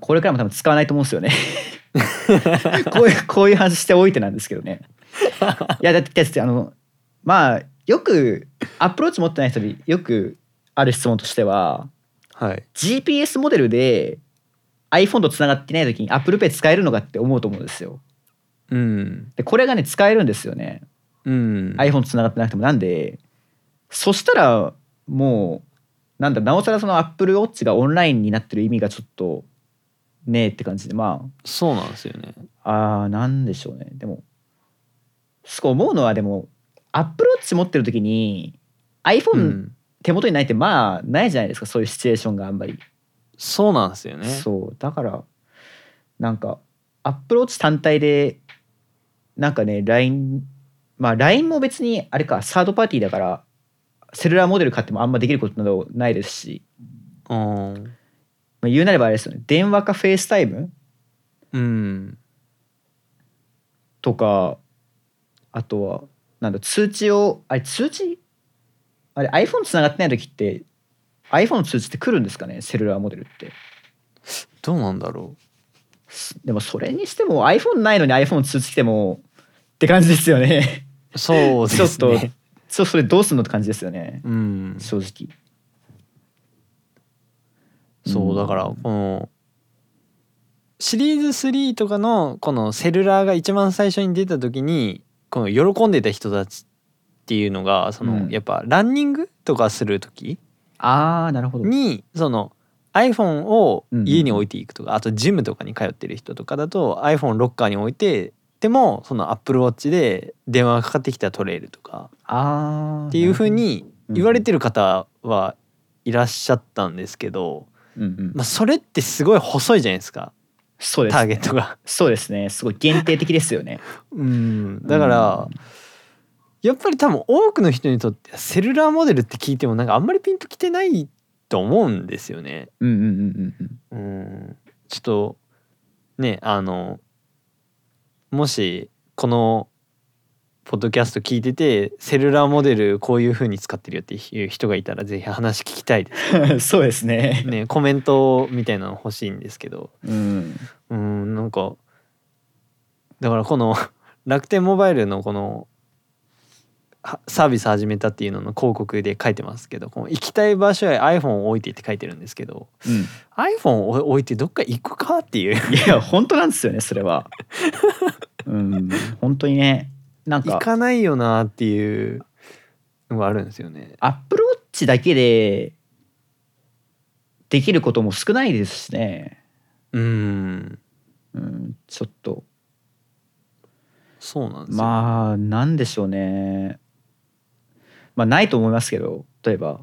Speaker 2: これからも多分使わないと思うんですよねこういうこういう話しておいてなんですけどねいやだってだってあのまあよくアプローチ持ってない人によくある質問としては
Speaker 1: はい、
Speaker 2: GPS モデルで iPhone とつながってない時に ApplePay 使えるのかって思うと思うんですよ。
Speaker 1: うん、
Speaker 2: でこれがね使えるんですよね。
Speaker 1: うん、
Speaker 2: iPhone とつながってなくてもなんでそしたらもうなんだなおさらその AppleWatch がオンラインになってる意味がちょっとねえって感じでま
Speaker 1: そうなんですよね。
Speaker 2: ああーなんでしょうねでもすごい思うのはでもアップルウォッチ持ってる時に iPhone、
Speaker 1: うん、
Speaker 2: 手元にないってまあないじゃないですかそういうシチュエーションがあんまり、
Speaker 1: そうなんですよね
Speaker 2: そうだからなんかアップローチ単体でなんかね LINE まあ LINE も別にあれかサードパーティーだからセルラーモデル買ってもあんまできることなどないですし、
Speaker 1: うん
Speaker 2: まあ、言うなればあれですよね電話かフェイスタイム
Speaker 1: うん
Speaker 2: とかあとはなんだ通知をあれ通知あれ iPhone つながってない時って iPhone の通知って来るんですかねセルラーモデルって
Speaker 1: どうなんだろ
Speaker 2: でもそれにしても iPhone ないのに iPhone 通知来てもって感じですよね
Speaker 1: うそうですね
Speaker 2: ちょっとそうそれどうすんのって感じですよね
Speaker 1: うん
Speaker 2: 正直
Speaker 1: そうだからこのシリーズ3とかのこのセルラーが一番最初に出た時にこの喜んでた人たちっていうのがその、
Speaker 2: うん
Speaker 1: やっぱランニングとかする時
Speaker 2: ああなるほど
Speaker 1: にその iPhone を家に
Speaker 2: うんうん
Speaker 1: 置いていくとか、あとジムとかに通ってる人とかだと iPhone ロッカーに置いてでもその AppleWatch で電話がかかってきたら取れるとか
Speaker 2: ああ
Speaker 1: っていうふう、に
Speaker 2: うん
Speaker 1: 言われてる方はいらっしゃったんですけど、
Speaker 2: うんうん
Speaker 1: まあ、それってすごい細いじゃないですか
Speaker 2: そうで
Speaker 1: ター
Speaker 2: す
Speaker 1: ゲットが。
Speaker 2: そうですねすごい限定的ですよね
Speaker 1: うんだから、やっぱり多分多くの人にとってセルラーモデルって聞いてもなんかあんまりピンときてないと思うんですよね。
Speaker 2: うんうんうんうんうん
Speaker 1: うんちょっとねあのもしこのポッドキャスト聞いててセルラーモデルこういう風に使ってるよっていう人がいたらぜひ話聞きたいです
Speaker 2: そうですね。
Speaker 1: ねコメントみたいなの欲しいんですけど
Speaker 2: うん。
Speaker 1: うんなんかだからこの 楽天モバイルのこのはサービス始めたっていうのの広告で書いてますけどこの行きたい場所へ iPhone を置いてって書いてるんですけど iPhone を置いてどっか行くかっていう
Speaker 2: いや、本当なんですよね、それは。うん、本当にね。なん
Speaker 1: 行
Speaker 2: か、
Speaker 1: かないよなっていうのがあるんですよね。
Speaker 2: アップルウォッチだけで。できることも少ないですしね。
Speaker 1: うん、
Speaker 2: うん、ちょっと。
Speaker 1: そうなんですよ。
Speaker 2: まあ、なんでしょうね。まあ、ないと思いますけど、例えば。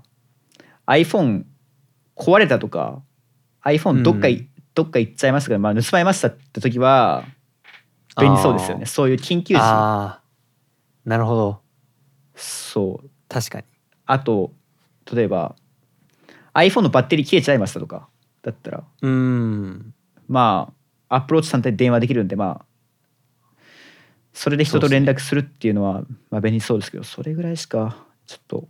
Speaker 2: iPhone 壊れたとか iPhone どっかい、
Speaker 1: う
Speaker 2: どっか行っちゃいましたけど、まあ、盗まれましたって時は便利そうですよねそういう緊急
Speaker 1: あー。
Speaker 2: 時
Speaker 1: あーなるほど、
Speaker 2: そう
Speaker 1: 確かに。
Speaker 2: あと例えば iPhone のバッテリー切れちゃいましたとかだったら
Speaker 1: うん、
Speaker 2: まあアプローチ単体で電話できるんでまあそれで人と連絡するっていうのはまあ便利そうですけどそれぐらいしかちょっと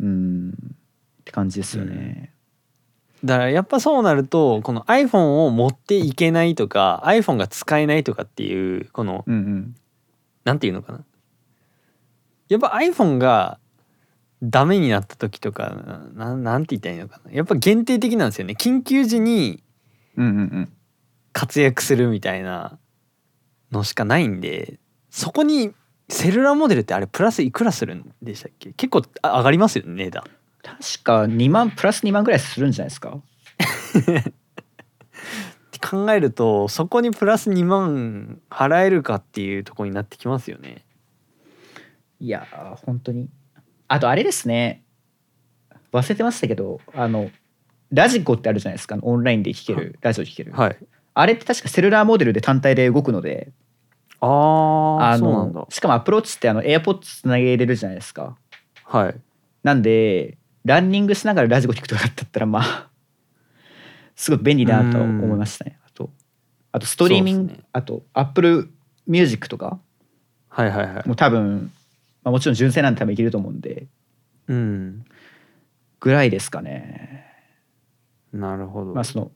Speaker 2: うーんって感じですよね。
Speaker 1: だからやっぱそうなるとこの iPhone を持っていけないとか iPhone が使えないとかっていうこの
Speaker 2: うんうん
Speaker 1: なんていうのかなやっぱ iPhone がダメになった時とかななんて言ったらいいのかなやっぱ限定的なんですよね緊急時に
Speaker 2: うんうんうん
Speaker 1: 活躍するみたいなのしかないんでそこにセルラーモデルってあれプラスいくらするんでしたっけ結構あ上がりますよね値段
Speaker 2: 確か2万プラス2万ぐらいするんじゃないですか
Speaker 1: って考えるとそこにプラス2万払えるかっていうところになってきますよね
Speaker 2: いやー本当にあとあれですね忘れてましたけどあのラジコってあるじゃないですかオンラインで聴け
Speaker 1: は
Speaker 2: るラジオ聴ける、
Speaker 1: はい
Speaker 2: あれって確かセルラーモデルで単体で動くので
Speaker 1: あー
Speaker 2: あ
Speaker 1: そうなんだ
Speaker 2: のしかもアプローチってあの AirPods つなげれるじゃないですか
Speaker 1: はい
Speaker 2: なんでランニングしながらラジコ聴くとかだったらまあ すごい便利だなと思いましたねあとあとストリーミン
Speaker 1: そう
Speaker 2: グ、
Speaker 1: ですね
Speaker 2: あと Apple Music とか
Speaker 1: はいはいはい
Speaker 2: もう多分、まあ、もちろん純正なんて多分いけると思うんで
Speaker 1: うん
Speaker 2: ぐらいですかね
Speaker 1: なるほど、
Speaker 2: まあその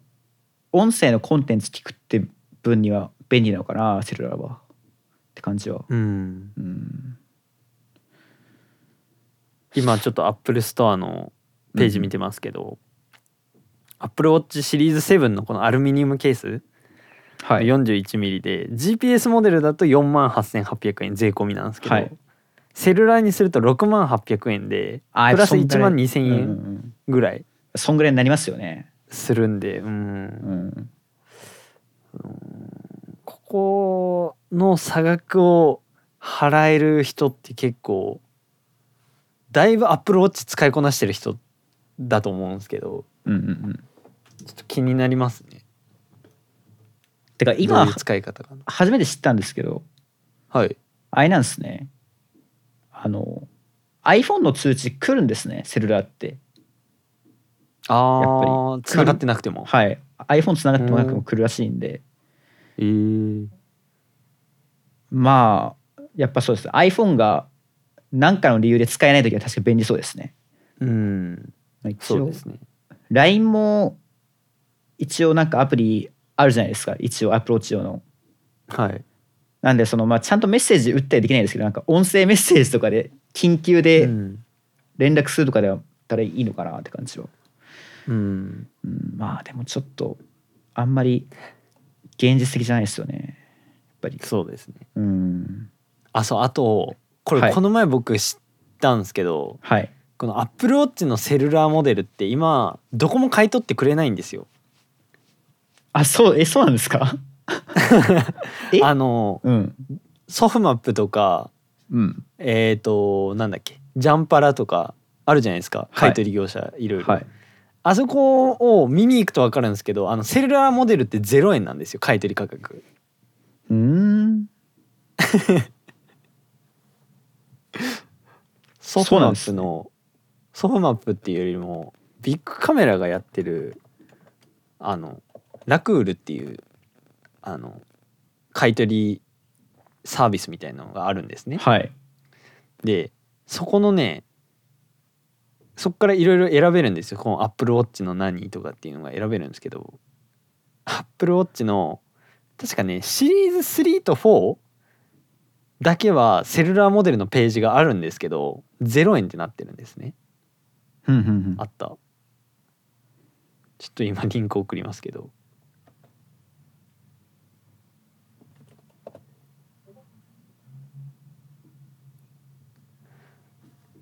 Speaker 2: 音声のコンテンツ聞くって分には便利なのかなセルラーはって感じは
Speaker 1: うん
Speaker 2: うん
Speaker 1: 今ちょっとアップルストアのページ見てますけど、アップルウォッチシリーズ7のこのアルミニウムケース
Speaker 2: はい
Speaker 1: 41mm で GPS モデルだと4万8800円税込みなんですけど、
Speaker 2: はい
Speaker 1: セルラーにすると6万800円で
Speaker 2: あ
Speaker 1: プラス
Speaker 2: そんぐ
Speaker 1: 1
Speaker 2: らい
Speaker 1: 万2000
Speaker 2: うんう
Speaker 1: 円
Speaker 2: んうん
Speaker 1: ぐらい
Speaker 2: そんぐらいになりますよね
Speaker 1: するんで、うん
Speaker 2: うん
Speaker 1: ここの差額を払える人って結構だいぶアップルウォッチ使いこなしてる人だと思うんですけど
Speaker 2: うんうんうん
Speaker 1: ちょっと気になりますね
Speaker 2: てか
Speaker 1: 今
Speaker 2: 今
Speaker 1: どういう使い方かな
Speaker 2: 初めて知ったんですけど
Speaker 1: はい
Speaker 2: あれなんですねあの iPhone の通知来るんですねセルラーって
Speaker 1: ああ
Speaker 2: り
Speaker 1: つながってなくても
Speaker 2: はい iPhone つながってもなくても来るらしいんで
Speaker 1: えー、
Speaker 2: まあやっぱそうです iPhone が何かの理由で使えない時は確か便利そうですね
Speaker 1: うん
Speaker 2: 一
Speaker 1: そう
Speaker 2: 応
Speaker 1: ですね
Speaker 2: LINE も一応なんかアプリあるじゃないですか一応アプローチ用の
Speaker 1: はい
Speaker 2: なんでそのまあちゃんとメッセージ打ったりできないですけどなんか音声メッセージとかで緊急
Speaker 1: う
Speaker 2: で
Speaker 1: ん
Speaker 2: 連絡するとかであったらいいのかなって感じは、
Speaker 1: うん
Speaker 2: うん、まあでもちょっとあんまり現実的じゃないですよねやっぱり
Speaker 1: そうですね
Speaker 2: うん
Speaker 1: あそうあとこ
Speaker 2: は
Speaker 1: れ
Speaker 2: い
Speaker 1: この前僕知ったんですけど、
Speaker 2: はい
Speaker 1: このアップルウォッチのセルラーモデルって今どこも買い取ってくれないんですよ
Speaker 2: あそうえそうなんですかえ
Speaker 1: あの
Speaker 2: うん
Speaker 1: ソフマップとか
Speaker 2: うん
Speaker 1: えっ、となんだっけジャンパラとかあるじゃないですか買い取り業者いろいろ、
Speaker 2: はい
Speaker 1: あそこを見に行くと分かるんですけどあのセルラーモデルって0円なんですよ買い取り価格
Speaker 2: うーん
Speaker 1: ソフ
Speaker 2: そうな
Speaker 1: マ
Speaker 2: ん
Speaker 1: ップ
Speaker 2: ですね
Speaker 1: の、ソフマップっていうよりもビッグカメラがやってるあのラクールっていうあの買い取りサービスみたいなのがあるんですね。
Speaker 2: はい
Speaker 1: でそこのねそこからいろいろ選べるんですよこの Apple Watch の何とかっていうのが選べるんですけど Apple Watch の確かねシリーズ3と4だけはセルラーモデルのページがあるんですけど0円ってなってるんですね
Speaker 2: ふんふんふん
Speaker 1: あったちょっと今リンク送りますけど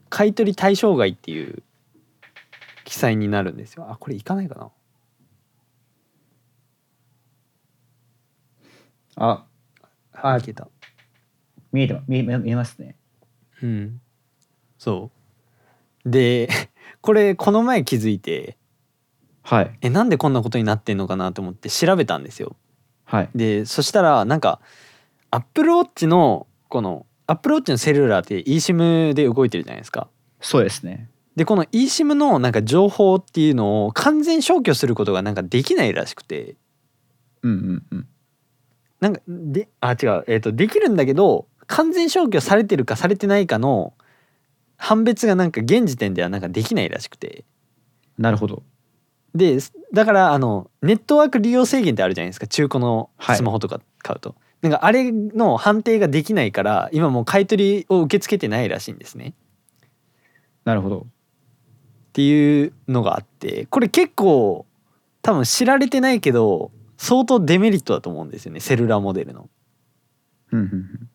Speaker 1: 買取対象外っていう記載になるんですよあこれいかないかな
Speaker 2: あはい
Speaker 1: いけた
Speaker 2: 見えてま見え見えますね
Speaker 1: うんそうで これこの前気づいて
Speaker 2: はい
Speaker 1: えなんでこんなことになってんのかなと思って調べたんですよ
Speaker 2: はい
Speaker 1: でそしたらなんかアップルウォッチのこのアップルウォッチのセルラーって eSIM で動いてるじゃないですか
Speaker 2: そうですね
Speaker 1: でこの eSIM のなんか情報っていうのを完全消去することがなんかできないらしくて
Speaker 2: うんうんうん
Speaker 1: なんかであ違う、えー、とできるんだけど完全消去されてるかされてないかの判別がなんか現時点ではなんかできないらしくて
Speaker 2: なるほど
Speaker 1: でだからあのネットワーク利用制限ってあるじゃないですか中古のスマホとか買うと、なんかあれの判定ができないから今もう買い取りを受け付けてないらしいんですね
Speaker 2: なるほど
Speaker 1: っていうのがあってこれ結構多分知られてないけど相当デメリットだと思うんですよねセルラーモデルの
Speaker 2: うんうんうん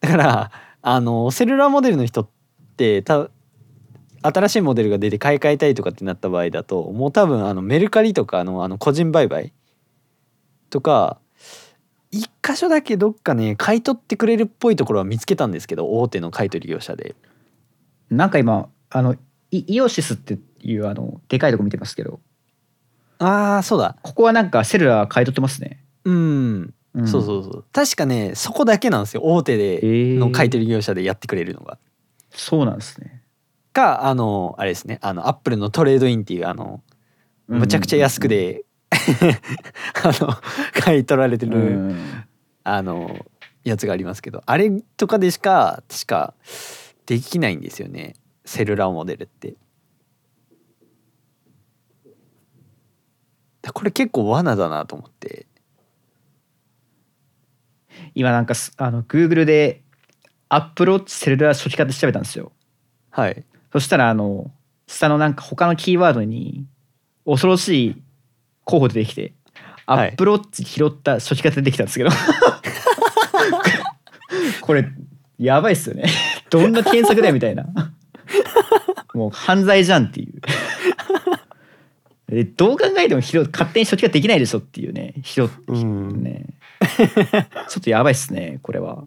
Speaker 1: だからあのセルラーモデルの人ってた新しいモデルが出て買い替えたいとかってなった場合だともう多分あのメルカリとかのあの個人売買とか一箇所だけどっかね買い取ってくれるっぽいところは見つけたんですけど大手の買い取り業者で
Speaker 2: なんか今あのイイオシスっていうあのでかいとこ見てますけど
Speaker 1: ああそうだ
Speaker 2: ここはなんかセルラー買い取ってますね、
Speaker 1: うん、
Speaker 2: うん、
Speaker 1: そうそうそう確かねそこだけなんですよ大手での買い
Speaker 2: て
Speaker 1: 取り業者でやってくれるのが
Speaker 2: そうなんですね
Speaker 1: かあのあれですねあのアップルのトレードインっていうあのむちゃくちゃ安くで、 あの買い取られて
Speaker 2: う
Speaker 1: る、
Speaker 2: ん
Speaker 1: あのやつがありますけどあれとかでしか確かできないんですよねセルラーモデルって。だこれ結構罠だなと思って
Speaker 2: 今なんかすあの Google でアップローチセルラー初期化って調べたんですよ
Speaker 1: はい
Speaker 2: そしたらあの下のなんか他のキーワードに恐ろしい候補出てきてア
Speaker 1: はい
Speaker 2: ップローチ拾った初期化出てきたんですけど、 これやばいっすよねどんな検索だよみたいなもう犯罪じゃんっていうえどう考えても拾う勝手に初期化できないでしょっていうね拾っ
Speaker 1: うん
Speaker 2: ねちょっとやばいっすねこれは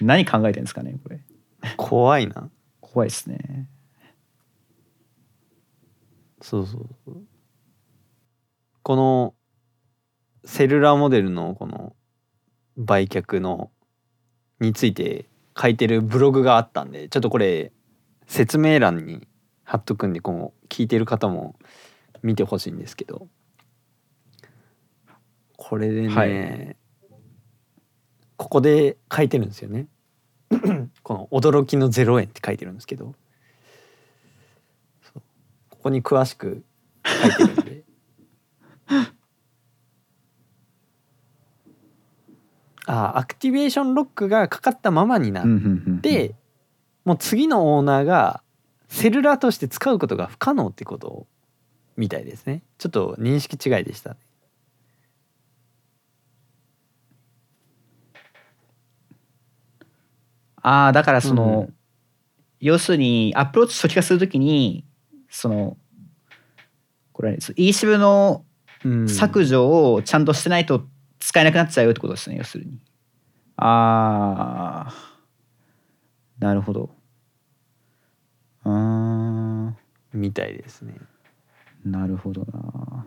Speaker 2: 何考えてるんですかねこれ
Speaker 1: 怖いな
Speaker 2: 怖いですね
Speaker 1: そうそうそうこのセルラーモデルのこの売却のについて書いてるブログがあったんでちょっとこれ説明欄に貼っとくんで今後聞いてる方も見てほしいんですけどこれでね、
Speaker 2: はい
Speaker 1: ここで書いてるんですよね この「驚きの0円」って書いてるんですけどそうここに詳しく書いてるんで あアクティベーションロックがかかったままになっ
Speaker 2: うんうんうんうん
Speaker 1: でもう次のオーナーがセルラーとして使うことが不可能ってことみたいですねちょっと認識違いでしたね
Speaker 2: ああだからその、
Speaker 1: う
Speaker 2: 要するにアプローチ初期化するときにそのこれその e シブの
Speaker 1: うん
Speaker 2: 削除をちゃんとしてないと使えなくなっちゃうよってことですね、要するにああなるほどあー
Speaker 1: みたいですね
Speaker 2: なるほどな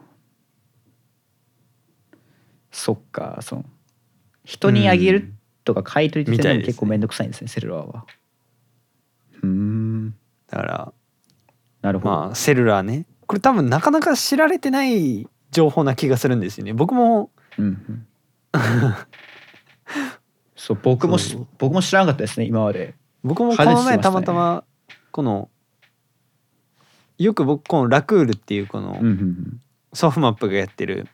Speaker 2: そっかその人にあげるとか買い取りっていうのも結構めんどくさいんですねセルラーはうーん
Speaker 1: だから
Speaker 2: なるほど、
Speaker 1: まあセルラーねこれ多分なかなか知られてない情報な気がするんですよね僕も
Speaker 2: うんうんそう僕もし
Speaker 1: そう
Speaker 2: 僕も知らなかったですね今まで
Speaker 1: 僕もこの
Speaker 2: 話してました
Speaker 1: 前
Speaker 2: ね
Speaker 1: たまたまこのよく僕このラクールっていうこの
Speaker 2: うんうん
Speaker 1: ソフマップがやってる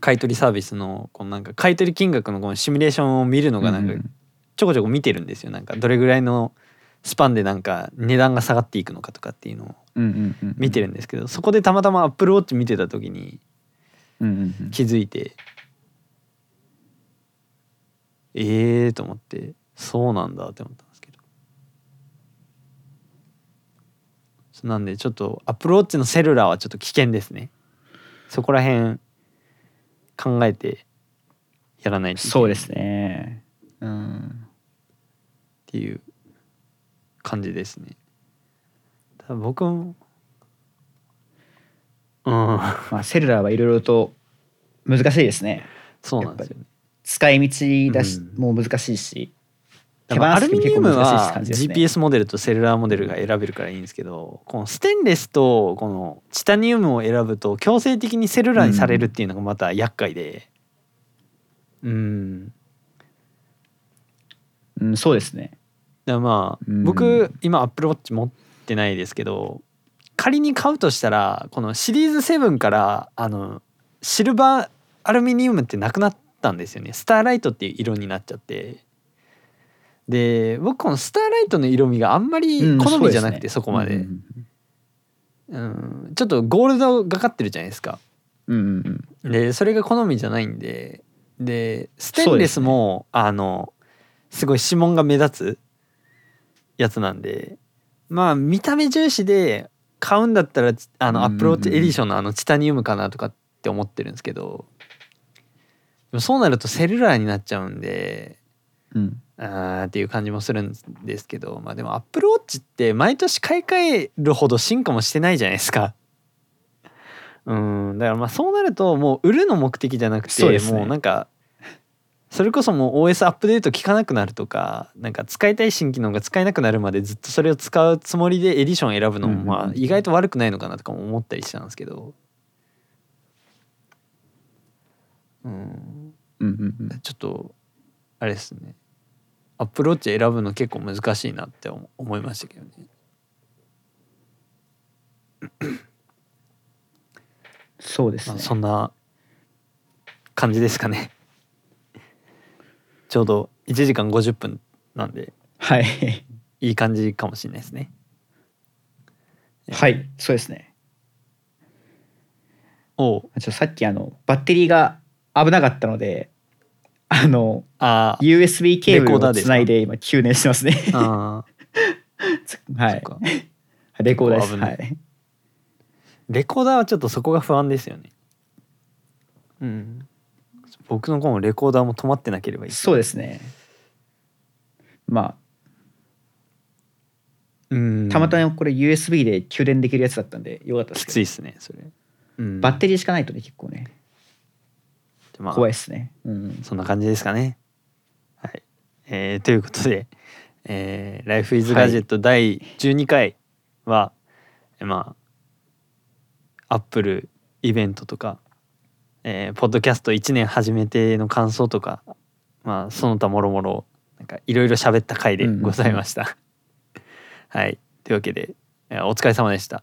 Speaker 1: 買取サービスのこのなんか買取金額のこのシミュレーションを見るのがなんかちょこちょこ見てるんですよなんかどれぐらいのスパンでなんか値段が下がっていくのかとかっていうのを
Speaker 2: うんうんうん
Speaker 1: 見てるんですけどそこでたまたまアップルウォッチ見てた時に
Speaker 2: うんうんうん
Speaker 1: 気づいてええー、と思ってそうなんだって思ったんですけどそうなんでちょっとアップルウォッチのセルラーはちょっと危険ですねそこら辺考えてやらないといけない
Speaker 2: そうですねうん
Speaker 1: っていう感じですね。ただ僕も、うん、
Speaker 2: まあセルラーはいろいろと難しいですね
Speaker 1: そうなんですよね。
Speaker 2: 使い道だし、
Speaker 1: うん
Speaker 2: もう難しいし
Speaker 1: だからアルミニウムは
Speaker 2: 手放すの結構難しいって感じですね
Speaker 1: GPS モデルとセルラーモデルが選べるからいいんですけどこのステンレスとこのチタニウムを選ぶと強制的にセルラーにされるっていうのがまた厄介でうん
Speaker 2: うん、そうですね
Speaker 1: だからまあ、
Speaker 2: うん
Speaker 1: 僕今アップルウォッチ持ってないですけど仮に買うとしたらこのシリーズ7からあのシルバーアルミニウムってなくなったんですよねスターライトっていう色になっちゃってで僕このスターライトの色味があんまり好みじゃなくて、そこまで、
Speaker 2: うん
Speaker 1: うんちょっとゴールドがかってるじゃないですか
Speaker 2: うんうんうん
Speaker 1: でそれが好みじゃないんででステンレスも、あのすごい指紋が目立つやつなんでまあ見た目重視で買うんだったらあの
Speaker 2: うん
Speaker 1: ア
Speaker 2: うんうん
Speaker 1: ップローチエディションのあのチタニウムかなとかって思ってるんですけどでもそうなるとセルラーになっちゃうんで
Speaker 2: うん
Speaker 1: あーっていう感じもするんですけどまあでもアップルウォッチって毎年買い替えるほど進化もしてないじゃないですか。 うんだからまあそうなるともう売るの目的じゃなくて
Speaker 2: そうですね
Speaker 1: もうなんかそれこそもう OS アップデート効かなくなるとかなんか使いたい新機能が使えなくなるまでずっとそれを使うつもりでエディション選ぶの
Speaker 2: うんう
Speaker 1: も
Speaker 2: んうん
Speaker 1: まあ意外と悪くないのかなとかも思ったりしたんですけど。うん
Speaker 2: うんうんうん
Speaker 1: ちょっとあれですねアップローチ選ぶの結構難しいなって思思いましたけどね
Speaker 2: そうです
Speaker 1: まあ
Speaker 2: ね
Speaker 1: そんな感じですかね ちょうど1時間50分なんで
Speaker 2: はい
Speaker 1: いい感じかもしれないですね
Speaker 2: はいそうですね
Speaker 1: おう
Speaker 2: ちょっとさっきあのバッテリーが危なかったのであの
Speaker 1: あー
Speaker 2: USB ケーブ
Speaker 1: レコー
Speaker 2: ル
Speaker 1: ダー
Speaker 2: を
Speaker 1: ですか
Speaker 2: つないで今給電してますね
Speaker 1: あー
Speaker 2: は
Speaker 1: そっ
Speaker 2: い
Speaker 1: か
Speaker 2: レコーダーで
Speaker 1: 結
Speaker 2: す
Speaker 1: 構
Speaker 2: は
Speaker 1: 危
Speaker 2: い
Speaker 1: レコーダーはちょっとそこが不安ですよねうん僕の子もレコーダーも止まってなければいい
Speaker 2: そう
Speaker 1: う
Speaker 2: ですねま
Speaker 1: うん
Speaker 2: あたまたまこれ USB で給電できるやつだったんでよかったで
Speaker 1: き
Speaker 2: すけ
Speaker 1: つ
Speaker 2: ど
Speaker 1: いっすねそれ、うん
Speaker 2: バッテリーしかないとね結構ね
Speaker 1: まあ
Speaker 2: 怖いですね、うん、
Speaker 1: そんな感じですかね。はい、えーということで「えー、Life is
Speaker 2: はい
Speaker 1: Gadget」第12回は、えーまあアップルイベントとか、えーポッドキャスト1年始めての感想とか、まあ、その他もろもろなんかいろいろ喋った回でございました。はいというわけで、えーお疲れ様でした。